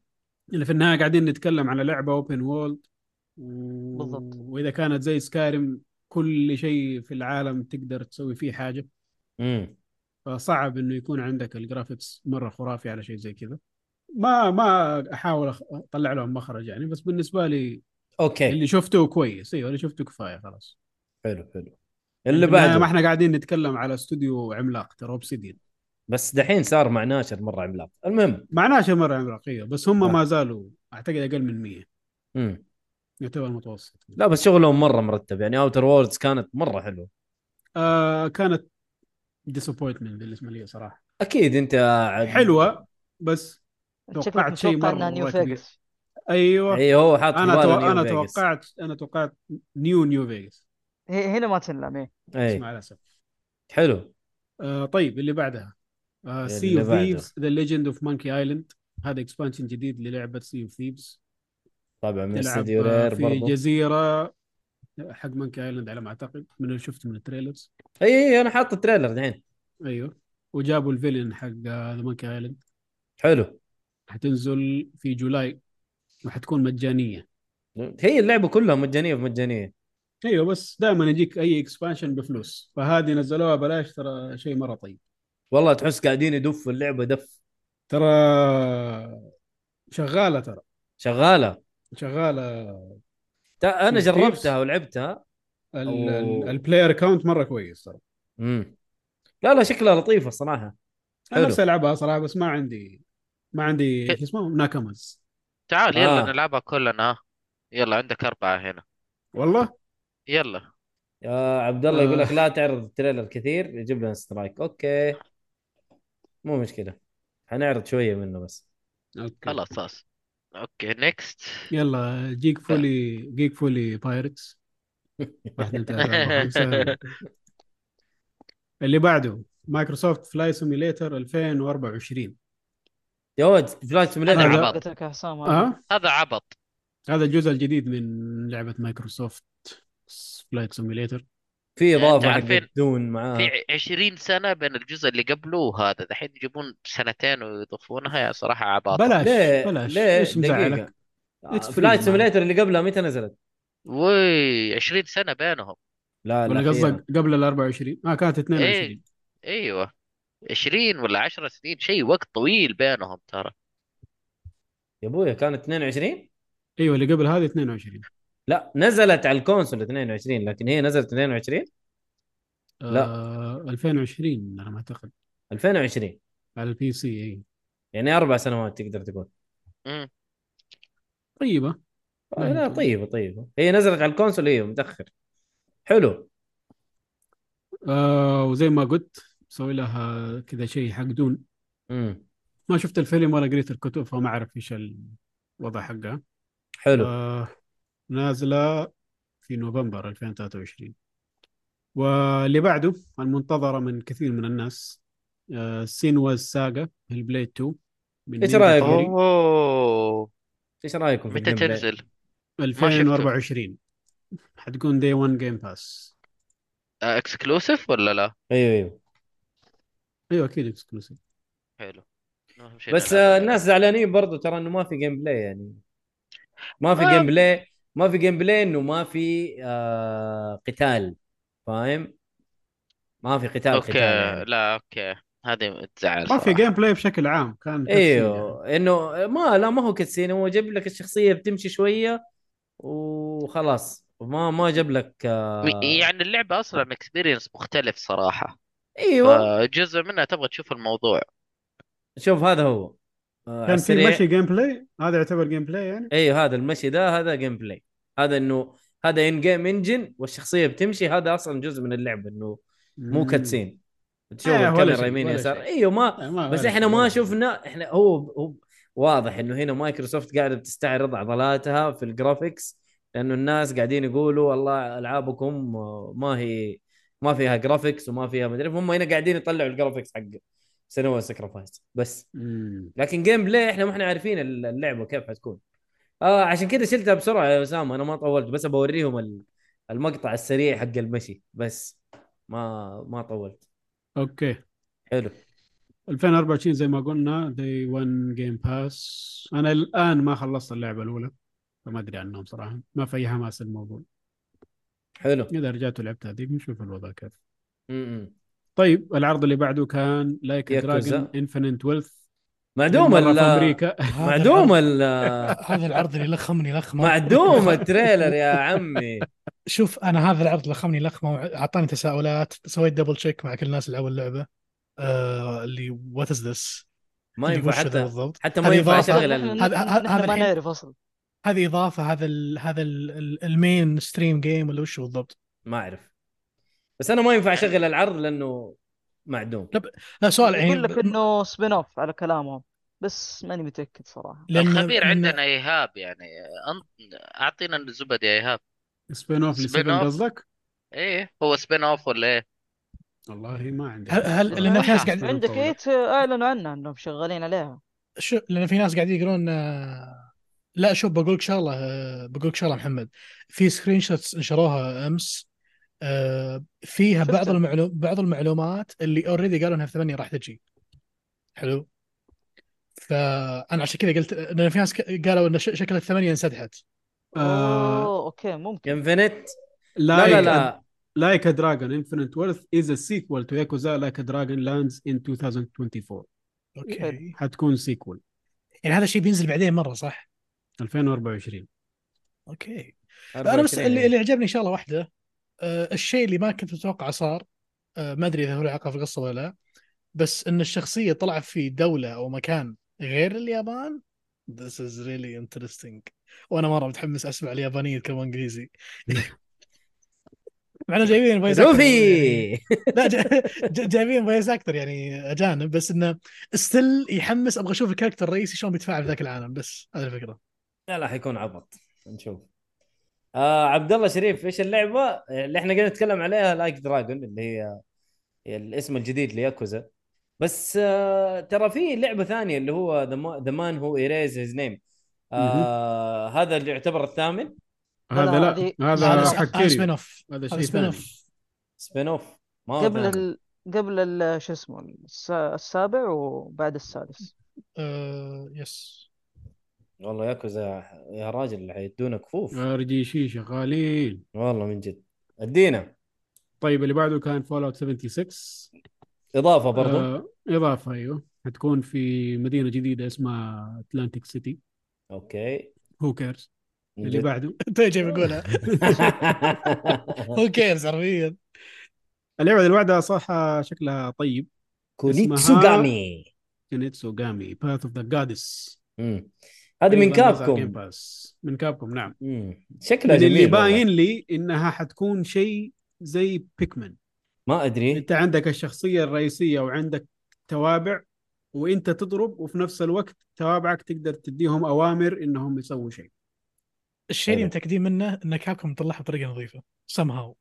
اللي في النهاية قاعدين نتكلم على لعبة اوبن وولد و...
بالضبط.
وإذا كانت زي سكارم كل شيء في العالم تقدر تسوي فيه حاجة
مم.
فصعب إنه يكون عندك الجرافيكس مرة خرافي على شيء زي كذا ما ما أحاول أخ- أطلع لهم مخرج يعني بس بالنسبة لي
اوكي
اللي شفته كويس أيوه اللي شفته كفاية خلاص يعني
حلو حلو اللي
في النهاية ما
بعده
إحنا قاعدين نتكلم على استوديو عملاق ترى أوبسيديان
بس دحين صار مع ناشر مره عملاق المهم
معناش مرة عملاقية بس هم
آه.
ما زالوا أعتقد أقل من 100
مم.
يعتبر متوسط
لا بس شغلهم مره مرتب يعني اوتر ووردز كانت مره حلوه
آه كانت ديسابوينتمنت بالنسبه لي صراحه
اكيد انت عاد-
حلوه بس توقعت
شكلك
شيء
متوقع
مرة
انها نيو
كبير.
فيجاس
ايوه
اي إيه، هو حاط في
انا
باله
تو...
أيوة، نيو
انا
فيجاس.
توقعت انا توقعت نيو نيو فيجاس
ه- هنا ما تنلم ايه
بس
اي
مع الاسف
إيه، حلو
آه طيب اللي بعدها آه سي
اللي
اوف
بعده.
ثيفز ذا ليجند اوف مونكي ايلاند هذا اكسبانشن جديد للعبه سي اوف ثيفز
طبعا من
تلعب
استديو
آه،
رير
في
برضو
جزيره حق مونكي ايلاند على ما اعتقد من اللي شفت من التريلرز
اي اي انا إيه، حاط التريلر الحين
ايوه وجابوا الفيلن حق ذا مونكي ايلاند
حلو
حتنزل في جولاي وحتكون مجانيه
هي اللعبه كلها مجانيه بمجانيه
ايوه بس دائما يجيك اي اكسبانشن بفلوس فهذه نزلوها بلاش ترى شيء مره طيب
والله تحس قاعدين يدفوا اللعبه دف
ترى شغاله ترى
شغاله
شغاله
تا- انا
Sea of Thieves.
جربتها ولعبتها
ال-
أوه.
ال- البلاير كاونت مره كويس ترى
امم لا لا شكلها لطيفه صراحه
انا
حلو.
نفسي العبها صراحه بس ما عندي ما عندي شو اسمه ناكامز
تعال يلا
آه.
نلعبها كلنا ها. يلا عندك أربعة هنا
والله
يلا
يا عبد الله يقول
آه.
لك لا تعرض التريلر كثير يجيب لنا سترايك اوكي مو مشكله حنعرض شويه منه بس
اوكي
خلاص خلاص اوكي نيكست
يلا جيك فولي جيك فولي بايرتس واحد من تلاتة، أربعة، خمسة. اللي بعده مايكروسوفت فلاي سيميليتر 2024
يا ولد فلاش سيميليتر
أنا
هذا-
عبط
قلت لك يا حسام
آه.
هذا.
اه
هذا عبط
هذا الجزء الجديد من لعبه مايكروسوفت فلايت سيميليتر
في اضافه
أنت
حق
عارفين-
دون
آه.
معاه
في عشرين سنة بين الجزء اللي قبله وهذا دحين يجيبون سنتين ويضيفونها يا صراحة عباطة
بلاش
آه، ليه
بلاش
ليه
ايش مزعلك
دقيقة. آه،
It's free
فلايت
معاه.
سيميليتر اللي قبلها متى نزلت؟
وي عشرين سنة بينهم
لا
ولا
الأخيرة.
قصدك قبل ال 24 ما كانت 22
ايوه إيه، عشرين ولا عشرة سنين شيء وقت طويل بينهم ترى
يا ابويا كان 22 إيه.
ايوه اللي قبل هذه 22
لا نزلت على الكونسول 22 لكن هي نزلت 22 لا.
آه 2020 انا ما اعتقد
2020
على إيه. البي سي اي
يعني اربع سنوات تقدر تقول
امم
طيبه
آه، لا
طيب.
طيبه طيبه هي نزلت على الكونسول هي متاخر حلو
آه وزي ما قلت مسوي لها كذا شيء حق دون
امم
ما شفت الفيلم ولا قريت الكتب فما اعرف ايش الوضع حقها
حلو
آه نازله في نوفمبر 2023 واللي بعده المنتظره من كثير من الناس آه سينواز ساغا البليد 2 من
إيش
نينجا
رأيك؟
ثيوري،
اوه
ايش رايكم في
متى
الجيم بلاي؟
تنزل؟ شفته.
2024 حتكون دي 1 جيم باس
اكسكلوسيف آه، ولا لا؟
ايوه ايوه
ايوه اكيد اكسكلوسيف
حلو أهم شيء
بس
نلعب
آه،
اللعبة.
الناس زعلانين برضو ترى انه ما في جيم بلاي يعني ما في
آه.
ما-
جيم بلاي ما في جيم بلاي انه ما في آه قتال فاهم؟ ما في قتال
اوكي
قتال يعني
لا اوكي هذه تزعل
ما في
صراحة
جيم بلاي بشكل عام كان كاتسين يعني.
ايوه انه ما لا ما هو كاتسين هو جاب لك الشخصيه بتمشي شويه وخلاص ما ما جاب لك آه
يعني اللعبة اصلا اكسبيرينس مختلف صراحة إيوه. آه،
ايوه
أيوة.
جزء منها تبغى تشوف الموضوع
شوف هذا هو آه
كان في
السريع.
مشي جيم بلاي هذا يعتبر جيم بلاي يعني
ايوه هذا المشي ده هذا جيم بلاي هذا انه هذا ان جيم انجن والشخصيه بتمشي هذا اصلا جزء من اللعبه انه مو
مم.
كاتسين تشوف
إيه، ولا
الكاميرا
شيء،
يمين
ولا
يسار
شيء.
ايوه ما
آه، ما
بس
ولا
احنا
شيء،
ما
ولا شيء.
شفنا احنا هو, هو واضح انه هنا مايكروسوفت قاعده بتستعرض عضلاتها في الجرافيكس لانه الناس قاعدين يقولوا والله العابكم ما هي ما فيها جرافيكس وما فيها مدري هم هنا قاعدين يطلعوا الجرافيكس حق سنوا سكرفايس بس
مم.
لكن جيم بلاي احنا ما احنا عارفين اللعبه كيف حتكون آه عشان كذا شلتها بسرعه يا اسامه انا ما طولت بس بوريهم ال- المقطع السريع حق المشي بس ما ما طولت
اوكي
حلو
2024 زي ما قلنا دي 1 جيم باس انا الان ما خلصت اللعبه الاولى فما ادري عنهم صراحه ما في اي حماس الموضوع
حلو
اذا رجعت ولعبت هذيك نشوف الوضع كيف
م-م.
طيب العرض اللي بعده كان لايك
ياكوزا.
دراجون انفينيت ويلث
معدوم
في
ال
امريكا
هذا
معدوم
العرض-
ال
هذا العرض اللي لخمني لخمه
معدوم التريلر يا عمي
شوف انا هذا العرض لخمني لخمه واعطاني تساؤلات سويت دبل تشيك مع كل الناس اللي اول لعبه آه اللي وات از ذس
ما ينفع حتى
بالضبط
حتى ما
هذه
ينفع
إضافة.
اشغل
نحن-
ال-
هذا-
نحن-
هذا
نحن ما
الحين-
نعرف اصلا
هذه اضافه هذا ال هذا ال ال المين ستريم جيم ولا وش هو بالضبط؟
ما اعرف بس انا ما ينفع اشغل العرض لانه معدوم
لا سؤال
يقول لك
يعني
انه سبين اوف على كلامهم بس ماني متأكد صراحة
لأن-
الخبير
لأن-
عندنا ايهاب يعني أن- اعطينا الزبد يا ايهاب
سبين اوف
سبين
لسبين
أوف.
قصدك؟
ايه هو سبين اوف ولا ايه
والله ما عندي
هل- هل-
صراحة.
لأن في ناس
ما
قاعد-
أعرف
عندك
والله.
ايت اعلنوا عنها انهم شغالين عليها
شو لان في ناس قاعد يقولون آه، لا شوف بقول لك شغله آه، بقول لك شغله محمد في سكرين شوتس نشروها امس آه، فيها بعض
شفتها.
المعلوم بعض المعلومات اللي اوريدي قالوا انها في 8 راح تجي حلو فانا عشان كذا قلت لان في ناس ك- قالوا ان ش- شكل الثمانيه انسدحت
آه،
اوه اوكي ممكن
انفنت لا لا
لايك
لا
لايك دراجون انفينيت وورث از ا سيكول تو ياكوزا لايك دراجون لاندز ان 2024
اوكي
يب.
حتكون سيكول
يعني هذا الشيء بينزل بعدين مره صح
2024
اوكي انا بس
24
اللي, اللي عجبني شغله واحده آه، الشيء اللي ما كنت متوقعه صار آه، ما ادري اذا هو له علاقه في القصه ولا لا بس ان الشخصيه طلع في دوله او مكان غير اليابان This is really interesting وانا مره متحمس اسمع اليابانيه يتكلمون انجليزي معنا جايبين فويس أكتر.
روفي
لا جا- جا- جايبين فويس اكتر يعني اجانب بس انه ستيل يحمس ابغى اشوف الكاركتر الرئيسي شلون بيتفاعل في ذاك العالم بس هذه الفكره
لا لا حيكون عبط نشوف آه عبد الله شريف ايش اللعبه اللي احنا قاعدين نتكلم عليها لايك دراجون اللي هي هي الاسم الجديد لياكوزا بس آه ترى في لعبه ثانيه اللي هو ذا مان هو ايريز هيز نيم آه، هذا اللي يعتبر الثامن
لا،
هذا لا
هذه-
هذا
هذا
حق
هذا سبين
كيريو
اوف
هذا
هذا
شيء
سبين
ثاني
اوف
سبين اوف ما هو
قبل
ثامن.
ال... قبل ال... شو اسمه الس- السابع وبعد السادس
آه، يس
والله ياكوزا يا راجل حيدونا كفوف
آه. ار شغالين
والله من جد ادينا
طيب اللي بعده كان فول اوت 76
اضافه برضو آه.
آه اضافه ايوه حتكون في مدينه جديده اسمها اتلانتيك سيتي
اوكي
هو كيرز
من
اللي
جد.
بعده
انت جاي بقولها طيب،
آه.
هو كيرز حرفيا
اللعبه اللي بعدها صح شكلها طيب
كونيتسوغامي
كينيتسو جامي باث اوف ذا جادس
مم. هذه
أيوة،
من كابكم
من كابكم نعم
مم. شكلها
من اللي
جميل والله.
باين لي انها حتكون شيء زي بيكمن
ما ادري
انت عندك الشخصيه الرئيسيه وعندك توابع وانت تضرب وفي نفس الوقت توابعك تقدر تديهم اوامر انهم يسووا شيء
الشيء اللي
حلو.
متاكدين منه ان كابكم مطلعها بطريقه نظيفه سم هاو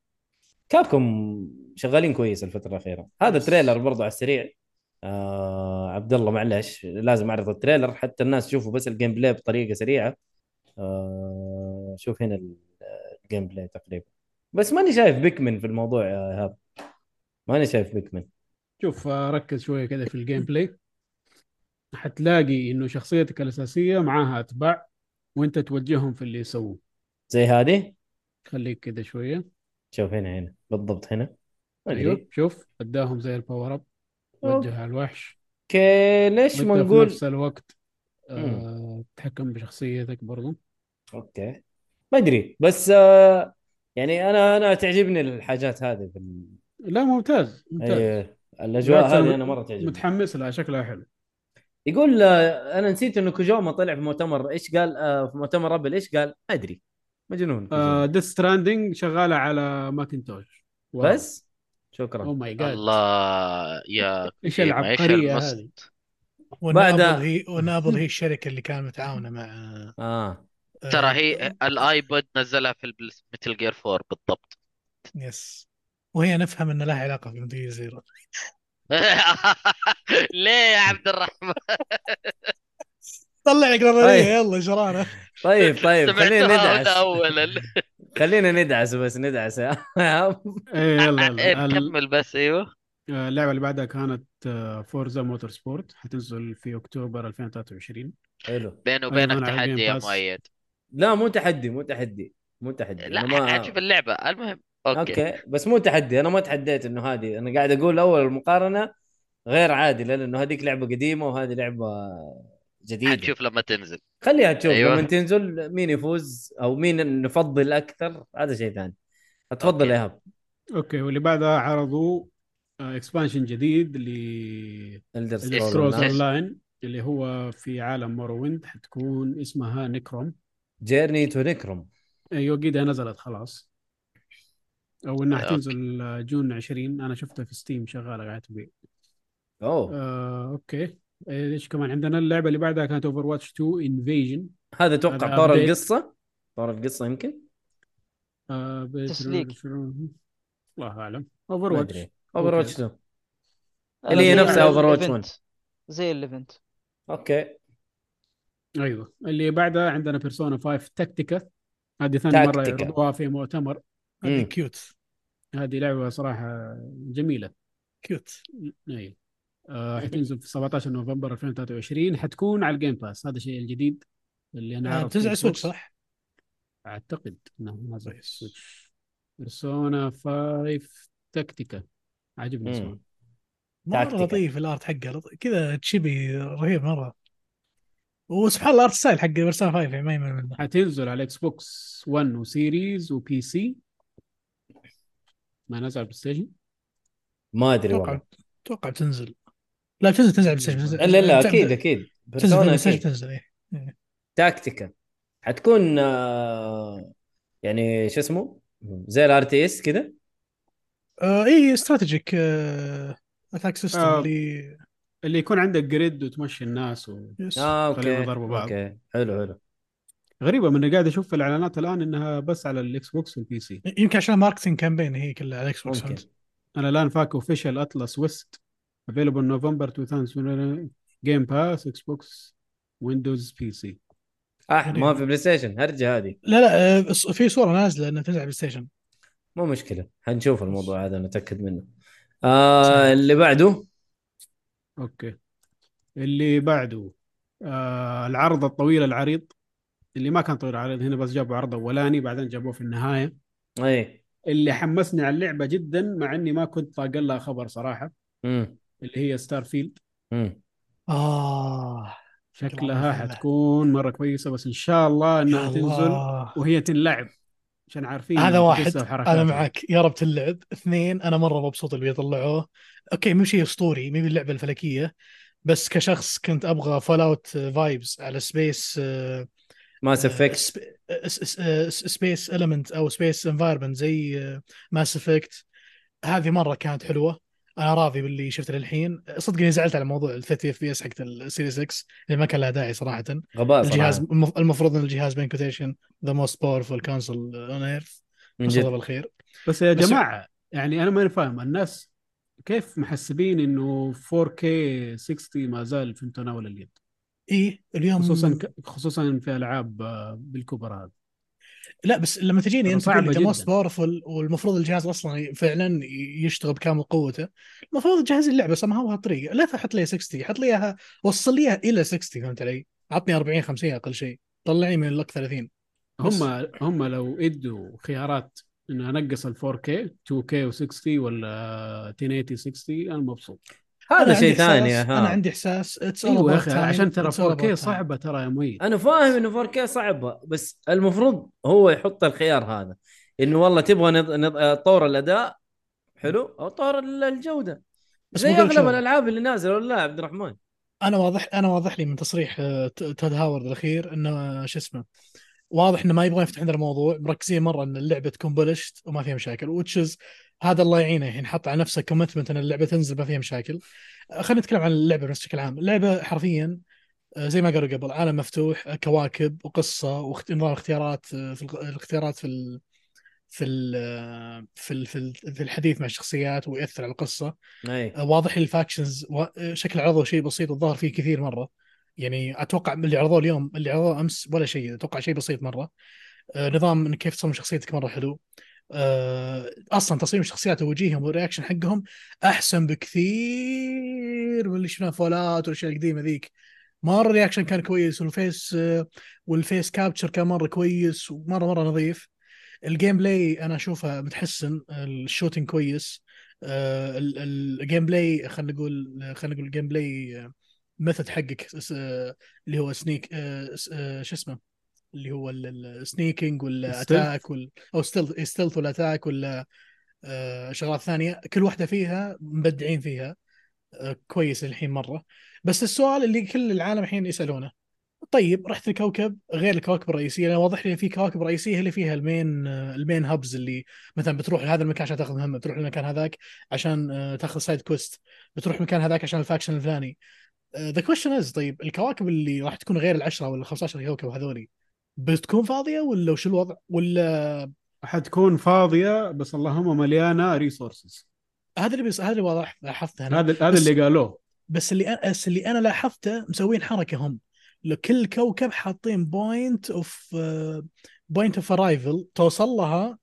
كابكم شغالين كويس الفتره الاخيره هذا تريلر برضو على السريع آه عبد الله معلش لازم اعرض التريلر حتى الناس يشوفوا بس الجيم بلاي بطريقه سريعه آه شوف هنا ال- الجيم بلاي تقريبا بس ماني شايف بيكمن في الموضوع يا ايهاب ماني شايف بيكمن
شوف آه، ركز شويه كذا في الجيم بلاي حتلاقي انه شخصيتك الاساسيه معاها اتباع وانت توجههم في اللي يسووه
زي هذه
خليك كذا شويه
شوف هنا هنا بالضبط هنا ما
ايوه
ادري
شوف اداهم زي الباور اب وجه على الوحش
اوكي ليش ما
وانت في
نقول
نفس الوقت آه تتحكم بشخصيتك برضو
اوكي ما ادري بس آه يعني انا انا تعجبني الحاجات هذه في ال...
لا ممتاز ممتاز
أي الاجواء
بالعكس أنا
أيوه. هذه انا مره تعجبني
متحمس لها شكلها حلو
يقول آه، انا نسيت انه كوجوما طلع في مؤتمر ايش قال آه، في مؤتمر ابل ايش قال؟ ما ادري مجنون كوجوما.
ديث ستراندنج شغاله على ماكنتوش واو. Oh
بس
او
شكرا
ماي جاد
الله يا
ايش
كوجيما،
العبقريه
المس-
هذه
بعد-
ونابل هي ونابل هي الشركه اللي كانت متعاونه مع
اه
آه،
ترى هي الايبود نزلها في متل جير 4 بالضبط
يس وهي نفهم ان لها علاقه في مدري زيرو
ليه يا عبد الرحمن
طلع لك
أي.
نظريه يلا جرانا
طيب طيب خلينا
سمعتها هنا
ندعس
اولا
خلينا ندعس بس ندعس
إيه، يلا
إيه،
يلا ال-
نكمل بس ايوه
آه، اللعبه اللي بعدها كانت فورزا موتور سبورت حتنزل في اكتوبر 2023
حلو
بيني وبينك
أيضاً على
تحدي يا
Game Pass.
مؤيد
لا مو تحدي مو تحدي مو تحدي
لا
أنا ما...
حتشوف اللعبه المهم اوكي
اوكي بس مو تحدي انا ما تحديت انه هذه انا قاعد اقول اول المقارنه غير عادله لانه هذيك لعبه قديمه وهذه لعبه جديده
حتشوف لما تنزل
خليها تشوف
أيوة.
أيوة. لما تنزل مين يفوز او مين نفضل اكثر هذا شيء ثاني اتفضل
أوكي.
يا ايهاب
اوكي واللي بعدها عرضوا اكسبانشن جديد ل
الدر
Scrolls
سكرولز
Online.
اون
سكرولز
لاين اللي هو في عالم مورويند حتكون اسمها نكروم
جيرني تو نكرم
ايوه قيدها نزلت خلاص او انها
أوكي.
حتنزل آه، جون 20 انا شفتها في ستيم شغاله قاعده تبيع
اوه
آه، اوكي إيه، ايش كمان عندنا اللعبه اللي بعدها كانت اوفر واتش 2 انفيجن
هذا اتوقع
هذا
طور
update.
القصه طور القصه يمكن
آه،
تسليك.
الله اعلم اوفر
ما
واتش
ادري اوفر واتش
أنا
اللي هي
زي
نفسها Overwatch
ال-
1.
event. زي الايفنت
اوكي
ايوه اللي بعدها عندنا بيرسونا 5 تكتيكا هذه ثاني مره
تكتيكا.
يعرضوها في مؤتمر
مم.
هذه كيوت
هذه لعبه صراحه جميله
كيوت
اي آه حتنزل في 17 نوفمبر 2023 حتكون على الجيم باس هذا الشيء الجديد اللي انا عارف
بتنزل على سويتش آه، صح؟
اعتقد انه نازل على
كويس.
سويتش بيرسونا 5 تكتيكا عجبني
مم.
اسمه
مره
تاكتيكال.
لطيف الارت حقه لط- كذا تشيبي رهيب مره وسبحان الله الارت ستايل حق بيرسونا 5 يعني ما يمل منه
حتنزل على اكس بوكس 1 وسيريز وبي سي ما نزل على البلاي ستيشن
ما ادري
اتوقع
والله
اتوقع بتنزل لا بتنزل تنزل على البلاي ستيشن بتنزل-
الا لا
بتنزل-
اكيد اكيد
بتنزل
بيرسونا
بلاي ستيشن
اكيد
بتنزل إيه.
تاكتيكال حتكون آه، يعني شو اسمه زي الار تي اس كذا
آه، اي استراتيجيك آه، اتاك سيستم
آه.
اللي
اللي يكون عندك جريد وتمشي الناس و...
يس.
اه
خليهم
اوكي
يضربوا بعض.
اوكي حلو حلو
غريبه من اللي قاعد اشوف في الاعلانات الان انها بس على الاكس بوكس والبي سي
يمكن عشان ماركتنج كامبين هي كلها على الاكس بوكس
ممكن
انا الان فاك اوفيشال اطلس ويست افيلبل نوفمبر 2000 جيم باس اكس بوكس ويندوز بي سي
اح آه، ما في بلاي ستيشن هرجه هذه
لا لا آه، ص- في صوره نازله انها تنزل على بلاي ستيشن
مو مشكله حنشوف الموضوع هذا نتاكد منه آه اللي بعده
اوكي اللي بعده آه العرض الطويل العريض اللي ما كان طويل عريض هنا بس جابوا عرض اولاني بعدين جابوه في النهايه
اي
اللي حمسني على اللعبه جدا مع اني ما كنت طاق لها خبر صراحه
امم
اللي هي ستار فيلد
امم
اه
شكلها حتكون مره كويسه بس ان شاء الله
يا
انها تنزل إيه،
الله.
وهي تنلعب عشان عارفين
هذا واحد
قصة
انا
وحركاتها.
معك يا رب تلعب اثنين انا مره مبسوط اللي بيطلعوه اوكي مو شيء اسطوري مو اللعبه الفلكيه بس كشخص كنت ابغى فول اوت فايبز على آه، سبيس
ماس افكت
uh, سبيس المنت او سبيس انفايرمنت زي ماس افكت هذه مره كانت حلوه انا راضي باللي شفته للحين صدق اني زعلت على موضوع ال 30 اف بي اس حقت السيريس 6 اللي ما كان لها داعي صراحه
غباء
آه، الجهاز
صراحه
المف- المفروض ان الجهاز بين كوتيشن ذا موست باورفul كونسول اون ايرث
من
مساء
جد
بالخير
بس يا
بس-
جماعة يعني أنا ماني فاهم الناس كيف محسبين إنه 4K 60 ما زال في متناول اليد
اي إيه، اليوم
خصوصا ك... خصوصا في ألعاب آه، بالكبر هذا
لا بس لما تجيني انت
صعبة
تقول لي
جداً.
موست باورفل والمفروض الجهاز اصلا فعلا يشتغل بكامل قوته المفروض تجهز لي اللعبه سمها بهالطريقه لا تحط لي 60 حط لي اياها وصل لي اياها الى 60 فهمت علي؟ عطني 40 50 اقل شيء طلعني من لك 30 بس.
هم هم لو ادوا خيارات انه انقص ال 4K 2K و60 ولا 1080 60 انا مبسوط
أنا
هذا
عندي
شيء
إحساس-
ثاني آه،
انا
ها
عندي احساس اتس
ايوه يا اخي عشان ترى 4K صعبه ترى يا مي
انا فاهم انه 4K صعبه بس المفروض هو يحط الخيار هذا انه والله تبغى نض... نض... طور الاداء حلو او طور ال- الجوده
بس
زي
مو كل
اغلب
شغل.
الالعاب اللي نازله ولا لا عبد الرحمن
انا واضح انا واضح لي من تصريح آه، ت- تود هاورد الاخير انه آه، شو اسمه واضح انه ما يبغون يفتح عندنا الموضوع مركزين مره ان اللعبه تكون بلشت وما فيها مشاكل وتشز هذا الله يعينه الحين حط على نفسه كومتمنت ان اللعبه تنزل ما فيها مشاكل آه، خلينا نتكلم عن اللعبه بس بشكل عام اللعبه حرفيا آه، زي ما قالوا قبل عالم مفتوح آه، كواكب وقصه ونظام اختيارات آه، في الق- الاختيارات في ال... في ال... آه، في ال... في ال- في الحديث مع الشخصيات ويأثر على القصه
اي
آه، واضح لي الفاكشنز و- آه، شكل عرضه شيء بسيط الظاهر فيه كثير مره يعني اتوقع من اللي عرضوه اليوم اللي عرضوه امس ولا شيء اتوقع شيء بسيط مره آه، نظام إن كيف تصمم شخصيتك مره حلو آه، اصلا تصميم الشخصيات ووجيههم والرياكشن حقهم احسن بكثير من اللي شفناه فولات والاشياء القديمه ذيك مره الرياكشن كان كويس والفيس آه، والفيس كابتشر كان مره كويس ومره مره نظيف الجيم بلاي انا اشوفه متحسن الشوتنج كويس آه، ال- ال- الجيم بلاي خلينا نقول خلينا نقول الجيم بلاي ميثود حقك س- آه، اللي هو سنيك آه، س- آه، شو اسمه اللي هو السنيكينج ولا
Stealth.
اتاك ولا او ستيلث ستيلث ولا اتاك ولا آه، شغلات ثانيه كل واحده فيها مبدعين فيها آه، كويس الحين مره بس السؤال اللي كل العالم الحين يسالونه طيب رحت الكوكب غير الكواكب الرئيسيه لان واضح لي إن في كواكب رئيسيه هي اللي فيها المين آه، المين هبز اللي مثلا بتروح لهذا المكان عشان تاخذ مهمه بتروح للمكان هذاك عشان آه، تاخذ سايد كويست بتروح المكان هذاك عشان الفاكشن الفلاني ذا كويشن از طيب الكواكب اللي راح تكون غير العشره ولا 15 كوكب هذولي بتكون فاضيه ولا وش الوضع؟ ولا
حتكون فاضيه بس اللهم مليانه ريسورسز
هذا اللي بس هذا اللي واضح لاحظته انا
هذا هذا
بس-
اللي قالوه
بس اللي أنا بس اللي انا لاحظته مسوين حركه هم لكل كوكب حاطين آه، بوينت اوف بوينت اوف ارايفل توصل لها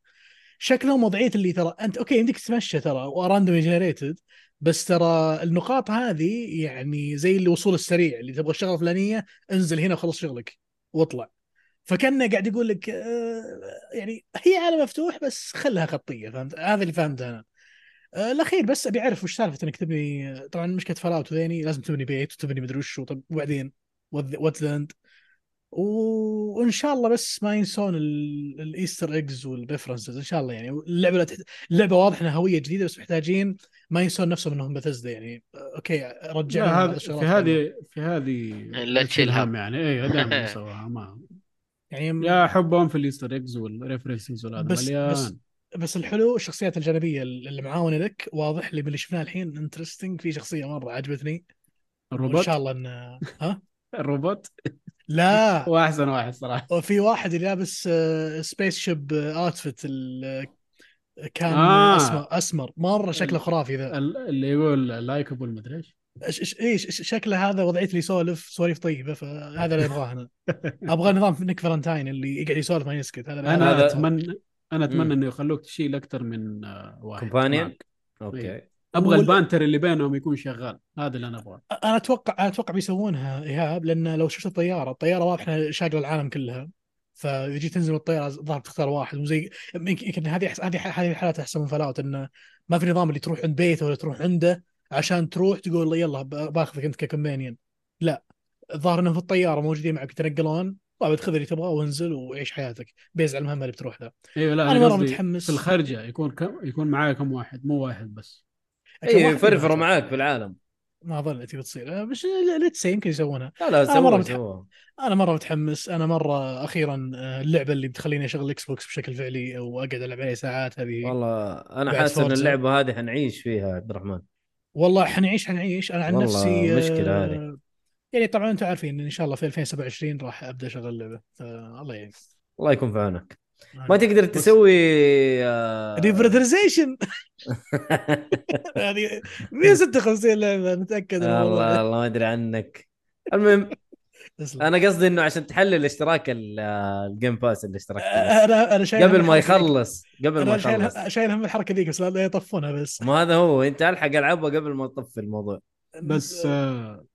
شكلهم وضعيه اللي ترى انت اوكي يمديك تتمشى ترى وراندوم جنريتد بس ترى النقاط هذه يعني زي الوصول السريع اللي تبغى الشغله الفلانيه انزل هنا وخلص شغلك واطلع فكانه قاعد يقول لك آه، يعني هي عالم مفتوح بس خلها خطيه فهمت هذا اللي فهمته انا آه، الاخير بس ابي اعرف وش سالفه انك تبني طبعا مشكله فلاوت وذيني يعني لازم تبني بيت وتبني مدري وش طب وبعدين وات لاند وان شاء الله بس ما ينسون ال- الايستر ايجز والريفرنسز ان شاء الله يعني اللعبه لا تحت... اللعبه واضح انها هويه جديده بس محتاجين ما ينسون نفسهم انهم بثزدا يعني آه، اوكي
لا
رجعنا بعض
هذا في
الشغلات
هذه في هذه
لا تشيلها.
هم يعني اي دائما يسووها ما
يعني
يا حبهم في الايستر اكس والريفرنسز والهذا
بس-
مليان
بس- بس الحلو الشخصيات الجانبيه اللي معاونه لك واضح اللي من اللي شفناه الحين انترستنج في شخصيه مره عجبتني وان
الروبوت
شاء الله ان
الروبوت
لا
هو احسن واحد صراحه
وفي واحد اللي لابس آه، سبيس شيب آه، اوتفيت ال- آه، كان
آه.
اسمر اسمر مره شكله
ال-
خرافي ذا
ال- اللي يقول لايكبل مدري ايش
إيش- إيش- ايش إيش- شكله هذا وضعيته اللي يسولف سواليف طيبه فهذا اللي ابغاه انا ابغى نظام نيك فالنتاين اللي يقعد يسولف ما يسكت هذا اللي
انا
هذا-
اتمنى انا
مم.
اتمنى انه يخلوك تشيل اكثر من آه، واحد
كومبانيون؟
طيب.
معك.
اوكي
ابغى
وال-
البانتر اللي بينهم يكون شغال هذا اللي انا ابغاه
انا اتوقع انا اتوقع بيسوونها ايهاب لان لو شفت الطياره الطياره واضحه شاغله العالم كلها فيجي تنزل من الطياره الظاهر تختار واحد وزي يمكن يمكن هذه أحس- هذه هذه الحالات احسن من فلاوت انه ما في نظام اللي تروح عند بيته ولا تروح عنده عشان تروح تقول له يلا ب- باخذك انت ككومبانيون لا الظاهر انهم في الطياره موجودين معك يتنقلون طيب خذ اللي تبغاه وانزل وعيش حياتك بيزعل المهمه اللي بتروح له
ايوه لا
أنا مرة
قصدي
متحمس.
في الخرجه يكون كم يكون معايا كم واحد مو واحد بس
اي فرفره إيه، معاك في العالم
ما ظلت بتصير بس ليتس يمكن يسوونها
لا لا
أنا مرة
سووها
متحمس.
سووها
انا مره متحمس انا مره اخيرا آه، اللعبه اللي بتخليني اشغل الاكس بوكس بشكل فعلي واقعد العب عليها ساعات هذه
والله انا
بعد
حاسس ان
فورزا.
اللعبه هذه حنعيش فيها عبد الرحمن
والله حنعيش حنعيش انا عن
والله
نفسي آه،
مشكلة هذه.
يعني طبعا انتم عارفين إن- ان شاء الله في 2027 راح ابدا اشغل اللعبه فالله يعين
الله يكون في عونك ما تقدر تسوي آه،
ريبريترزيشن يعني 156 لعبه نتاكد من الموضوع
الله
ده.
الله ما ادري عنك المهم
تسلم.
انا قصدي انه عشان تحلل اشتراك ال- آه، الجيم باس اللي اشتركت فيه.
انا انا آه، شايل
قبل
هم
ما
الحركة ذيك.
يخلص قبل
انا
ما يخلص
شايل شايل هم الحركه ذيك بس لا- لا يطفونها بس
ما هذا هو انت الحق العبها قبل ما تطفي الموضوع
بس آه،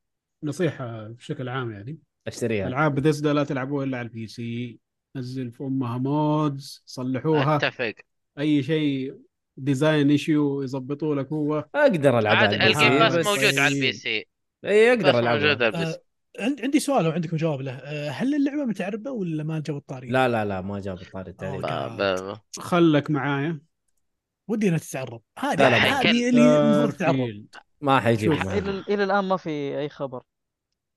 نصيحه بشكل عام يعني
اشتريها
العاب بثيسدا لا تلعبوها الا على البي سي نزل في امها مودز صلحوها
اتفق
اي شيء ديزاين ايشيو يظبطوا لك هو
اقدر العبها
عاد
على البي سي،
الجيم باس
بس-
موجود على البي
إيه.
سي
اي
بس
اقدر
موجود
العبها
على البي سي
عند- عندي سؤال لو عندكم جواب له آه، هل اللعبه متعربه ولا ما جاب الطاري؟
لا لا لا ما جاب الطاري التعريب
أوه.
ب- ب-
خلك معايا
ودي انها تتعرب هذه
لا، لا،
هذه
آه،
اللي المفروض تتعرب
سارفيلد.
ما حيجيب
شوف،
معها.
الى الى الان ما في اي خبر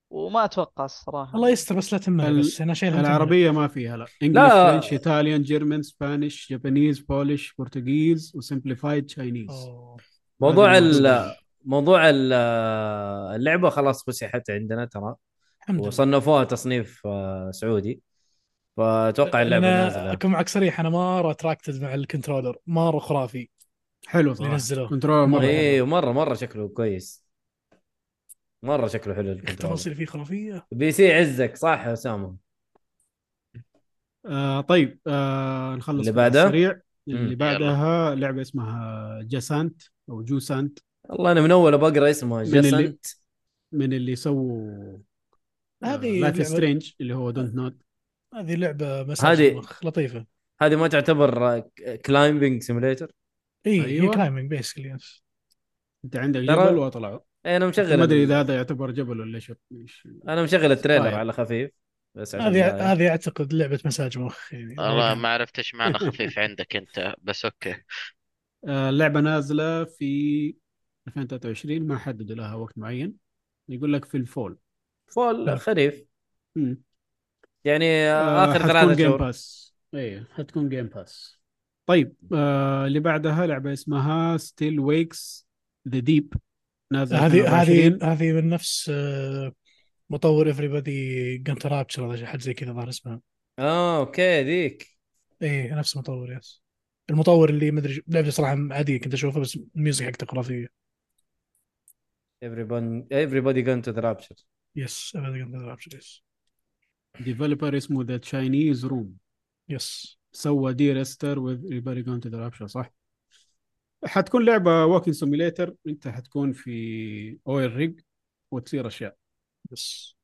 وما اتوقع الصراحه
الله يستر بس لا تهمني
ال-
بس انا شايل هم
العربيه ما فيها لا انجلش
لا.
فرنش ايطاليان جيرمن سبانيش جابانيز بولش برتغيز وسمبليفايد
تهمني.
تشاينيز
أوه.
موضوع
هذه
ال
المعلومة.
موضوع ال- اللعبه خلاص فسحت عندنا ترى
الحمد لله
وصنفوها تصنيف آه، سعودي فاتوقع اللعبه
انا
نازله
اكون معك صريح انا مره اتراكتد مع الكنترولر مره خرافي
حلو
اللي
صراحه
نزلوه
كنترول مره حلو.
ايوه مره مره شكله كويس مره شكله حلو الكنترول
التفاصيل فيه خرافيه
بي سي عزك صح يا اسامه
آه طيب آه نخلص
اللي
كذا على
بعدها؟
السريع
يلا.
اللي بعدها لعبه اسمها جاسانت او جوسانت
والله انا من اول بقرا اسمه
من اللي-
جسنت
من اللي سووا آه،
هذه
لايف
لعبة-
سترينج اللي هو دونت نوت
هذه لعبه مساج
هذه-
المخ لطيفه
هذه ما تعتبر كلايمبنج سيميليتر
اي
أيوة.
هي كلايمنج بيسكلي
انت عندك
ترى-
جبل وطلعوا
انا إيه، مشغل
ما ادري
ال-
اذا هذا يعتبر جبل ولا شو إيش-
انا مشغل التريلر
طيب.
على خفيف بس عشان
هذه
لا-
هذه اعتقد لعبه مساج مخ يعني
والله آه، ما عرفت ايش معنى خفيف عندك انت بس اوكي
آه، اللعبه نازله في 2023 ما حددوا لها وقت معين يقول لك في الفول
فول خريف
مم.
يعني
آه،
اخر
حتكون
ثلاثة
جيم
شهور
باس اي حتكون جيم باس طيب آه اللي بعدها لعبه اسمها ستيل ويكس ذا ديب نازل
هذه
2024.
هذه هذه من نفس آه، مطور everybody جنترابتشر ولا شي- حاجه زي كذا ظهر اسمها
اه اوكي ذيك
ايه نفس المطور يس المطور اللي مدري شو- لعبه صراحه عاديه كنت اشوفها بس الميوزك حقته خرافيه
everybody gone to the rapture
يس everybody جنترابتشر يس
ديفلوبر اسمه ذا تشاينيز روم
يس
سوى دير استر وذ ريباري جون تو ذا رابشر صح؟ حتكون لعبه ووكينج سيميليتر انت حتكون في اويل ريج وتصير اشياء
يس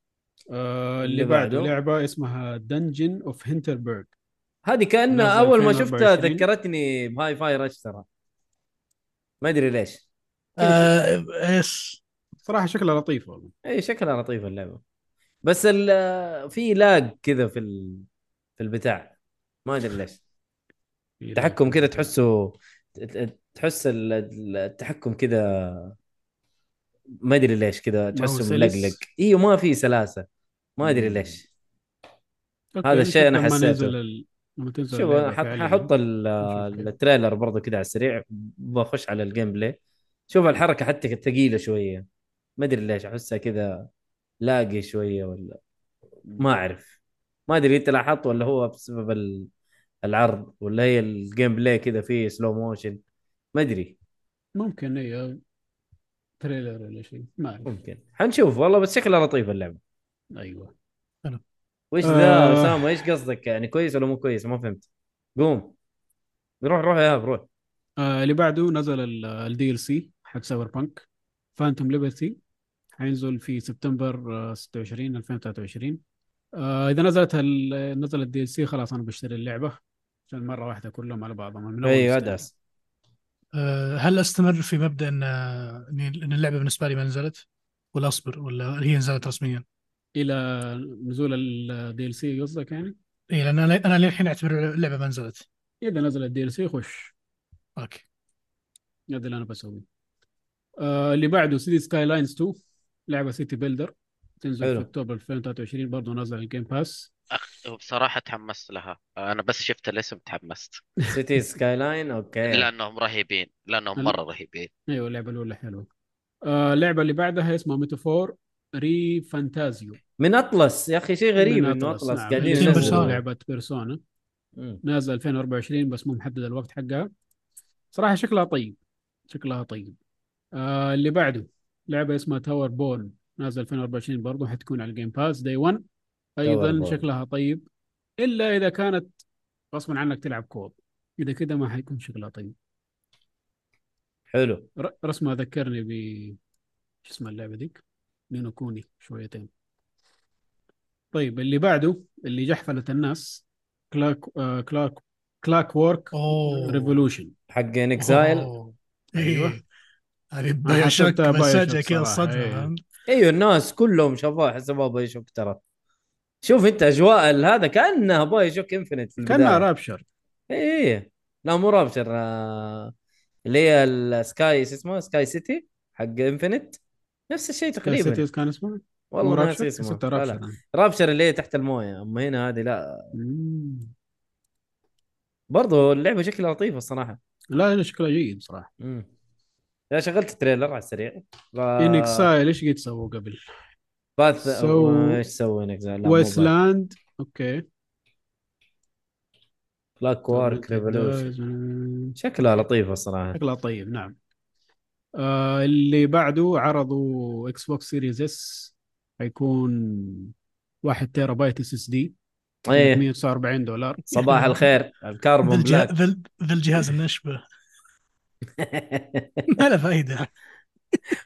آه اللي
اللي
بعده
بعده.
لعبه اسمها دنجن اوف هنتربرغ
هذه كانها
نازل
اول ما شفتها
2024.
ذكرتني بهاي فاي رش ترى ما ادري ليش
آه، يس
صراحه شكلها لطيف والله
اي إيه، شكلها لطيفه اللعبه بس ال- في لاج كذا في ال... في البتاع ما ادري ليش التحكم كذا تحسه تحس ال- التحكم كذا ما ادري ليش كذا تحسه
سلس.
ملقلق ايوه ما في سلاسه ما ادري
مم.
ليش
أوكي،
هذا الشيء أنا
نشوف لما
حسيته.
ننزل ال... لما تنزل
شوف
اللعبة
انا حط-
فعلياً.
ححط ال-
نشوف كيف.
التريلر برضه كذا على السريع بخش على الجيم بلاي شوف الحركه حتى ثقيله شويه ما ادري ليش احسها كذا لاقي شويه ولا ما اعرف ما ادري انت لاحظت ولا هو بسبب ال- العرض ولا هي الجيم بلاي كذا فيه سلو موشن ما ادري
ممكن اي تريلر ولا شيء ما اعرف
ممكن حنشوف والله بس شكلها لطيفه اللعبه
ايوه
وايش
آه.
ذا اسامه ايش قصدك يعني كويس ولا مو كويس ما فهمت قوم روح روح يا هاب، روح
آه اللي بعده نزل الدي ال سي حق سايبر بانك فانتوم ليبرتي حينزل في سبتمبر آه، 26 2023 آه اذا نزلت ال... نزل الدي ال سي خلاص انا بشتري اللعبه عشان مره واحده كلهم على بعضهم من أول
ايوه
أشتري.
ادعس
آه، هل استمر في مبدا ان آه، إن اللعبه بالنسبه لي ما نزلت ولا اصبر ولا هي نزلت رسميا؟
الى نزول الدي ال سي قصدك يعني
اي لان انا انا للحين اعتبر اللعبه ما نزلت
اذا نزل الدي ال سي خش
اوكي
هذا اللي انا بسويه آه اللي بعده سيتي سكاي لاينز 2 لعبه سيتي بيلدر تنزل
حلو.
في اكتوبر 2023 برضه نازل الجيم باس
بصراحة تحمست لها أنا بس شفت الاسم تحمست
سيتي سكاي لاين اوكي
لأنهم رهيبين لأنهم
هل-
مرة رهيبين
ايوه اللعبه الاولى حلوه آه اللعبه اللي بعدها اسمها ميتافور ري فانتازيو
من اطلس يا اخي شيء غريب انه اطلس
نعم
قاعدين
اللي
ينزلوا.
نزلوا
ينزلوا
لعبه بيرسونا
مم.
نازله 2024 بس مو محدد الوقت حقها صراحه شكلها طيب شكلها طيب آه اللي بعده لعبه اسمها تاور بورن نازله 2024 برضه حتكون على الجيم باس دي 1 ايضا
Towerborn.
شكلها طيب الا اذا كانت غصبا عنك تلعب كوب اذا كذا ما حيكون شكلها طيب
حلو
ر- رسمها ذكرني ب شو اسمها اللعبه ذيك نينو كوني شويتين طيب اللي بعده اللي جحفلت الناس كلاك آه كلاك كلاك وورك
اوه
ريفولوشن
حق نكزايل
أوه.
أيوة.
ايوه هذه
ما
بايوشوك
حسبتها
بس فجأة
بايوشوك
كذا
صراحة،
الصدمة
إيه.
فهمت؟
ايوه الناس كلهم شافوها حسبوها باي شوك ترى شوف انت اجواء ال- هذا كانها باي شوك انفنت في البدايه
كانها رابشر
اي اي لا مو رابشر آه، اللي هي السكاي ايش اسمه سكاي سيتي حق انفنت نفس الشيء تقريبا
سيتيز كان اسمه
والله
مو
ما ناسي
رابشر
اسمه
ستة
لا، لا.
رابشر
رابشر اللي هي تحت المويه اما هنا هذه لا
مم.
برضه اللعبه شكلها لطيفه الصراحه
لا لا شكلها جيد صراحه
امم لا شغلت التريلر على السريع لا-
ان اكسايل ايش قد سووا قبل
باث
سو-
ما- ايش سوي انك زعلان؟ لا، مو باث.
ويسلاند اوكي
بلاك وارك ريفولوشن شكلها لطيفه الصراحه
شكلها طيب نعم آه اللي بعده عرضوا اكس بوكس سيريز اس حيكون 1 تيرا بايت اس اس دي
ايه
149 دولار
صباح الخير
ذا
الكربون
الجه-
بلاك
ذا ال- ذا الجهاز النشبة ما له فائدة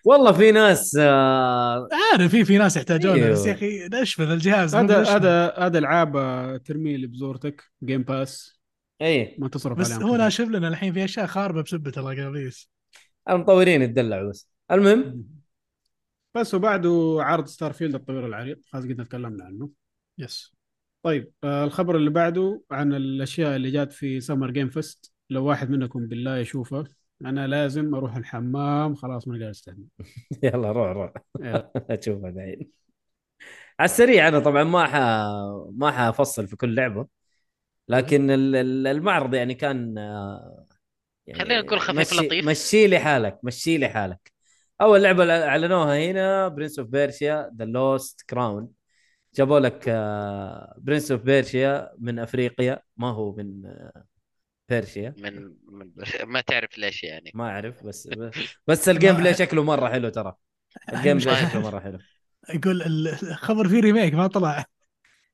والله في ناس آه،
عارف في في ناس يحتاجونه بس
أيوه.
يا أخي نشبة ذا الجهاز مو
هذا
نشبة.
هذا هذا العاب آه، ترمي اللي بزورتك جيم باس
ايه
ما تصرف
بس
عليهم
هو
كثير.
ناشب لنا الحين في أشياء خاربة بسبة الأقابيس
المطورين يتدلعوا بس المهم
بس وبعده عرض ستار فيلد الطويل العريض خلاص قد تكلمنا عنه
يس
طيب آه الخبر اللي بعده عن الاشياء اللي جات في سمر جيم فيست لو واحد منكم بالله يشوفه انا لازم اروح الحمام خلاص ما آه، قادر استنى
يلا روح روح
يلا.
اشوفها دحين على السريع انا طبعا ما ح... ما حافصل في كل لعبه لكن ال- ال- المعرض يعني كان آه، يعني
خلينا نكون خفيف
مشي...
لطيف.
مشي لي حالك مشي لي حالك اول لعبه اللي اعلنوها هنا برنس اوف بيرشيا ذا لوست كراون جابوا لك آه، برنس اوف بيرشيا من افريقيا ما هو من آه، بيرشيا
من, من ما تعرف ليش يعني
ما اعرف بس بس الجيم بلاي شكله مره حلو ترى الجيم بلاي شكله مره حلو
يقول ال- الخبر فيه ريميك ما طلع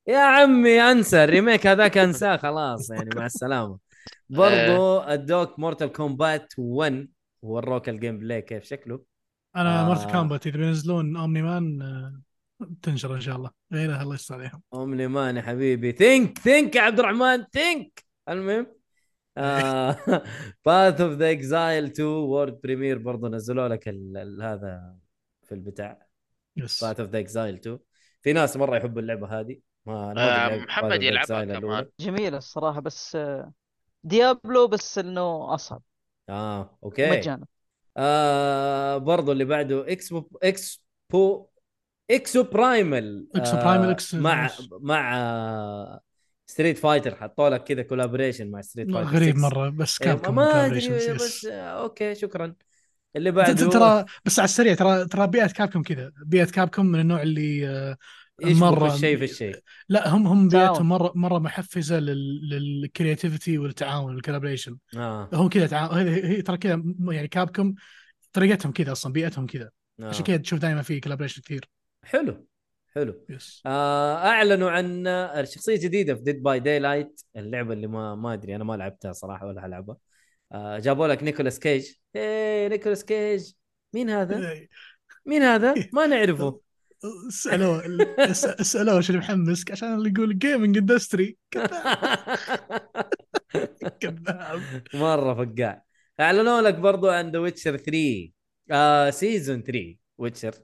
يا عمي انسى الريميك هذاك انساه خلاص يعني مع السلامه برضو
آه.
الدوك مورتال كومبات 1 وروك الجيم بلاي كيف شكله
انا
آه.
آه. مارت كامبات اذا بينزلون اومني مان آه، تنشر ان شاء الله غيرها الله يستر عليهم
امني مان يا حبيبي ثينك ثينك يا عبد الرحمن ثينك المهم آه، باث اوف ذا اكزايل 2 وورد بريمير برضو نزلوا لك ال- ال- هذا في البتاع
يس
باث اوف ذا اكزايل 2 في ناس مره يحبوا اللعبه هذه ما أنا ما
آه،
قد لعبت
محمد
Path of the
يلعبها
Exile
كمان.
الأولى.
جميله الصراحه بس آه، ديابلو بس انه اصعب
اه اوكي
مجانا
آه برضو اللي بعده اكسبو اكسبو اكسو برايمال
إكسو
آه،
برايمال، إكس-
مع
إكس.
مع ستريت فايتر حطوا لك كذا كولابريشن مع ستريت فايتر
غريب
6.
مره بس
إيه،
كاب
ما- ما ادري بس آه، اوكي شكرا اللي بعده
ترى بس على السريع ترى ترى بيئه كابكم كذا بيئه كابكم من النوع اللي آه،
يشبك
مرة-
الشيء في الشيء
لا هم هم
تعاون.
بيئتهم مره مره محفزه لل- للكرياتيفيتي والتعاون والكولابريشن
اه
هم كذا تعاون هي هي ترى كذا م- يعني كابكم طريقتهم كذا اصلا بيئتهم كذا
آه.
عشان كذا تشوف دائما في كولابريشن كثير
حلو حلو
يس
آه اعلنوا عن شخصيه جديده في ديد باي داي لايت اللعبه اللي ما ما ادري انا ما لعبتها صراحه ولا هلعبها آه جابوا لك نيكولاس كيج ايه نيكولاس كيج مين هذا؟
إيه.
مين هذا؟ ما نعرفه
سالوه اس- سالوه شو اللي محمسك عشان اللي يقول جيمنج اندستري كذاب
مره فقاع اعلنوا لك برضو عن ذا ويتشر 3 آه سيزون 3 ويتشر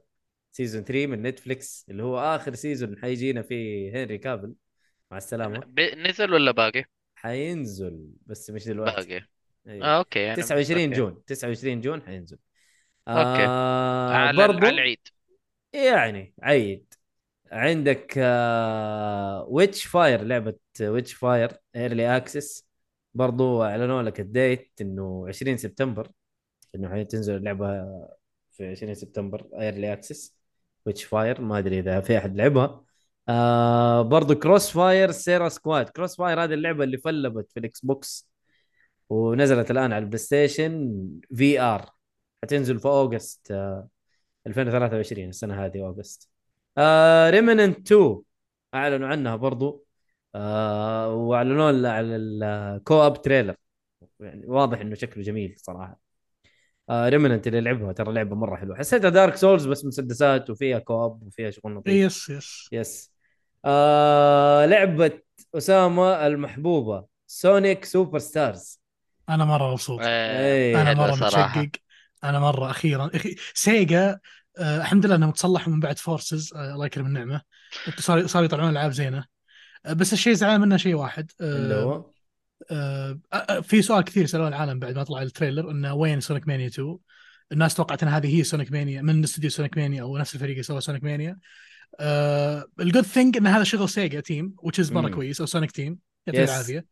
سيزون 3 من نتفليكس اللي هو اخر سيزون حيجينا فيه هنري كابل مع السلامه
ب- نزل ولا باقي؟
حينزل بس مش دلوقتي
باقي
أيوه.
آه اوكي يعني
29
أوكي.
جون 29 جون حينزل
أوكي.
آه
على
برضو
على العيد
يعني عيد عندك آه ويتش فاير لعبة ويتش فاير ايرلي اكسس برضو اعلنوا لك الديت انه 20 سبتمبر انه حتنزل اللعبة في 20 سبتمبر ايرلي اكسس ويتش فاير ما ادري اذا في احد لعبها آه برضو كروس فاير سيرا سكواد كروس فاير هذه اللعبة اللي فلبت في الاكس بوكس ونزلت الان على البلاي ستيشن في ار حتنزل في اوغست آه 2023 السنه هذه اوغست آه ريمننت 2 اعلنوا عنها برضو آه واعلنوا ال- على الكو اب تريلر يعني واضح انه شكله جميل صراحه آه ريمننت اللي لعبها ترى لعبه مره حلوه حسيتها دارك سولز بس مسدسات وفيها كو اب وفيها شغل نظيف
يس يس
يس آه لعبة أسامة المحبوبة سونيك سوبر ستارز
انا مره مبسوط
آه،
أي
انا
حلوة
مره
صراحة.
متشقق انا مره اخيرا اخي سيجا آه الحمد لله انهم تصلحوا من بعد فورسز آه الله يكرم النعمه صار صار يطلعون العاب زينه آه بس الشيء زعلان منه شيء واحد
اللي
آه
هو
آه آه، في سؤال كثير سالوه العالم بعد ما طلع التريلر انه وين سونيك مانيا 2 الناس توقعت ان هذه هي سونيك مانيا من استوديو سونيك مانيا او نفس الفريق اللي سوى سونيك مانيا آه الجود ثينج ان هذا شغل سيجا تيم وتشيز مره
مم.
كويس او سونيك تيم
Yes.
يعطيه العافيه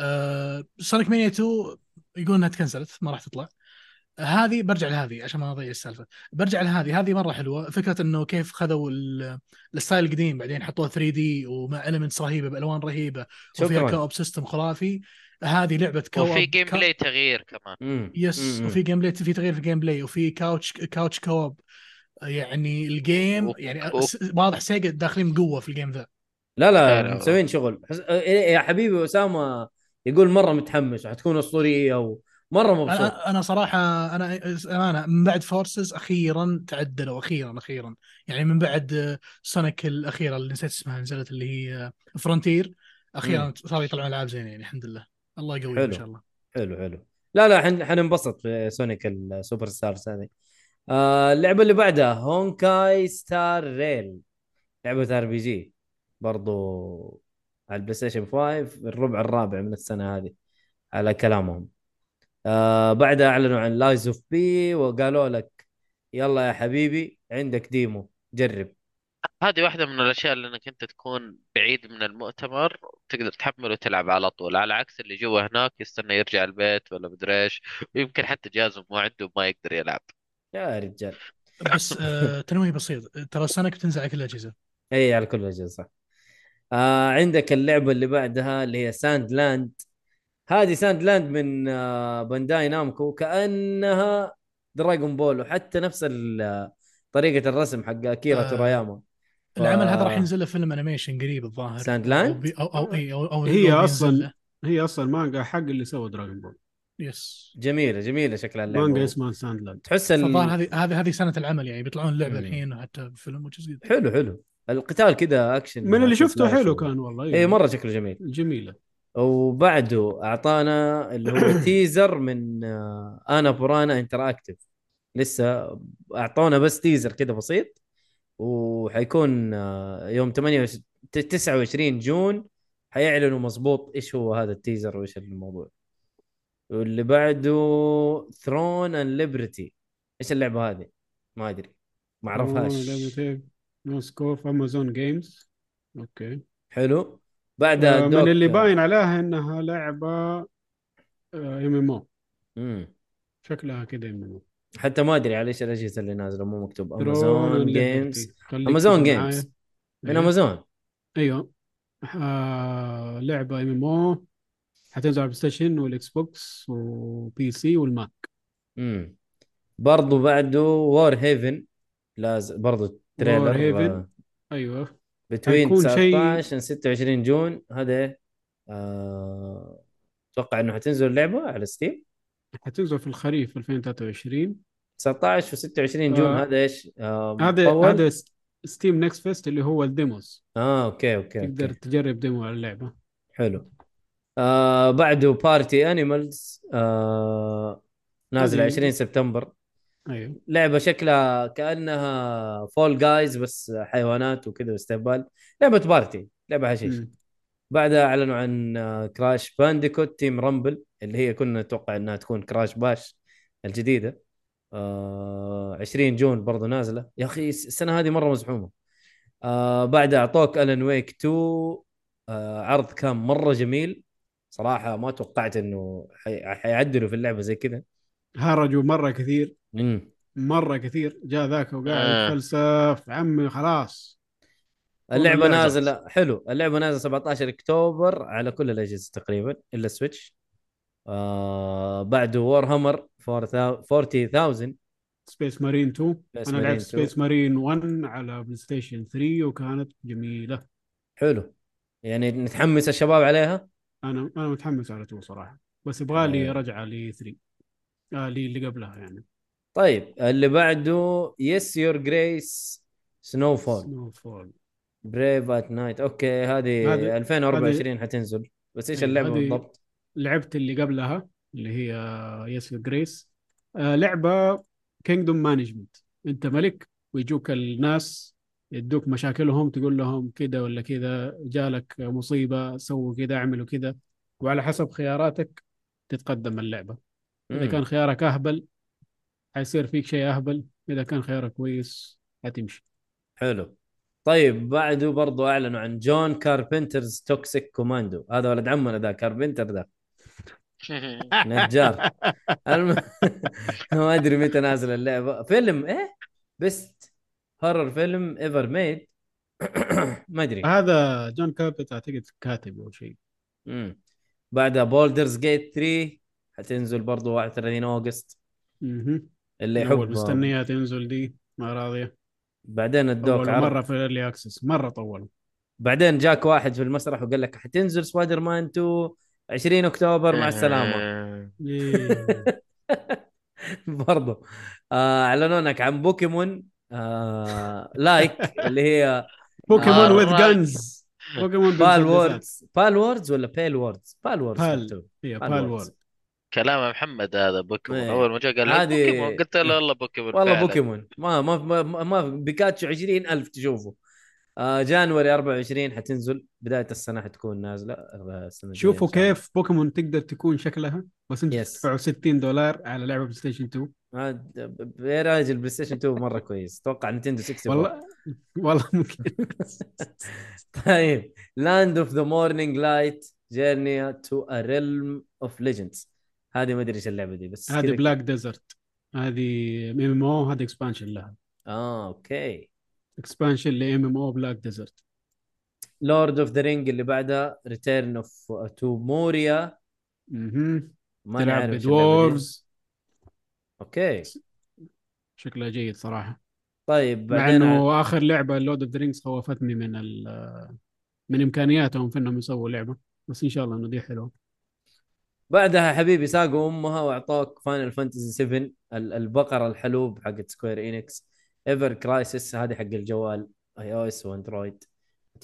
آه سونيك مانيا 2 يقول انها تكنسلت ما راح تطلع هذه برجع لهذه عشان ما اضيع السالفه برجع لهذه هذه مره حلوه فكره انه كيف خذوا ال- الستايل القديم بعدين حطوه 3 دي ومع المنتس رهيبه بالوان رهيبه وفيها
شكرا
كوب سيستم خرافي هذه لعبه كوب
وفي جيم بلاي تغيير كمان
مم.
يس
مم.
وفي جيم بلاي في تغيير في الجيم بلاي وفي كاوتش كاوتش كوب يعني الجيم
و-
يعني
و-
س- واضح سيجا داخلين بقوه في الجيم ذا
لا
لا،
لا
لا.
مسوين شغل حس... إيه، يا حبيبي أسامة يقول مرة متحمس وحتكون أسطورية ومرة مبسوط
انا انا صراحه انا امانه من بعد فورسز اخيرا تعدلوا اخيرا اخيرا يعني من بعد سونيك الاخيره اللي نسيت اسمها نزلت اللي هي فرونتير
مم.
اخيرا صاروا يطلعون العاب زينه يعني الحمد لله الله يقويهم
حلو.
ان شاء الله
حلو حلو لا لا حن... حننبسط في سونيك السوبر ستارز هذه آه اللعبة اللي بعدها هونكاي ستار ريل لعبة ار بي جي برضو على البلاي ستيشن 5 الربع الرابع من السنة هذه على كلامهم آه بعدها اعلنوا عن لايز اوف بي وقالوا لك يلا يا حبيبي عندك ديمو جرب
هذه واحدة من الأشياء اللي إنك أنت تكون بعيد من المؤتمر تقدر تحمل وتلعب على طول على عكس اللي جوا هناك يستنى يرجع البيت ولا مدري إيش ويمكن حتى جهازه مو عنده ما يقدر يلعب
يا رجال
بس آه، تنويه بسيط ترى سنه بتنزل على كل الاجهزه
اي على كل وجه صح آه عندك اللعبه اللي بعدها اللي هي ساند لاند هذه ساند لاند من آه بانداي نامكو كانها دراغون بول وحتى نفس ال- طريقه الرسم حق اكيرا
آه.
توراياما ف-
العمل هذا
آه.
راح ينزل له فيلم انيميشن قريب الظاهر
ساند
او
لاند
بي- او او إي، او, أو
هي
أو بينزل
أصلاً-
له.
هي اصلا مانجا حق اللي سوى دراجون بول
يس
جميله جميله شكلها
مانجا
اللعبه
اسمها ساند لاند
تحس
فالظاهر
ال...
هذه هذه هذه سنه العمل يعني بيطلعون اللعبه
مم.
الحين حتى فيلم وجزء
حلو حلو القتال كذا اكشن
من اللي
مع
شفته
سلاش
حلو
و-
كان والله
اي مره شكله جميل
جميله
وبعده اعطانا اللي هو تيزر من آه، انا برانا انتراكتيف لسه اعطونا بس تيزر كده بسيط وحيكون آه، يوم 28 ت- 29 جون حيعلنوا مظبوط ايش هو هذا التيزر وايش الموضوع واللي بعده ثرون اند ليبرتي ايش اللعبه هذه؟ ما ادري ما اعرفهاش
مسكوف امازون جيمز اوكي
حلو
آه،
بعدها
من اللي
دوك-
باين عليها آه، انها لعبه ام ام او
مم.
شكلها كده يعني. ام ام او
حتى ما ادري على ايش الاجهزه اللي نازله مو مكتوب امازون جيمز Amazon Games. من
إيه.
امازون
ايوه آه، لعبه ام ام او حتنزل على البلاي ستيشن والاكس بوكس وبي سي والماك
امم برضو بعده وور هيفن لازم برضو آه،
War
تريلر
Haven. ايوه
بتوين
حيكون شيء-
19 26 جون هذا إيه؟ آه، اتوقع انه حتنزل اللعبه على ستيم
حتنزل في الخريف 2023
19 و26 جون
آه.
هذا ايش؟ آه،
هذا
مطول؟
هذا ستيم نكست فيست اللي هو الديموز
اه اوكي اوكي
تقدر
اوكي
تجرب ديمو على اللعبه
حلو آه بعده بارتي انيمالز آه نازل
هذه-
20 سبتمبر
ايوه
لعبه شكلها كانها فول جايز بس حيوانات وكذا واستهبال لعبه بارتي لعبه حشيش
مم.
بعدها اعلنوا عن كراش بانديكوت تيم رامبل اللي هي كنا نتوقع انها تكون كراش باش الجديده آه 20 جون برضو نازله يا اخي السنه هذه مره مزحومه آه بعدها اعطوك الن ويك 2 آه عرض كان مره جميل صراحه ما توقعت انه حي- حيعدلوا في اللعبه زي كذا
هرجوا مره كثير
مم.
مره كثير جاء ذاك وقاعد
آه.
يتفلسف عمي خلاص والله
اللعبه
اللعبة.
نازله حلو اللعبه نازله 17 اكتوبر على كل الاجهزه تقريبا الا سويتش آه بعده وور هامر 40000
سبيس مارين 2
Space
انا
Marine 2.
لعبت سبيس مارين 1 على بلاي ستيشن 3 وكانت جميله
حلو يعني نتحمس الشباب عليها
انا انا متحمس على 2 صراحه بس يبغى لي
آه.
رجعه ل 3 آه لي اللي قبلها يعني
طيب اللي بعده يس يور جريس سنو فول
سنو فول
بريف ات نايت اوكي هذه
هذه-
2024 حتنزل بس ايش
أيوة،
اللعبه
هذه-
بالضبط؟
لعبت اللي قبلها اللي هي يس جريس آه، لعبه كينجدوم مانجمنت انت ملك ويجوك الناس يدوك مشاكلهم تقول لهم كذا ولا كذا جالك مصيبه سووا كذا اعملوا كذا وعلى حسب خياراتك تتقدم اللعبه اذا
مم.
كان خيارك اهبل حيصير فيك شيء اهبل اذا كان خيارك كويس حتمشي
حلو طيب بعده برضو اعلنوا عن جون كاربنترز توكسيك كوماندو هذا ولد عمنا ذا كاربنتر ذا نجار الم... ما ادري متى نازل اللعبه فيلم ايه بيست هورر فيلم ايفر ميد ما ادري
هذا جون كابت اعتقد كاتب او شيء
مم. بعدها بولدرز جيت 3 حتنزل برضو 31 اوغست
مهم.
اللي
اول
يحب
مستنيها تنزل دي ما راضيه
بعدين ادوك
طولوا
عرض
مره في الايرلي اكسس مره طولوا
بعدين جاك واحد في المسرح وقال لك حتنزل سبايدر مان 2 20 اكتوبر مع السلامه
إيه.
برضو آه، اعلنوا لك عن بوكيمون آه، لايك اللي هي
بوكيمون
آه.
مرة.
وذ جنز بوكيمون
بال
بالوردز
ووردز بال ووردز ولا بيل ووردز بال ووردز
بال.
مكتوب.
هي
بال
بال
ووردز.
وورد
كلام محمد هذا بوكيمون
إيه.
اول ما جاء قال لك
هذه-
بوكيمون قلت له والله بوكيمون
والله
فعلا.
بوكيمون ما ما ما, ما بيكاتشو 20000 تشوفه آه، جانوري 24 حتنزل بدايه السنه حتكون نازله آه، السنه الجاية
شوفوا
إن شاء الله.
كيف بوكيمون تقدر تكون شكلها بس انتم
Yes.
تدفعوا 60 دولار على لعبه بلاي ستيشن 2
هذا- ب- آه، يا راجل بلاي ستيشن 2 مره كويس اتوقع نينتندو 64
والله والله ممكن
طيب لاند اوف ذا مورنينج لايت جيرني تو ا ريلم اوف ليجندز هذه ما ادري ايش اللعبه دي بس
هذه
كذا-
بلاك ديزرت هذه ام ام او هذا اكسبانشن لها
اه اوكي
اكسبانشن لام ام او بلاك ديزرت
لورد اوف ذا رينج اللي بعدها ريتيرن اوف تو موريا uh, ما
تلعب
نعرف إيش اللعبة دي.
بدورز
اوكي
شكلها جيد صراحه
طيب
مع
بعدين
انه اخر لعبه لورد اوف ذا رينجز خوفتني من ال- من امكانياتهم في انهم يسووا لعبه بس ان شاء الله انه دي حلوه
بعدها حبيبي ساقوا امها واعطوك فاينل فانتسي 7 ال- البقره الحلوب حقت سكوير انكس ايفر كرايسس هذه حق الجوال اي او اس واندرويد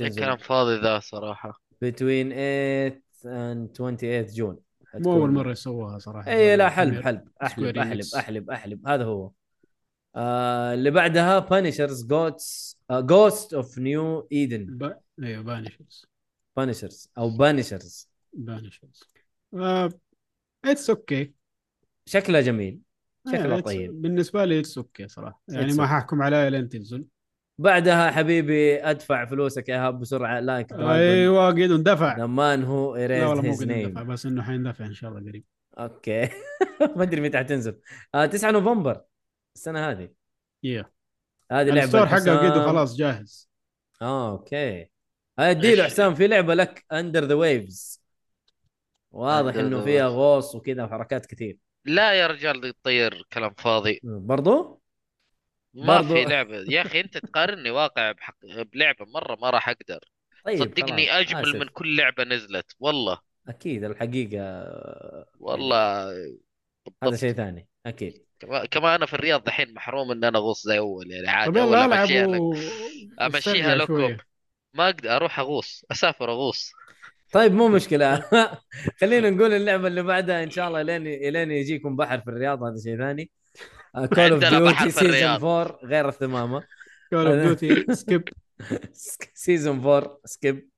إيه، كلام
تنزل
فاضي ذا صراحة
between 8 and 28 جون
مو اول مره يسووها صراحه
اي إيه، لا حلب
حلب
حلب احلب
Square
احلب
Enix.
احلب احلب هذا هو آه اللي بعدها آه، بانشرز جوتس جوست اوف نيو ايدن
ب... ايوه بانشرز
بانشرز او بانشرز
بانشرز آه، اتس اوكي
شكله جميل
إيه،
شكله طيب.
بالنسبه آه، لي اتس اوكي صراحه يعني
It's
ما
okay.
حاحكم عليها لين تنزل
بعدها حبيبي ادفع فلوسك يا هاب بسرعه لايك
ايوه قد اندفع
لمان هو
لا والله
ايريز هيز
مو قد اندفع
نيم
بس انه حيندفع ان شاء الله قريب
اوكي ما ادري متى حتنزل آه 9 نوفمبر السنه هذه
Yeah. يعني
هذه لعبه
الستور حقه
الحسام.
قد خلاص جاهز
اه اوكي ادي له
إيش؟
حسام في لعبه لك اندر ذا ويفز واضح
Under
انه
the
فيها
Waves.
غوص وكذا وحركات كثير
لا يا رجال دي تطير كلام فاضي
برضو
ما
برضو.
في لعبة يا اخي انت تقارني واقع بحق... بلعبة مرة ما راح اقدر
طيب
صدقني
خلاص،
اجمل
آسف.
من كل لعبة نزلت والله
اكيد الحقيقه آه،
والله
هذا
بالضبط
شيء ثاني اكيد
كما... كما انا في الرياض دحين محروم ان انا اغوص زي اول يعني عادي
طب
اول
يلا العب
امشيها لك
و-
امشيها
واسترجع
لكم
شوية.
ما اقدر اروح اغوص اسافر اغوص
طيب مو مشكله خلينا نقول اللعبه اللي بعدها ان شاء الله لين لين يجيكم بحر في الرياض هذا شيء ثاني آه، كول اوف
عندنا بحر
ديوتي
في
سيزون
الرياض.
4 غير الثمامه
كول اوف ديوتي سكيب
سيزون 4 سكيب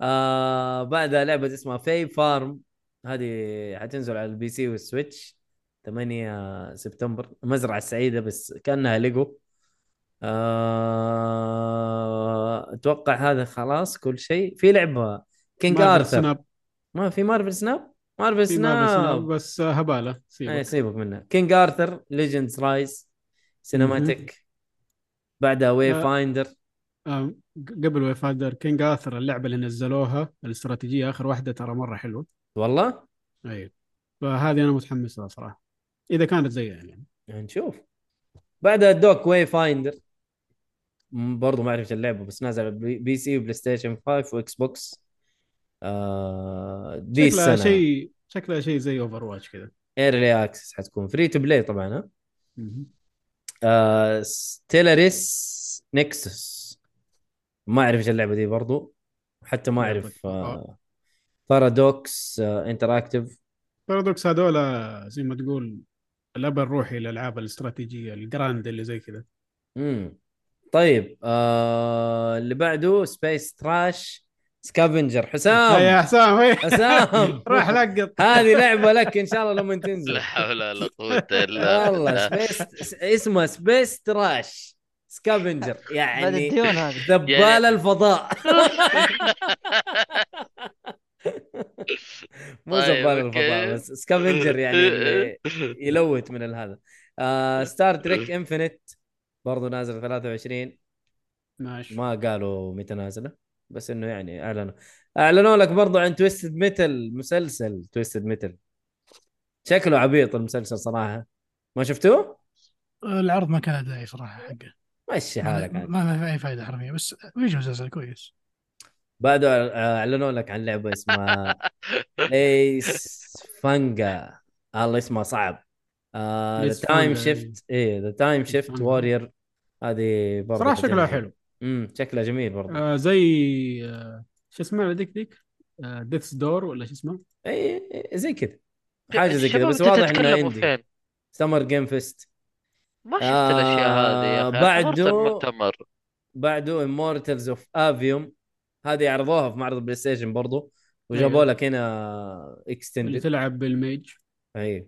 آه بعدها لعبه اسمها في فارم هذه حتنزل على البي سي والسويتش 8 سبتمبر المزرعه السعيده بس كانها ليجو آه اتوقع هذا خلاص كل شيء في لعبه كينج
مارفل
ارثر
سناب
ما في مارفل سناب مارفل
في مارفل سناب
سناب
بس آه، هبالة
اي
سيبك
إيه، سيبك منها كينج ارثر ليجندز رايز سينماتيك بعدها واي
آه.
فايندر
آم، آه، قبل ويف هاندر كينج آثر اللعبة اللي نزلوها الاستراتيجية آخر واحدة ترى مرة حلوة
والله
أيوة فهذه أنا متحمس لها صراحة إذا كانت زيها يعني
نشوف بعدها دوك واي فايندر م- برضو ما اعرف إيش اللعبه بس نازل على بي بي سي وبلاي ستيشن 5 واكس بوكس آه دي
شكلها
السنه شيء
شيء شكلها شيء زي اوفر واتش كذا
ايرلي اكسس حتكون فري تو بلاي طبعا ها آه ستيلاريس نكسس ما اعرف ايش اللعبه دي برضو حتى ما اعرف آه بارادوكس آه انتراكتيف
بارادوكس هذول زي ما تقول الأب الروحي للألعاب الاستراتيجية الجراند اللي زي كذا
امم طيب آه اللي بعده سبيس تراش سكافنجر
لا
حسام
يا حسام إيه.
حسام
راح لقط
هذه لعبه لك ان شاء الله لما تنزل
لا حول ولا قوة الا
والله
بالله
سبيس س- اسمه سبيس تراش سكافنجر
بعد
يعني
الديون هذه
دبال
يعني-
الفضاء مو
طيب،
زبال الفضاء
أوكي.
بس سكافنجر يعني اللي يلوت من هذا آه ستار تريك انفنت برضو نازل 23
ماشي
ما قالوا متى نازله بس انه يعني اعلنوا اعلنوا لك برضو عن تويستد ميتل مسلسل تويستد ميتل شكله عبيط المسلسل صراحه ما شفتوه؟
العرض ما كان له داعي صراحه حقه
مشي
ما
حالك
ما-
عاد
ما في اي فائده حرفيا بس بيجي مسلسل كويس
بعده اعلنوا لك عن لعبه اسمها ايس فانجا الله اسمها صعب آه، ذا
Ace
تايم
Fanga،
شيفت ايه ذا تايم شيفت
Fanga.
وورير هذه برضه
صراحة شكلها
حتنزل.
حلو
امم شكلها جميل برضه
آه زي آه شو اسمه ذيك ذيك ديث دور ولا شو اسمه
اي إي، إيه، زي كذا حاجه زي كذا
الشباب
بس
انتوا
واضح انه
تتكلموا
اندي
فين؟
سمر جيم فيست
ما شفت
آه،
الاشياء هذه يا اخي أنا حضرت
بعده-
المؤتمر
بعده امورتلز اوف افيوم هذه عرضوها في معرض البلاي ستيشن برضو وجابوا
أيوة.
لك هنا
اللي
اكستندد
تلعب بالميج
اي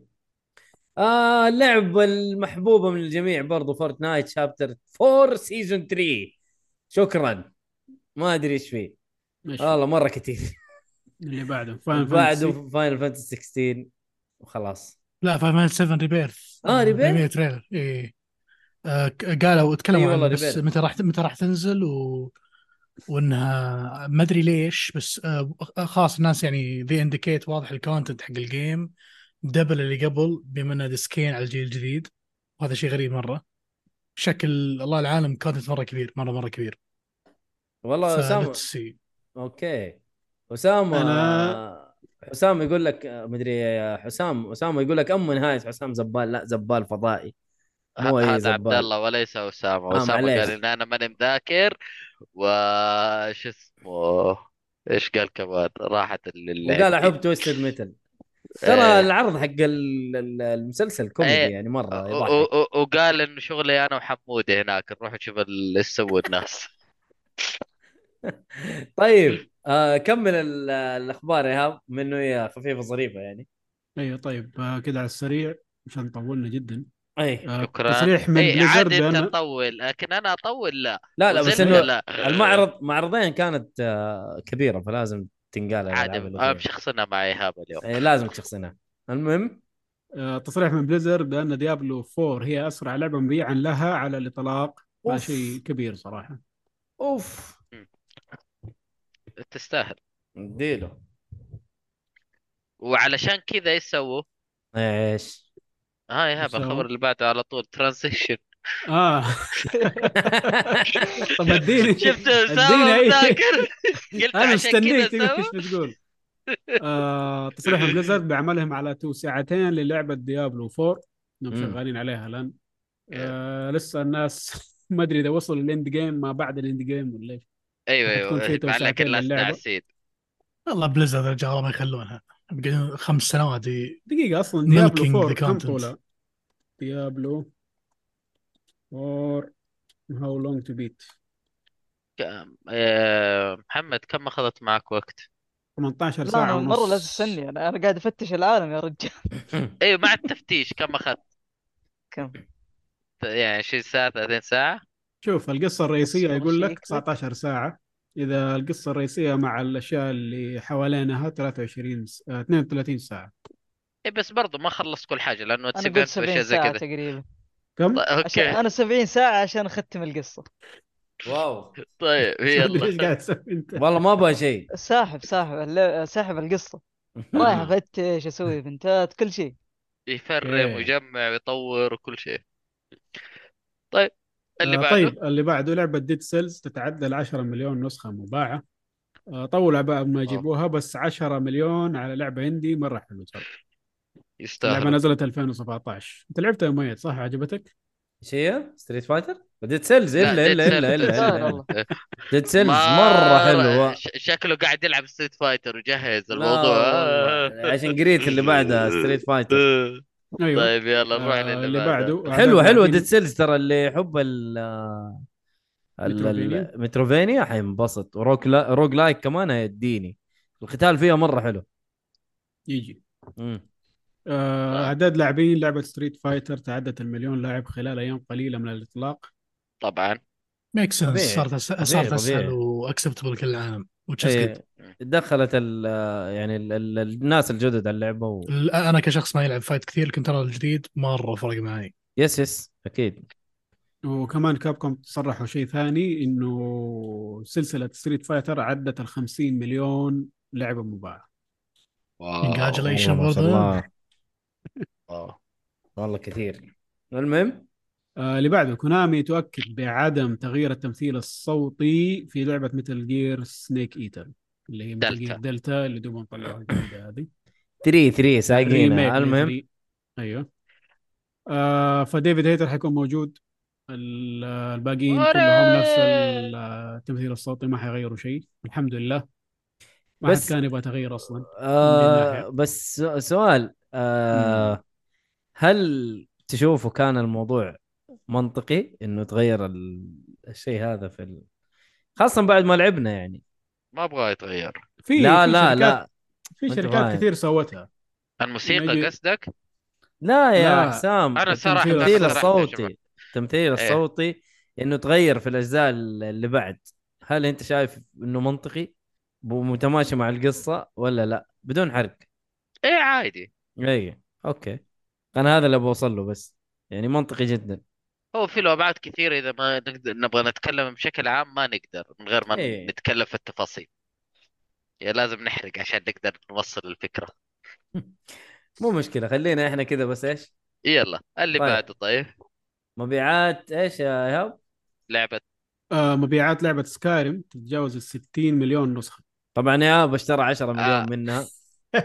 آه اللعبة المحبوبة من الجميع برضو فورتنايت شابتر 4 سيزون 3 شكرا ما ادري ايش فيه
ماشي
والله مرة كثير
آه. اللي بعده فاين
بعده فاينل فانتسي 16 وخلاص
لا فاينل 7 ريبيرث
آه، Rebirth؟
ريبيرث تريلر اي إيه. آه، قالوا
إي
تكلموا
والله،
عن بس
Rebirth.
متى راح متى راح تنزل و... وانها ما ادري ليش بس آه، خلاص الناس يعني ذي انديكيت واضح الكونتنت حق الجيم دبل اللي قبل بما انه ديسكين على الجيل الجديد وهذا شيء غريب مره شكل الله العالم كونتنت مره كبير مره مره كبير
والله اسامه
فلتس سي
اوكي اسامه
أنا-
حسام يقول لك آه، مدري حسام اسامه يقول لك ام نهايه حسام زبال لا زبال فضائي مو
ه-
اي
هذا عبد
زبال
الله وليس اسامه
آه،
اسامه
معليش.
قال ان انا ماني مذاكر وش اسمه ايش قال كمان راحت اللي
وقال
عندي.
احب تويستد ميتل
إيه.
ترى العرض حق ال- ال- المسلسل كوميدي
إيه.
يعني مره
و-
يضحك
و- و- وقال انه شغلي انا وحموده هناك نروح نشوف ال- ايش سووا الناس
طيب آه كمل ال- الاخبار يا ايهاب منه هي خفيفه ظريفه يعني
ايوه طيب آه، كده على السريع عشان طولنا جدا
اي
آه،
شكراً.
تصريح من
اي
بليزرد
إيه، عادي انت
بأن
تطول لكن انا اطول لا
لا لا بس
وزلمة
انه
لا
المعرض معرضين كانت آه كبيره فلازم تنقال
آه، عادي
الالعاب اللي
انا
فيها
مشخصنها مع ايهاب اليوم
إيه، لازم تشخصنها المهم
آه، تصريح من بليزر بان ديابلو 4 هي اسرع لعبه مبيعا لها على الاطلاق ما
أوف.
شيء كبير صراحه
اوف
تستاهل
اديله
وعلشان كذا ايش سووا؟
ايش
ها آه ايهاب
إيش سووا؟
الخبر اللي بعده على طول ترانزيشن
اه طب اديني
شفت
اديني
إيه؟
اسامه
أي-
مذاكر قلت
انا
عشان كذا
مستنيك تقول
سووا
ايش بتقول آه، تصريح من بليزر بعملهم على تو ساعتين للعبه ديابلو 4 انهم
مم.
شغالين عليها الان آه، لسه الناس ما ادري اذا وصلوا للاند جيم ما بعد الاند جيم ولا ايش
ايوه
بتكون في
ايوه مع
توسعتين
لكن الناس
للعبة.
ناسين
والله بليزرد يا رجال الله ما يخلونها يمكن خمس سنوات ي-
دقيقة أصلا
Milking
ديابلو 4
the
كم
content.
طولها؟ ديابلو 4 هاو لونج تو بيت
كم- آه، محمد كم اخذت معك وقت؟
18
لا
ساعة
أنا
ونص
مرة لا تستني أنا أنا قاعد أفتش العالم يا رجال
ايوه مع التفتيش كم اخذت؟
كم
يعني 20 ساعة 30 ساعة؟
شوف القصة الرئيسية
أصبر
يقول لك
أشيك.
19 ساعة إذا القصة الرئيسية مع الأشياء اللي حوالينها 23 س... آه، 32 ساعة
اي إيه، بس برضو ما خلصت كل حاجة لانه
أنا قلت
event واشياء زي
70 ساعة
كذا
تقريبا
كم؟
طيب
عشان
اوكي
أنا 70 ساعة عشان أختم القصة
واو
طيب يلا
ليش قاعد تسوي أنت؟
والله ما ابغى شيء
ساحب ساحب الل- ساحب القصة رايح أفتش أسوي بنتات كل شيء
يفرم
إيه.
ويجمع ويطور وكل شيء طيب اللي
آه،
بعده
طيب اللي بعده لعبة ديد سيلز تتعدى ال 10 مليون نسخة مباعة آه، طولوا عبال ما يجيبوها بس 10 مليون على لعبة هندي مرة حلوة ترى اللعبة
يستاهل
نزلت 2017 أنت لعبتها يا مؤيد صح عجبتك؟
ايش هي؟ ستريت فايتر؟ ديد سيلز
لا،
الا
Dead
الا الا الا
Cells.
سهل
الا
والله
ديد سيلز مره حلوه
ش- شكله قاعد يلعب ستريت فايتر وجهز
لا
الموضوع
والله. عشان قريت اللي بعدها ستريت فايتر
أيوه
طيب يلا نروح
آه،
للي
اللي
بعده
بعده آه،
حلوه حلوه
لاعبين-
ديد سيلز ترى اللي يحب ال ال-
متروفينيا.
ال- متروفينيا حينبسط وروك لا... روج لايك كمان هيديني القتال فيها مره حلو
يجي
مم.
آه، اعداد لاعبين لعبه ستريت فايتر تعدت المليون لاعب خلال ايام قليله من الاطلاق
طبعا
ميك سنس
طبيعي.
صارت أس- صارت اسهل
طبيعي.
واكسبتبل كل العالم وتشيز
إيه، دخلت ال يعني ال ال الناس الجدد على اللعبه و...
انا كشخص ما يلعب فايت كثير لكن ترى الجديد مره فرق معي
يس يس اكيد
وكمان كابكوم صرحوا شيء ثاني انه سلسله ستريت فايتر عدت ال 50 مليون لعبه مباعه
Congratulations
طيب،
والله ما شاء
برضه
الله والله كثير المهم
آه، اللي بعده كونامي تؤكد بعدم تغيير التمثيل الصوتي في لعبه متل جير سنيك ايتر اللي هي متل جير
دلتا.
دلتا اللي دوبهم طلعوها الجديدة هذه
3 3
ريميك
سايقينها
من
المهم
3.
أيوه.
ايوه آه فديفيد هيتر حيكون موجود ال- الباقيين
أوري!
كلهم نفس ال- التمثيل الصوتي ما حيغيروا شيء الحمد لله ما
بس-
حد كان يبغى تغيير اصلا
آه
ناحية.
بس سو- سؤال آه هل تشوفوا كان الموضوع منطقي انه تغير ال- الشيء هذا في ال... خاصة بعد ما لعبنا يعني
ما ابغى يتغير
في
لا
في
لا
شركات
لا
في
ما أنت
شركات
فاهم.
كثير سوتها لما
الموسيقى
يجي-
قصدك؟
لا يا
لا،
حسام
أنا صراحة
التمثيل
صراحة يا
الصوتي التمثيل
إيه.
الصوتي انه تغير في الاجزاء اللي بعد هل انت شايف انه منطقي ومتماشي مع القصة ولا لا بدون حرق
ايه إيه، عادي
اي اوكي انا هذا اللي بوصل له بس يعني منطقي جدا
هو في له ابعاد كثيره اذا ما نقدر نبغى نتكلم بشكل عام ما نقدر من غير ما
إيه.
نتكلم في التفاصيل يعني لازم نحرق عشان نقدر نوصل الفكره
مو مشكله خلينا احنا كذا بس ايش
يلا اللي
طيب.
بعده طيب
مبيعات ايش يا ايهاب
لعبه
آه مبيعات لعبه سكايرم تتجاوز ال 60 مليون نسخه
طبعا ايهاب اشترى 10
آه.
مليون منها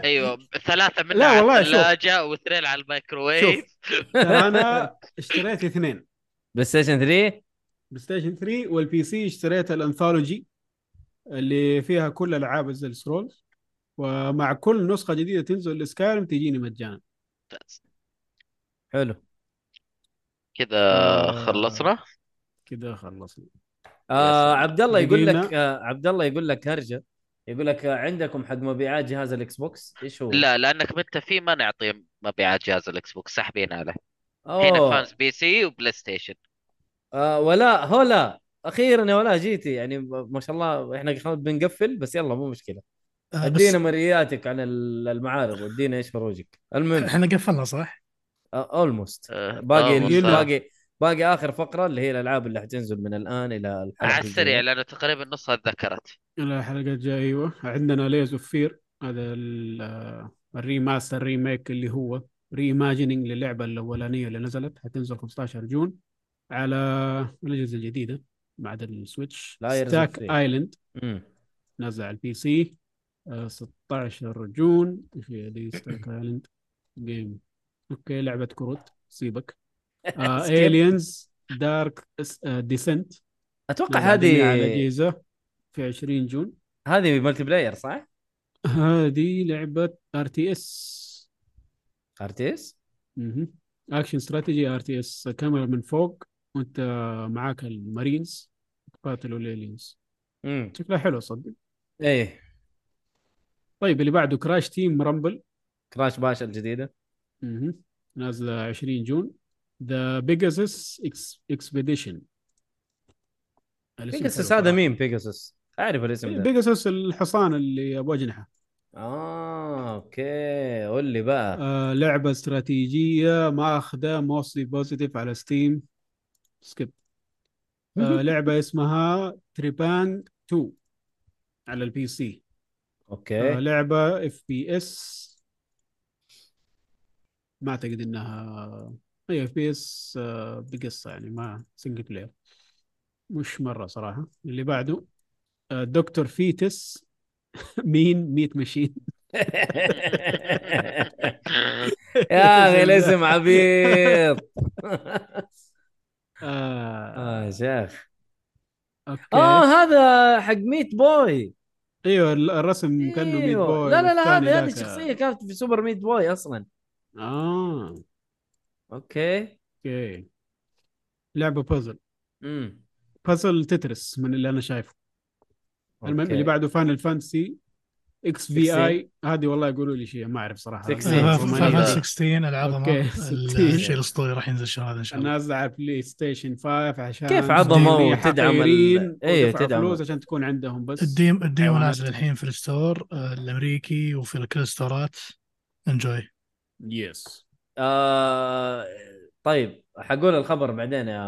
ايوه ثلاثه منها
لا
على
والله، شوف.
الثلاجه واثنين على الميكروويف
ترى انا اشتريت اثنين
بلاي ستيشن 3
بلاي ستيشن 3 والبي سي اشتريت الانثولوجي اللي فيها كل العاب الزل سرولز ومع كل نسخه جديده تنزل لسكايرم تجيني مجانا
حلو
كذا
آه.
خلصنا
كده خلصنا
آه
سلام.
عبد الله يقول
لقينا-
لك آه عبد الله يقول لك هرجه يقول لك آه عندكم حق مبيعات جهاز الاكس بوكس ايش هو؟
لا لانك انت فيه ما نعطي مبيعات جهاز الاكس بوكس ساحبين عليه هنا
أوه.
فانز بي سي وبلاي ستيشن
آه ولا هولا اخيرا يا ولا جيتي يعني ب- ما شاء الله احنا خلاص بنقفل بس يلا مو مشكله
آه، بس
ادينا مرياتك عن ال- المعارض وادينا ايش فروجك المهم
احنا قفلنا صح؟
اولموست
آه،
باقي
almost،
ال-
آه.
باقي باقي اخر فقره اللي هي الالعاب اللي حتنزل من الان الى الحلقه
على السريع
الجاية.
لانه تقريبا نصها تذكرت
الحلقه الجايه ايوه عندنا ليز اوف فير هذا ال- آه، الريماستر ريميك اللي هو ريماجيننج للعبه الاولانيه اللي نزلت حتنزل 15 جون على الاجهزه الجديده بعد السويتش
Layers of
ستاك
Fear.
ايلاند
مم.
نازل على البي سي آه، 16 جون ايش هي دي ستاك ايلاند جيم اوكي لعبه كروت سيبك آه،
Skip.
إيه، الينز دارك ديسنت
اتوقع هذه
على اجهزه في 20 جون
هذه ملتي بلاير صح؟
هذه لعبة ار تي اس
ارتيس؟
اكشن استراتيجي ار تي اس كاميرا من فوق وانت معاك المارينز تقاتلوا الالينز
امم
شكلها حلو صدق
ايه
طيب اللي بعده كراش تيم رامبل
كراش باشا الجديده
مهم. نازلة 20 جون ذا بيجاسس اكسبيديشن
بيجاسس هذا مين بيجاسس؟ اعرف الاسم ده
بيجاسس إيه، الحصان اللي ابو اجنحه
اه اوكي قول لي بقى
آه لعبة استراتيجية ماخذة موستلي بوزيتيف على ستيم سكيب آه لعبة اسمها تريبان 2 على البي سي آه
اوكي
لعبة اف بي اس ما اعتقد انها هي اف بي اس بقصة يعني ما سنجل بلاير مش مرة صراحة اللي بعده آه دكتور فيتس مين ميت ماشين
يا اخي الاسم عبيط
آه
اه يا شيخ
اوكي
اه هذا حق ميت بوي
ايوه ال- الرسم كانه ميت
أيوه.
بوي
لا لا لا
والثاني
هذه هذه
ذاك-
الشخصيه كانت في سوبر ميت بوي اصلا
اه
اوكي
اوكي لعبه بازل
امم
بازل تترس من اللي انا شايفه المهم
أوكي.
اللي بعده فاينل فانتسي اكس في اي هذه والله يقولوا لي شيء ما اعرف صراحه
16.
آه،
ثمانية.
فاينل
لا.
فانتسي 16 العظمه
أوكي،
آه، ال-
16.
الشيء الاسطوري راح ينزل الشهر هذا ان شاء الله
نازله على بلاي ستيشن 5 عشان
كيف عظمة
ديمي
وتدعم ال-
حقيرين
إيه،
ودفعوا
تدعم.
فلوس عشان تكون عندهم بس
الديم الديمو
حيوانات.
نازل الحين في الستور آه، الامريكي وفي كل الستورات انجوي
يس
آه طيب حقول الخبر بعدين يا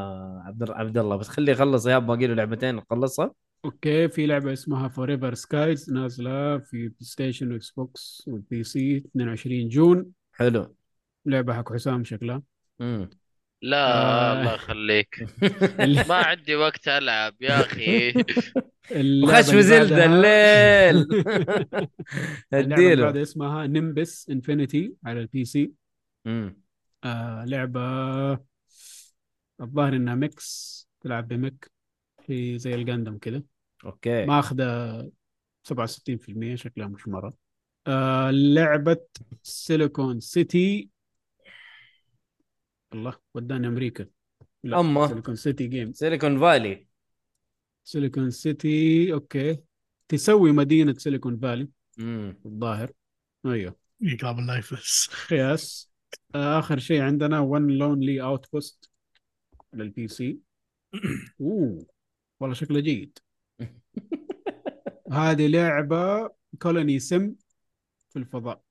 عبد الر- عبد الله بس خليه يخلص يا باقي له لعبتين نخلصها
اوكي في لعبه اسمها فور ايفر سكايز نازله في بلاي ستيشن واكس بوكس والبي سي 22 جون
حلو
لعبه حق حسام شكلها
امم
لا
آه.
الله يخليك ما عندي وقت العب يا اخي
اللعبة
وخش في
اللي
زلدة
بعدها-
الليل
اللعبة اللي
اديله
بعدها اسمها نمبس انفينيتي على البي سي
أمم.
آه لعبة الظاهر انها ميكس تلعب بميك في زي الجاندم كده
اوكي
ماخذة 67% شكلها مش مرة آه لعبة سيليكون سيتي الله وداني امريكا لا
أما.
سيليكون سيتي جيم
سيليكون فالي
سيليكون سيتي اوكي تسوي مدينة سيليكون فالي
امم
الظاهر ايوه
يقرب اللايف بس
قياس اخر شيء عندنا ون لونلي اوت بوست للبي سي اوه والله شكله جيد هذه لعبه كولوني سم في الفضاء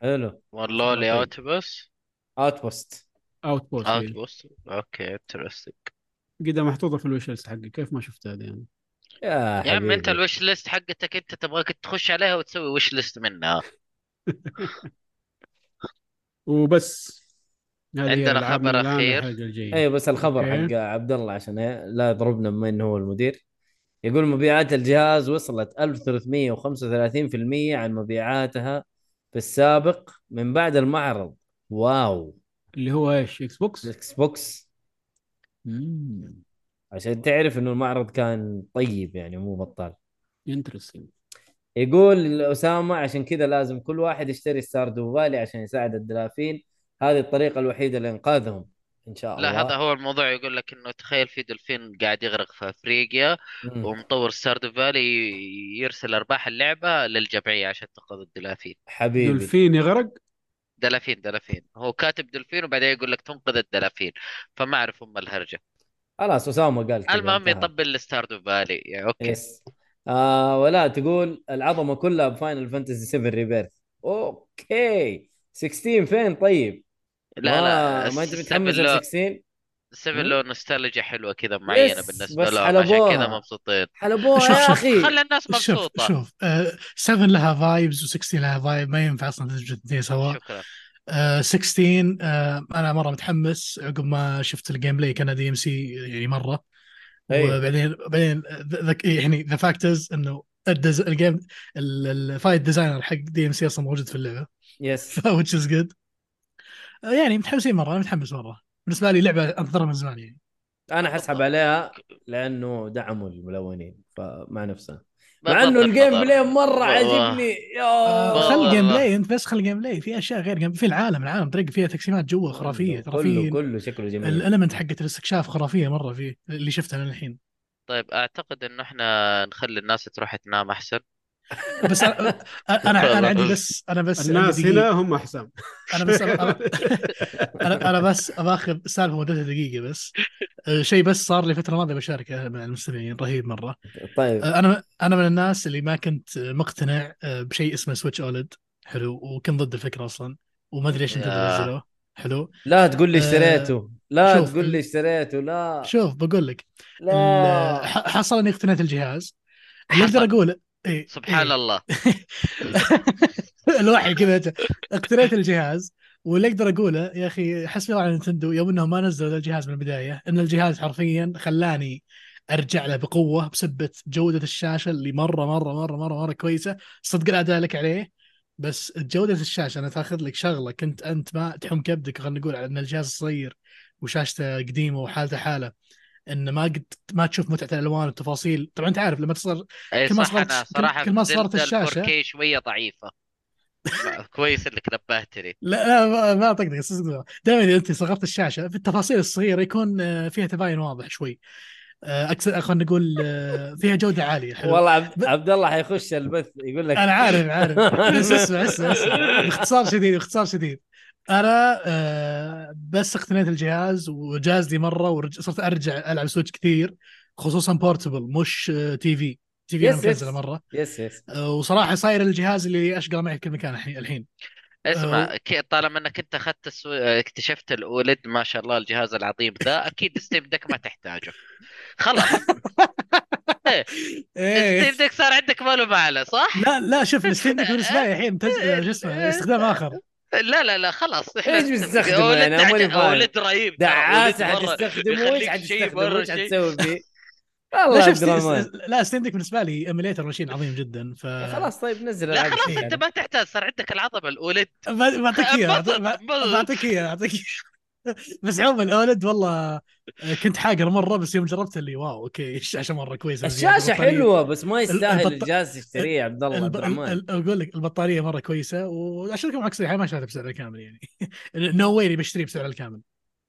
حلو
والله لي
طيب.
اوتوبس
اوت بوست
اوت بوست
اوت بوست اوكي انترستنج
يعني. قدها محطوطه في الوش ليست حقي كيف ما شفتها هذه يعني. انا
يا
يا عم انت
حبيبي.
الوش ليست حقتك انت تبغاك تخش عليها وتسوي وش ليست منها
وبس هذه هي
عندنا
ألعابنا
خبر
الآن
أخير.
والحلقة الجاية.
أيوة.
ايوه بس الخبر
أوكي.
حق عبد الله عشان لا يضربنا بما انه هو المدير يقول مبيعات الجهاز وصلت 1335% عن مبيعاتها في السابق من بعد المعرض واو
اللي هو ايش اكس بوكس
الاكس بوكس عشان تعرف انه المعرض كان طيب يعني مو بطال
انترستنج
يقول اسامه عشان كذا لازم كل واحد يشتري ستاردو فالي عشان يساعد الدلافين هذه الطريقه الوحيده لانقاذهم ان شاء
لا
الله
هذا هو الموضوع يقول لك انه تخيل في دولفين قاعد يغرق في افريقيا
مم.
ومطور ستاردو فالي يرسل ارباح اللعبه للجمعيه عشان تنقذ الدلافين
حبيبي
دولفين يغرق
دلافين دلافين هو كاتب دولفين وبعدين يقول لك تنقذ الدلافين فما اعرف ام الهرجه
خلاص اسامه قال كذا
المهم
انتهى.
يطبل لستاردو فالي يعني اوكي
يس آه ولا تقول العظمه كلها بفاينل فانتسي 7 ريبيرث اوكي 16 فين طيب؟
لا
ما-
لا
ما انت
السبب
متحمس
له-
ل 16
7
مم.
له نوستالجيا حلوه كذا معينه
يس،
بالنسبه
بس
لهم
على إيه.
عشان
أبوها.
كذا مبسوطين
حلبوها
شوف،
يا
شوف،
اخي
خلى الناس
شوف
مبسوطه
شوف 7 لها فايبز و16 لها فايب ما ينفع اصلا تدمج الاثنين سوا
شكرا
آه، 16 آه، انا مره متحمس عقب ما شفت الجيم بلاي كان دي ام سي يعني مره
أيوة.
وبعدين بعدين ذك يعني ذا فاكتورز انه الدز... الجيم ال- الفايت ديزاينر حق دي ام سي اصلا موجود في اللعبه
يس
which is good آه، يعني متحمسين مره انا متحمس مره بالنسبه لي لعبه انتظرها من زمان يعني
انا حسحب عليها لانه دعموا الملونين فمع نفسها مع
بالضبط
انه الجيم
الخبر.
بلاي مره
والله.
عاجبني
آه،
يا
خل
والله.
جيم بلاي انت بس خل جيم بلاي في اشياء غير جيم في العالم العالم طريق فيها تقسيمات جوا خرافيه ترى
كله
في
كله شكله جميل
الالمنت حقت الاستكشاف خرافيه مره فيه اللي شفتها انا الحين
طيب اعتقد انه احنا نخلي الناس تروح تنام احسن
إيه. بس انا انا انا عندي بس انا بس عندي
الناس
دقيقة.
هنا هم حسام
انا بس أبغى- انا انا بس باخذ سالفه مدتها دقيقه بس أه، شيء بس صار لي فتره ماضيه بشاركه مع المستمعين رهيب مره
طيب
أه، انا انا من الناس اللي ما كنت مقتنع أه، بشيء اسمه سويتش اولد حلو وكنت ضد الفكره اصلا وما ادري ليش انت
يا.
نزلوه حلو
لا تقول لي
آه،
اشتريته لا
شوف،
تقول لي
ال-
اشتريته
آه.
لا
شوف بقول لك ال-
لا
ح- حصل اني اقتنيت الجهاز اللي
حصل.
اقدر اقوله إيه
سبحان
إيه.
الله
الوحي كذا جاء. اقتنيت الجهاز واللي اقدر اقوله يا اخي حسبي الله على نتندو يوم انهم ما نزلوا ذا الجهاز من البدايه ان الجهاز حرفيا خلاني ارجع له بقوه بسبه جوده الشاشه اللي مره مره مره مره مره كويسه صدق الاداء لك عليه بس جوده الشاشه انا تاخذ لك شغله كنت انت ما تحم كبدك خلينا نقول على ان الجهاز صغير وشاشته قديمه وحالته حاله ان ما قد ما تشوف متعه الالوان والتفاصيل طبعا انت عارف لما تصير
اي
كل ما
إيه، صح
صغرت-
انا
كل-
صراحه
كل ما
في
صغرت
زلدة
الشاشة.
4K شويه ضعيفه ما- كويس انك نبهتني
لا لا ما- ما طقطق صدق دائما اذا انت صغرت الشاشه في التفاصيل الصغيره يكون آه، فيها تباين واضح شوي آه، اكثر خلينا نقول آه، فيها جوده عاليه حلو
والله عبد,
ب-
عبد الله حيخش البث يقول لك
انا عارف عارف بس اسمع اسمع اسمع باختصار شديد باختصار شديد انا آه، بس اقتنيت الجهاز وجاز لي مره وصرت ارجع العب سويتش كثير خصوصا بورتبل مش آه، تي في تي في
يس،
انا مكنزله
يس.
مره
يس يس
آه، وصراحه صاير الجهاز اللي اشقى معي في كل مكان الحين- الحين
اسمع
أو-
أه.
كي- طالما انك انت اخذت السو... اكتشفت الاولد ما شاء الله الجهاز العظيم ذا اكيد ستيم دك ما تحتاجه خلاص
إيه،
ستيم دك صار عندك ما له معنى صح؟
لا لا شوف الستيم ديك بالنسبه لي الحين تج... شو اسمه استخدام اخر
لا لا لا خلاص احنا
إيش بتستخدمه يعني؟ أنا ماني
ولد
فاهم.
ولد رهيب ترى،
دعاسه
ولد مرة
حتستخدمه ايش
يخليك شيء
حتستخدمه
مرة
ايش
شيء.
حتسوي فيه
لا
والله
شوف
عبد الرحمن
ست- لا ستيم ديك بالنسبه لي ايميليتر ماشين عظيم جدا ف
خلاص طيب نزل
لا
العاب
خلاص
الشيء
انت
يعني.
ما تحتاج صار عندك العظمه الاولد
ب- بعطيك اياه
انبسط،
بعط-
انبسط.
بعطيك اياه بعطيك إياه. بس عموما الاولد والله آه، كنت حاقر مره بس يوم جربت اللي واو اوكي الشاشه مره كويسه زيادة،
الشاشه
يعني البطارية-
حلوه بس ما يستاهل
البط-
الجهاز تشتريه يا عبد الله
الب...
عبد الرحمن
ال- اقول لك البطاريه مره كويسه واشترك معك صريحه ما شريتها بسعرها الكامل يعني نو واي بشتريه بسعرها الكامل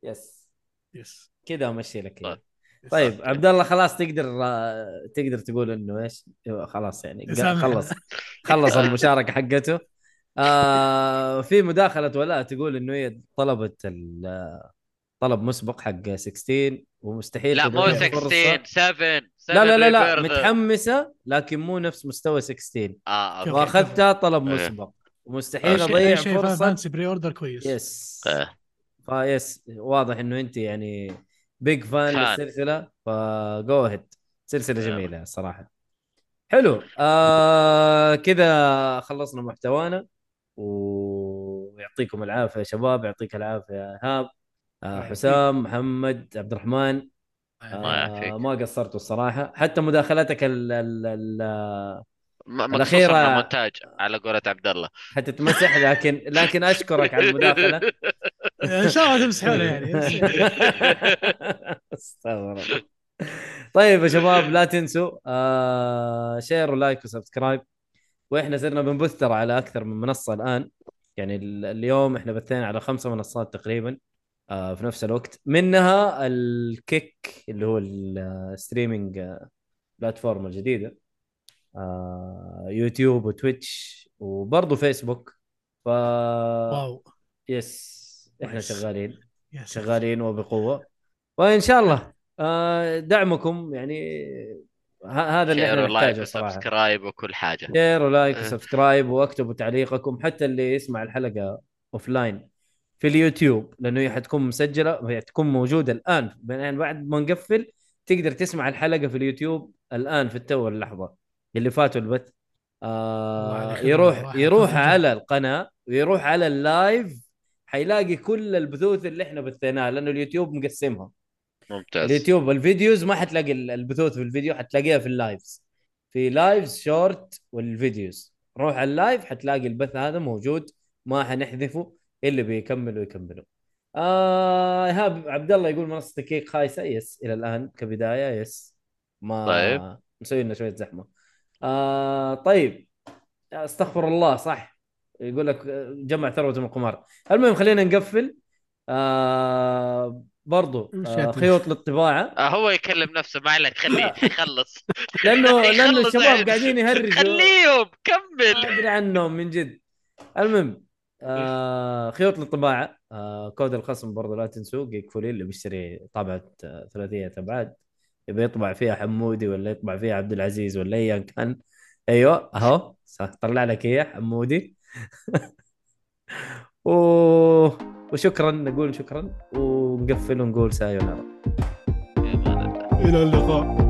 يس
يس
كذا امشي لك إياه.
طيب.
يس.
طيب عبد الله خلاص تقدر آه، تقدر تقول انه ايش خلاص يعني
سامحنا.
خلص خلص المشاركه حقته آه في مداخله ولاء تقول انه هي طلبت ال- آه، طلب مسبق حق 16 ومستحيل
لا
تضيع
مو
تضيع
الفرصة.
16 7
لا لا لا لا
7 ريفيرث.
متحمسه لكن مو نفس مستوى 16
اه اوكي
واخذ-
واخذتها طلب
إيه.
مسبق ومستحيل
أوكي.
شيء
اضيع
شيء
فرصه
فانسي بري اوردر كويس
يس
إيه.
فيس واضح انه انت يعني بيج فان
فان.
للسلسله فجو هيد سلسله جميله الصراحه حلو آه كذا خلصنا محتوانا ويعطيكم العافيه يا شباب يعطيك العافيه يا ايهاب آه حسام محمد عبد الرحمن
الله يعافيك
آه ما قصرتوا الصراحه حتى مداخلتك ال ال ال
م-
الأخيرة-
مقصوصة من مونتاج على قولة عبد الله
حتتمسح لكن لكن اشكرك على المداخله
ان شاء الله تمسحونه يعني
استغفر الله. طيب يا شباب لا تنسوا آه شير ولايك وسبسكرايب واحنا صرنا بنبث ترى على اكثر من منصه الان يعني ال- اليوم احنا بثينا على خمسه منصات تقريبا آه في نفس الوقت منها الكيك اللي هو الستريمينج آه، بلاتفورم الجديده آه يوتيوب وتويتش وبرضه فيسبوك ف
واو
يس احنا
نايس.
شغالين
يا ساتر.
شغالين وبقوه وان شاء الله آه، دعمكم يعني ه- هذا اللي
شير
احنا
ولايك
نحتاجه صراحه
وسبسكرايب وكل حاجة
شير ولايك
آه.
وسبسكرايب واكتبوا تعليقكم حتى اللي يسمع الحلقه اوف لاين في اليوتيوب لانه هي حتكون مسجله وهي تكون موجوده الان بعدين بعد ما نقفل تقدر تسمع الحلقه في اليوتيوب الان في التو اللحظه اللي فاتوا البث
الله على
آه
الخدمة
يروح
صراحة.
يروح
كنت-
على القناه ويروح على اللايف حيلاقي كل البثوث اللي احنا بثيناها لانه اليوتيوب مقسمها
ممتاز
اليوتيوب الفيديوز ما حتلاقي ال- البثوث في الفيديو حتلاقيها في اللايفز في لايفز شورت والفيديوز روح على اللايف حتلاقي البث هذا موجود ما حنحذفه اللي بيكملوا يكملوا آه ايهاب عبد الله يقول منصه الكيك خايسه يس الى الان كبدايه يس ما
طيب.
مسوي لنا شويه زحمه آه طيب استغفر الله صح يقول لك آه، جمع ثروه من القمار المهم خلينا نقفل آه برضو آه
مشيت.
خيوط للطباعه
آه، هو يكلم نفسه ما عليك خليه يخلص
لانه لانه
يخلص
الشباب
يعني.
قاعدين يهرجوا
خليهم كمل
ما ادري عنهم من جد المهم آه خيوط للطباعه آه كود الخصم برضه لا تنسوه جيك فولي اللي بيشتري طابعه آه، ثلاثيه ابعاد يبي يطبع فيها حمودي ولا يطبع فيها عبد العزيز ولا ايا كان ايوه اهو صح طلع لك اياه حمودي و... وشكرا نقول شكرا ونقفل ونقول سايونارا
الى اللقاء